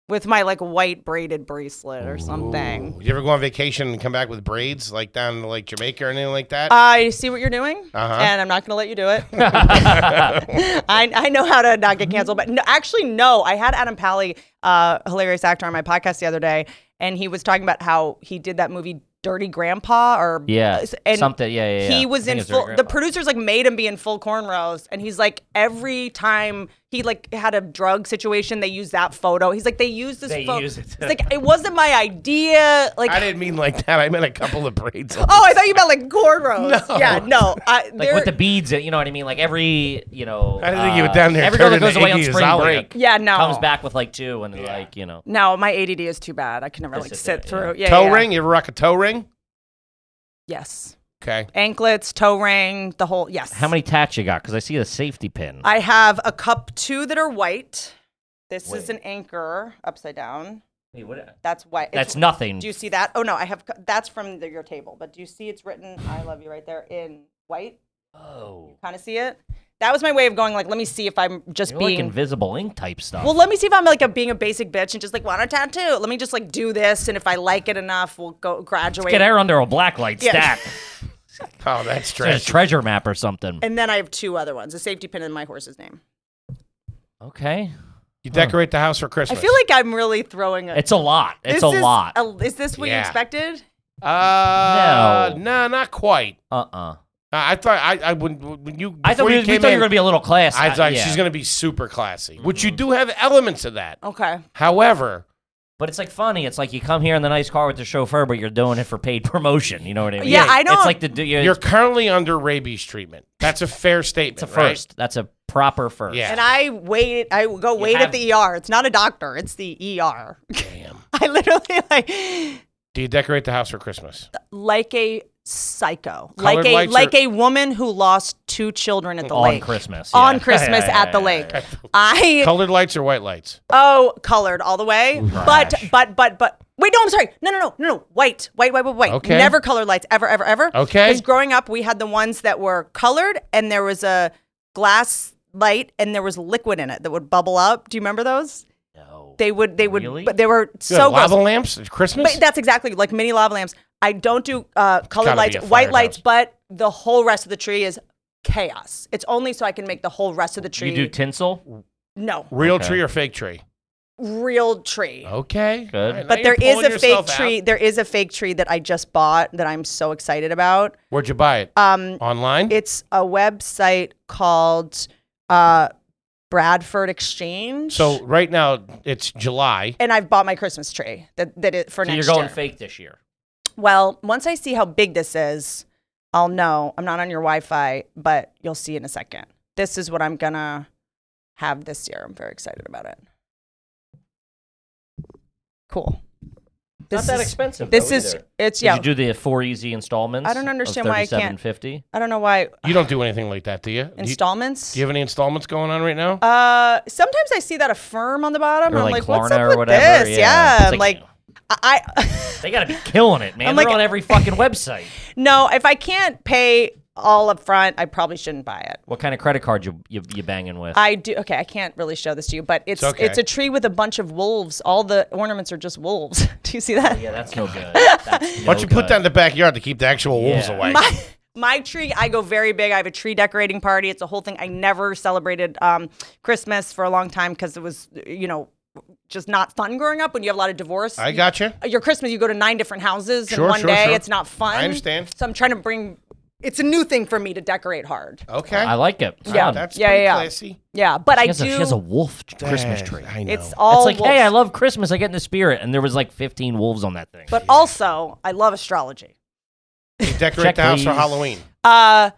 E: with my like white braided bracelet or something.
A: You ever go on vacation and come back with braids, like down to like Jamaica or anything like that?
E: I see what you're doing,
A: Uh-huh.
E: and I'm not going to let you do it. I, I know how to not get canceled, but no, actually, no. I had Adam Pally, uh, hilarious actor, on my podcast the other day, and he was talking about how he did that movie Dirty Grandpa, or
B: Yeah,
E: and
B: something- yeah, yeah,
E: He
B: yeah.
E: was
B: I think
E: in
B: it was Dirty
E: full. The
B: Grandpa.
E: producers like made him be in full cornrows, and he's like every time he like had a drug situation, they used that photo. He's like they used this.
B: They
E: photo.
B: use it.
E: It's like it wasn't my idea. Like
A: I didn't mean like that. I meant a couple of braids.
E: Oh, I thought you meant like cornrows. Yeah, no. I,
B: like
E: there-
B: with the beads, you know what I mean? Like every, you know,
A: I didn't think you were
B: uh,
A: down there
B: Every girl that
A: turning
B: goes
A: the
B: away on
A: 80s
B: spring
A: out
B: break,
E: Yeah, no.
B: comes back with like two, and like you know,
E: No, my ADD is too bad. I can never
B: Just
E: like
B: sit
E: sit
B: there, yeah.
E: through. Yeah,
A: toe
E: yeah.
A: ring. You ever rock a toe ring?
E: Yes.
A: Okay.
E: Anklets, toe ring, the whole. Yes.
B: how many tats you got? Because I see the safety pin.
E: I have a cup two that are white. This is an anchor upside down.
B: Wait, what?
E: That's why. it's-
B: That's nothing.
E: Do you see that? Oh no, I have. c- That's from the, your table. But do you see it's written "I love you" right there in white?
B: oh,
E: Kind of see it. That was my way of going like, let me see if I'm just
B: you're like
E: being.
B: invisible ink type stuff.
E: well, let me see if I'm like a, being a basic bitch and just like want a tattoo. Let me just like do this, and if I like it enough, we'll go graduate.
B: Get her under a blacklight
E: Yeah.
B: stack,
A: Oh, that's
B: a
A: trash.
B: treasure map or something.
E: and then I have two other ones: a safety pin and my horse's name.
B: Okay,
A: You decorate the house for
E: I
A: Christmas.
E: feel like I'm really throwing a.
B: it's a lot. It's
E: This
B: a
E: is
B: lot. Uh
E: a- is this what
A: Yeah.
E: you expected?
A: Uh,
B: No.
A: no, not quite.
B: uh
A: Uh, I thought I, I when, when you
B: I
A: before
B: thought we,
A: you
B: we
A: came
B: thought you were
A: in,
B: gonna be a little class.
A: I thought
B: yeah.
A: she's going to be super classy, which you do have elements of that.
E: Okay.
A: However,
B: But it's like funny. It's like you come here in the nice car with the chauffeur, but you're doing it for paid promotion. You know what I mean?
E: Yeah, I
B: It's
E: don't-
B: like the do you
A: you're currently under rabies treatment. That's a fair statement.
B: it's a
A: right?
B: first. That's a proper first.
A: Yeah.
E: And I wait. I go wait
B: have-
E: at the ER. It's not a doctor. It's the ER.
A: Damn.
E: I literally like
A: Do you decorate the house for Christmas?
E: like a psycho,
A: Colored
E: like a
A: lights
E: like
A: are-
E: a woman who lost two children at the
B: On
E: lake
B: Christmas, yeah.
E: on
B: Yeah,
E: Christmas
B: yeah,
E: at the
B: yeah,
E: lake.
B: yeah,
E: I
A: Colored lights or white lights?
E: oh colored all the way, but
B: Trash.
E: but but but. Wait, no, I'm sorry. No, no, no, no, no. White, white, white, white, white.
A: Okay.
E: Never colored lights, ever, ever, ever.
A: Okay.
E: Because growing up, we had the ones that were colored, and there was a glass light, and there was liquid in it that would bubble up. Do you remember those?
B: No.
E: They would, they would,
B: Really?
E: but they were
A: Good.
E: so gross.
A: lava lamps at Christmas.
E: But that's exactly like mini lava lamps. I don't do uh,
A: gotta
E: colored
A: be
E: lights,
A: a
E: white
A: firehouse.
E: lights, but the whole rest of the tree is chaos. It's only so I can make the whole rest of the tree.
B: you do tinsel.
E: no
A: Real
B: Okay.
A: tree or fake tree?
E: real tree.
A: Okay.
B: Good.
A: All right, now
E: But
A: you're
E: there is
A: pulling
E: a fake
A: yourself out.
E: tree. There is a fake tree that I just bought that I'm so excited about.
A: Where'd you buy it?
E: Um,
A: Online.
E: it's a website called uh, Bradford Exchange.
A: so right now it's July.
E: and I've bought my Christmas tree that that it for
B: So
E: next
B: you're going
E: year.
B: fake this year.
E: Well, once I see how big this is, I'll know. I'm not on your Wi Fi, but you'll see in a second. This is what I'm going to have this year. I'm very excited about it. Cool. This
B: Not that
E: is-
B: expensive.
E: This
B: though,
E: is,
B: either.
E: it's,
B: Did
E: yeah.
B: you do the four easy installments?
E: I don't understand why I can't-
B: Fifty.
E: I don't know why.
A: You don't do anything like that, do you? Do you,
E: Installments?
A: do you have any installments going on right now?
E: uh, sometimes I see that a firm on the bottom.
B: Or
E: and I'm
B: like
E: like, what's
B: Klarna
E: up
B: or
E: with
B: whatever,
E: this?
B: yeah.
E: Yeah.
B: It's
E: I'm
B: like-
E: like, I, I
B: They gotta be killing it, man.
E: I'm
B: They're
E: like-
B: on every fucking website.
E: no, if I can't pay all up front, I probably shouldn't buy it.
B: What kind of credit card you you, you banging with?
E: I do. Okay, I can't really show this to you, but it's it's,
A: okay.
E: a tree with a bunch of wolves. All the ornaments are just wolves. do you see that?
B: yeah, that's no good. That's
A: Why don't you put that in the backyard to keep the actual wolves
B: Yeah.
A: away?
E: My, my tree, I go very big. I have a tree decorating party. It's a whole thing. I never celebrated um, Christmas for a long time because it was, you know, just not fun growing up. When you have a lot of divorce,
A: I got you.
E: your Christmas, you go to nine different houses
A: Sure,
E: in one
A: sure,
E: day.
A: sure.
E: It's not fun.
A: I understand.
E: So I'm trying to bring. It's a new thing for me to decorate hard.
A: Okay.
B: I like it. It's
E: Yeah.
B: fun.
A: That's
E: Yeah,
A: pretty
E: yeah, yeah.
A: classy.
E: Yeah, but I
B: She has,
E: do.
B: a, she has a wolf Christmas tree.
A: I know.
E: it's all.
B: it's like,
E: wolves.
B: hey, I love Christmas. I get in the spirit, and there was like 15 wolves on that thing.
E: But also, I love astrology.
A: You decorate
B: Check
A: the house for
B: these.
A: Halloween.
E: Uh,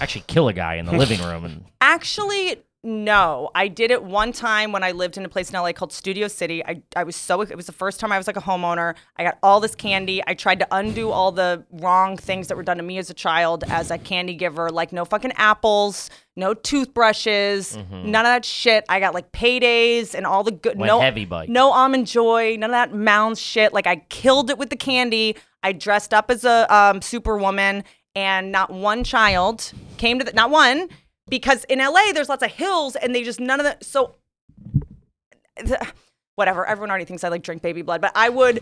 B: Actually, kill a guy in the living room, and
E: Actually, no. I did it one time when I lived in a place in LA called Studio City. I, I was so, it was the first time I was like a homeowner. I got all this candy. I tried to undo all the wrong things that were done to me as a child as a candy giver, like no fucking apples, no toothbrushes, none of that shit. I got like paydays and all the good,
B: Mm-hmm. Went
E: no
B: heavy bike.
E: no almond joy, none of that mounds shit. Like I killed it with the candy. I dressed up as a um, superwoman, and not one child came to the not one because in LA there's lots of hills and they just none of the so whatever. Everyone already thinks I like drink baby blood, but I would.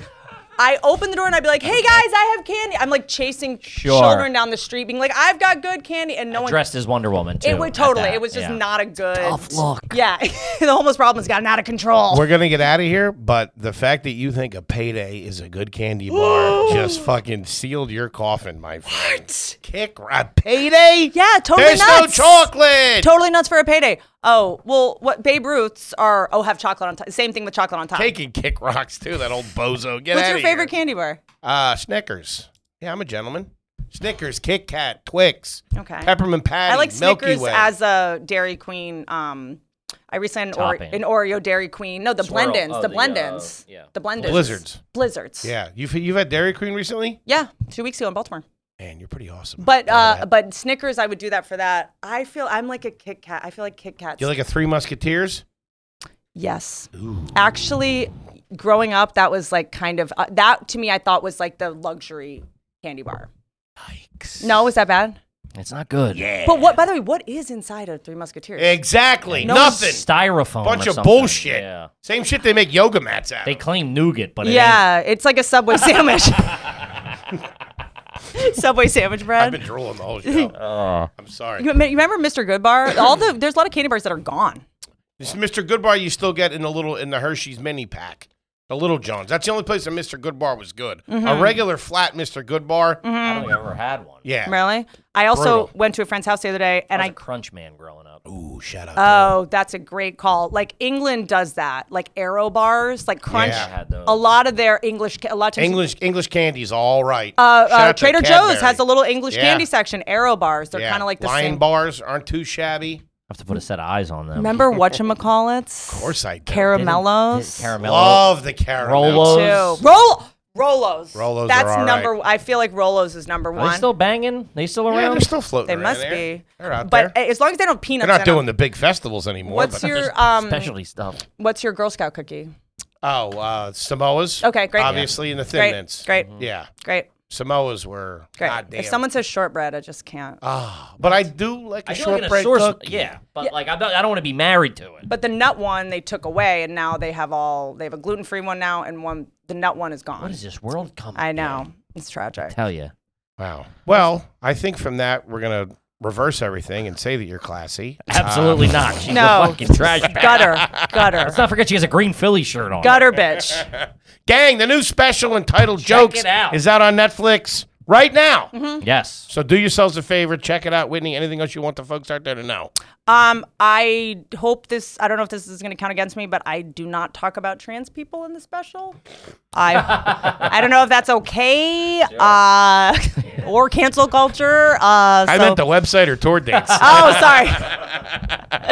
E: I open the door and I'd be like, "Hey guys, I have candy." I'm like chasing
B: Sure.
E: children down the street, being like, "I've got good candy," and no one.
B: dressed as Wonder Woman too.
E: it would
B: at
E: totally.
B: that,
E: It was just
B: yeah.
E: not a good
B: tough look.
E: Yeah, the homeless problem's gotten out of control.
A: We're gonna get out of here, but the fact that you think a payday is a good candy bar just fucking sealed your coffin, my friend. Kick a payday?
E: Yeah, totally
A: There's
E: nuts.
A: no chocolate.
E: Totally nuts for a payday. Oh, well, what Babe Ruth's are, oh, have chocolate on top. Same thing with chocolate on top.
A: They can kick rocks too. That old bozo. Get
E: What's
A: out
E: your
A: of
E: favorite
A: here.
E: candy bar?
A: Uh, Snickers. Yeah, I'm a gentleman. Snickers, Kit Kat, Twix,
E: Okay.
A: peppermint patty,
E: I like
A: Milky
E: Snickers
A: Way.
E: as a Dairy Queen. Um, I recently had
B: Topping.
E: an, Ore- an Oreo Dairy Queen. No, the
B: Swirl.
E: Blendins.
B: Oh,
E: the
B: the, uh,
E: Blendins.
B: yeah.
E: The Blendins.
A: Blizzards.
E: Blizzards.
A: Yeah, you've you've had Dairy Queen recently?
E: Yeah, two weeks ago in Baltimore.
A: Man, you're pretty awesome.
E: But
A: Look at
E: uh,
A: that.
E: but Snickers, I would do that for that. I feel I'm like a Kit Kat. I feel like Kit Kats.
A: you like a Three Musketeers?
E: yes. Actually, growing up, that was like kind of uh, that to me. I thought was like the luxury candy bar. No, was that bad?
B: It's not good. Yeah.
E: But what? By the way, what is inside of Three Musketeers?
A: Eh, Exactly.
E: No,
A: Nothing.
B: Styrofoam.
A: Bunch
B: or
A: of
B: something.
A: bullshit.
B: Yeah.
A: Same shit they make yoga mats out
B: They
A: of.
B: claim nougat, but yeah.
E: yeah, it's like a Subway sandwich. Subway sandwich
A: I've
E: bread.
A: been drooling the whole show.
B: Uh.
A: I'm sorry.
E: You, rem- you remember Mr. Goodbar? All the there's a lot of candy bars that are gone.
A: This Mr. Goodbar you still get in the little in the Hershey's mini pack. The Little Johns. That's the only place that Mr. Goodbar was good.
E: Mm-hmm.
A: A regular flat Mr. Goodbar.
B: I don't think I've ever had one.
A: Yeah.
E: Really? I also
B: Brutal.
E: went to a friend's house the other day, and
B: I was
E: I
B: a crunch man growing up.
A: Ooh, shout out.
E: oh, that's a great call. Like England does that, like arrow bars, like crunch.
A: Yeah, I
B: had those.
E: A lot of their English, ca- a lot of times-
A: English English candy's all right.
E: Uh,
A: Shout
E: uh,
A: out to
E: Trader
A: Cadbury.
E: Joe's has a little English
A: Yeah.
E: candy section, arrow bars. They're
A: Yeah.
E: kind of like the
A: Lion
E: same.
A: bars aren't too shabby.
B: I have to put a set of eyes on them.
E: Remember whatchamacallits? Of
A: course I do.
E: Caramellos.
B: Caramello.
A: Love the caramel.
B: Rolos.
E: Too. Roll. Rolos.
A: Rolos are
E: That's
A: all
E: number.
A: right.
E: I feel like Rolos is number
B: Are
E: one.
B: they still banging? They still
A: Yeah,
B: around?
A: they're still floating.
E: They
A: around
E: must
A: there.
E: be.
A: They're out
E: but
A: there.
E: uh, as long as they don't peanuts.
A: They're not
E: in 'em.
A: doing the big festivals anymore.
E: What's
A: but-
E: your um?
B: Specialty stuff.
E: What's your Girl Scout cookie?
A: Oh, uh, Samoa's.
E: Okay, great.
A: Obviously, in the Thin
E: Great,
A: Mints. Mm-hmm.
E: great.
A: Yeah,
E: Great.
A: Samoa's were.
E: Great.
A: goddamn.
E: if someone says shortbread, I just can't.
A: Ah, but I do like a
B: I feel like in a
A: shortbread
B: source,
A: cookie.
B: yeah, but like I'm not, I don't want to be married to it.
E: But the nut one they took away, and now they have all. They have a gluten free one now, and one the nut one is gone.
B: What is this world coming?
E: I know it's tragic.
B: Tell you.
A: Wow. Well, I think from that we're gonna reverse everything and say that you're classy.
B: Absolutely not. She's
E: No.
B: a fucking trash bag.
E: Gutter, gutter,
B: Let's not forget she has a green Philly shirt on.
E: gutter, bitch.
A: Gang, the new special entitled "Jokes"
B: it out. Mm-hmm.
A: is out on Netflix right now.
B: Yes.
A: So do yourselves a favor, check it out, Whitney. Anything else you want the folks out there to know?
E: Um, I hope this. I don't know if this is going to count against me, but I do not talk about trans people in the special. I I don't know if that's okay. Uh, or cancel culture. Uh,
A: I
E: so-
A: meant the website or tour dates.
E: Oh, sorry. um,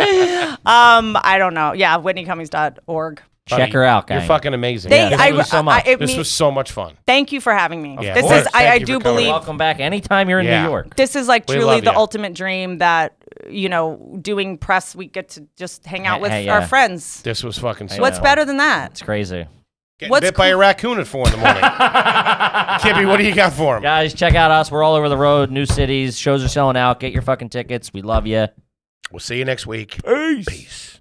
E: I don't know. Yeah, WhitneyCummings.org.
B: Check her out, guys.
A: You're fucking amazing.
E: They,
A: this
E: I,
A: was,
B: so much.
E: I, it
A: this
E: mean-
A: was so much fun.
E: thank you for having me.
A: Yeah,
E: this
A: of course.
E: is, I,
A: Thank
E: I
A: you for
E: do
A: coming.
E: believe,
B: Welcome back anytime you're in
A: Yeah.
B: New York.
E: this is like
A: We
E: truly
A: love
E: the
A: you.
E: ultimate dream that, you know, doing press, we get to just hang out
B: Hey,
E: with
B: hey,
E: our
B: yeah.
E: friends.
A: This was fucking. So
E: What's
B: know.
E: better than that?
B: It's crazy.
A: Getting
E: What's
A: bit by a raccoon at four in the morning. Kippy, what do you got for him?
B: Guys, check out us. We're all over the road, new cities. Shows are selling out. Get your fucking tickets. We love you.
A: We'll see you next week. Peace.